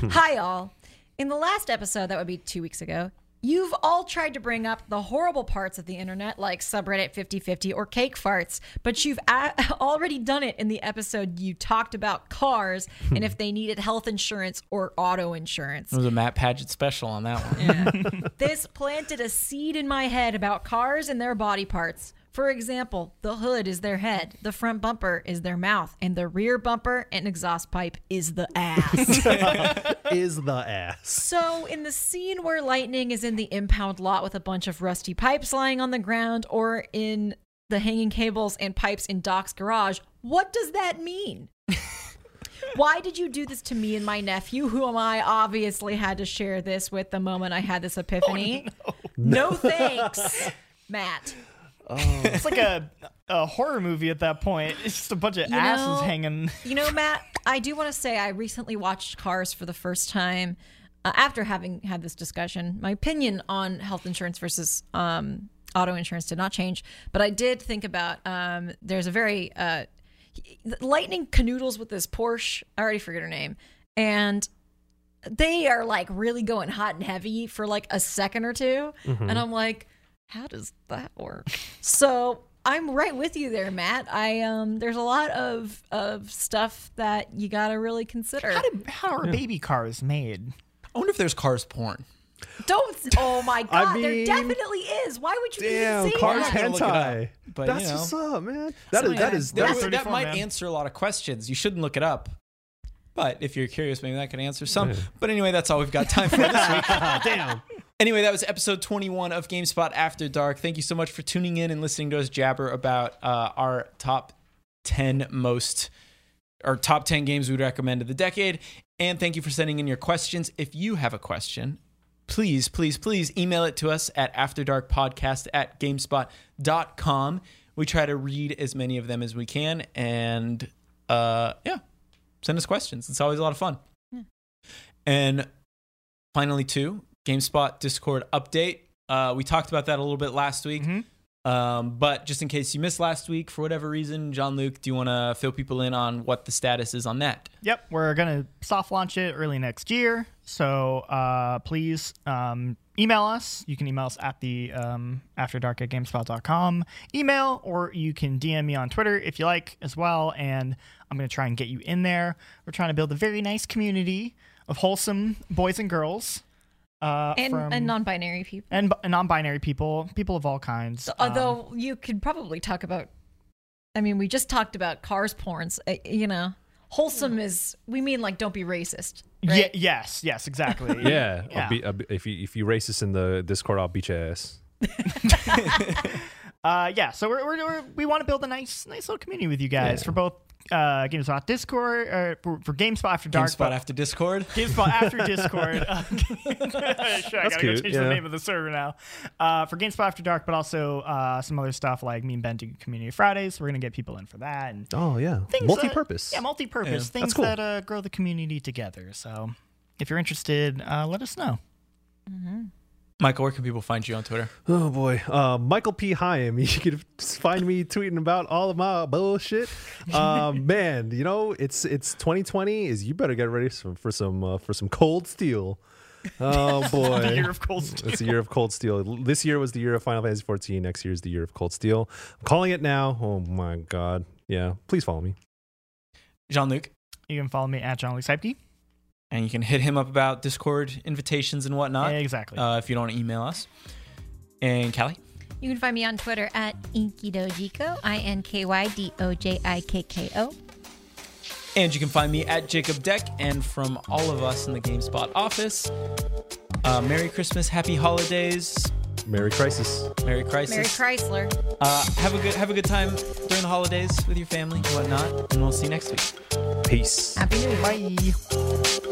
[SPEAKER 4] Hi, all. In the last episode, that would be two weeks ago, you've all tried to bring up the horrible parts of the internet, like subreddit 5050 or cake farts, but you've a- [laughs] already done it in the episode you talked about cars
[SPEAKER 1] Hmm.
[SPEAKER 4] and if they needed health insurance or auto insurance.
[SPEAKER 1] it was a Matt Paget special on that
[SPEAKER 4] [laughs]
[SPEAKER 1] one.
[SPEAKER 4] This planted a seed in my head about cars and their body parts. For example, the hood is their head, the front bumper is their mouth, and the rear bumper and exhaust pipe is the ass.
[SPEAKER 5] [laughs] Is the ass.
[SPEAKER 4] so, in the scene where Lightning is in the impound lot with a bunch of rusty pipes lying on the ground, or in the hanging cables and pipes in Doc's garage, what does that mean? Why did you do this to me and my nephew, whom I obviously had to share this with the moment I had this epiphany? no. thanks, Matt.
[SPEAKER 3] It's like a a horror movie at that point. It's just a bunch of
[SPEAKER 4] You
[SPEAKER 3] asses
[SPEAKER 4] know-
[SPEAKER 3] hanging.
[SPEAKER 4] You know, Matt, I do want to say I recently watched Cars for the first time uh, after having had this discussion. My opinion on health insurance versus um, auto insurance did not change, but I did think about um, there's a very uh, lightning canoodles with this Porsche. I already forget her name, and they are like really going hot and heavy for like a second or 2
[SPEAKER 5] Mm-hmm.
[SPEAKER 4] and I'm like, how does that work? so I'm right with you there, Matt. I um, there's a lot of of stuff that you gotta really consider.
[SPEAKER 3] How did how are baby cars made?
[SPEAKER 1] I wonder if there's cars porn.
[SPEAKER 4] [laughs] Don't. Oh my god, there
[SPEAKER 5] mean-
[SPEAKER 4] definitely is. Why would you
[SPEAKER 5] Damn,
[SPEAKER 4] even say
[SPEAKER 5] cars
[SPEAKER 4] that?
[SPEAKER 1] gonna look it
[SPEAKER 5] hentai.
[SPEAKER 1] up, but,
[SPEAKER 5] That's
[SPEAKER 1] you know.
[SPEAKER 5] what's up, man. That is that
[SPEAKER 4] yeah.
[SPEAKER 5] is
[SPEAKER 1] That,
[SPEAKER 5] that
[SPEAKER 3] That's
[SPEAKER 1] that
[SPEAKER 3] 34,
[SPEAKER 1] might
[SPEAKER 3] man.
[SPEAKER 1] answer a lot of questions. You shouldn't look it up. But if you're curious, maybe that could answer some. But anyway, that's all we've got time for this week.
[SPEAKER 5] [laughs] damn.
[SPEAKER 1] Anyway, that was episode 21 of GameSpot After Dark. Thank you so much for tuning in and listening to us jabber about uh, our top 10 most or top 10 games we'd recommend of the decade. And thank you for sending in your questions. If you have a question, please, please, please email it to us at afterdarkpodcast at gamespot.com. We try to read as many of them as we can. And uh, yeah, send us questions. It's always a lot of fun. And finally, too, GameSpot Discord update. Uh, we talked about that a little bit last week. Um, but just in case you missed last week, for whatever reason, John Luke, do you want to fill people in on what the status is on that?
[SPEAKER 3] Yep, we're gonna soft launch it early next year. So uh, please um, email us. You can email us at the um, afterdark at gamespot.com email, or you can DM me on Twitter if you like as well. And I'm gonna try and get you in there. We're trying to build a very nice community of wholesome boys and girls, uh,
[SPEAKER 4] And,
[SPEAKER 3] from-
[SPEAKER 4] and non-binary people.
[SPEAKER 3] and, and non-binary people, people of all kinds. Um,
[SPEAKER 4] Although you could probably talk about. I mean, we just talked about cars porns. uh, You know, wholesome is. We mean like don't be racist.
[SPEAKER 3] Ye-
[SPEAKER 4] Right?
[SPEAKER 3] yes, yes, exactly.
[SPEAKER 5] [laughs] [laughs] Yeah,
[SPEAKER 3] Yeah.
[SPEAKER 5] I'll be, I'll be- if you if you racist in the Discord, I'll beat your ass.
[SPEAKER 3] uh, yeah, so we're, we're, we're, we want to build a nice nice little community with you guys for both uh, GameSpot Discord or for, for GameSpot After Dark,
[SPEAKER 1] GameSpot
[SPEAKER 3] but-
[SPEAKER 1] after Discord.
[SPEAKER 3] GameSpot After
[SPEAKER 5] [laughs]
[SPEAKER 3] Discord. Uh, [laughs] sure, I gotta go
[SPEAKER 5] cute,
[SPEAKER 3] change
[SPEAKER 5] yeah.
[SPEAKER 3] the name of the server now uh, for GameSpot After Dark, but also uh, some other stuff like me and Ben do Community Fridays. We're gonna get people in for that and
[SPEAKER 5] Oh yeah,
[SPEAKER 3] things that-
[SPEAKER 5] multi-purpose.
[SPEAKER 3] yeah, multi-purpose things
[SPEAKER 5] cool.
[SPEAKER 3] that uh, grow the community together. So if you're interested, uh, let us know.
[SPEAKER 1] Michael, where can people find you on Twitter?
[SPEAKER 5] Oh boy, uh, Michael P. Hyam. [laughs] You can find me tweeting about all of my bullshit.
[SPEAKER 3] [laughs]
[SPEAKER 5] Uh, man, you know it's it's 2020. Is you better get ready for, for some uh, for some
[SPEAKER 3] [laughs]
[SPEAKER 5] cold steel. Oh boy,
[SPEAKER 3] The year of cold steel.
[SPEAKER 5] It's the year of cold steel. This year was the year of Final Fantasy 14. Next year is the year of cold steel. I'm calling it now. Oh my god. Yeah, please follow me.
[SPEAKER 1] Jean Luc.
[SPEAKER 5] Mm-hmm.
[SPEAKER 3] You can follow me at John Lee Seipke.
[SPEAKER 1] And you can hit him up about Discord invitations and whatnot
[SPEAKER 3] exactly.
[SPEAKER 1] uh, if you don't want to email us. And Callie.
[SPEAKER 4] You can find me on Twitter at Inkydojiko, I N K Y D O J I K K O.
[SPEAKER 1] And you can find me at Jacob Deck and from all of us in the GameSpot office. Uh, Merry Christmas, Happy Holidays,
[SPEAKER 5] Merry Crisis.
[SPEAKER 1] Merry Crisis.
[SPEAKER 4] Mary Chrysler.
[SPEAKER 1] Uh, have a good have a good time during the holidays with your family, and whatnot, and we'll see you next week.
[SPEAKER 5] Peace.
[SPEAKER 4] Happy New Year.
[SPEAKER 3] Bye.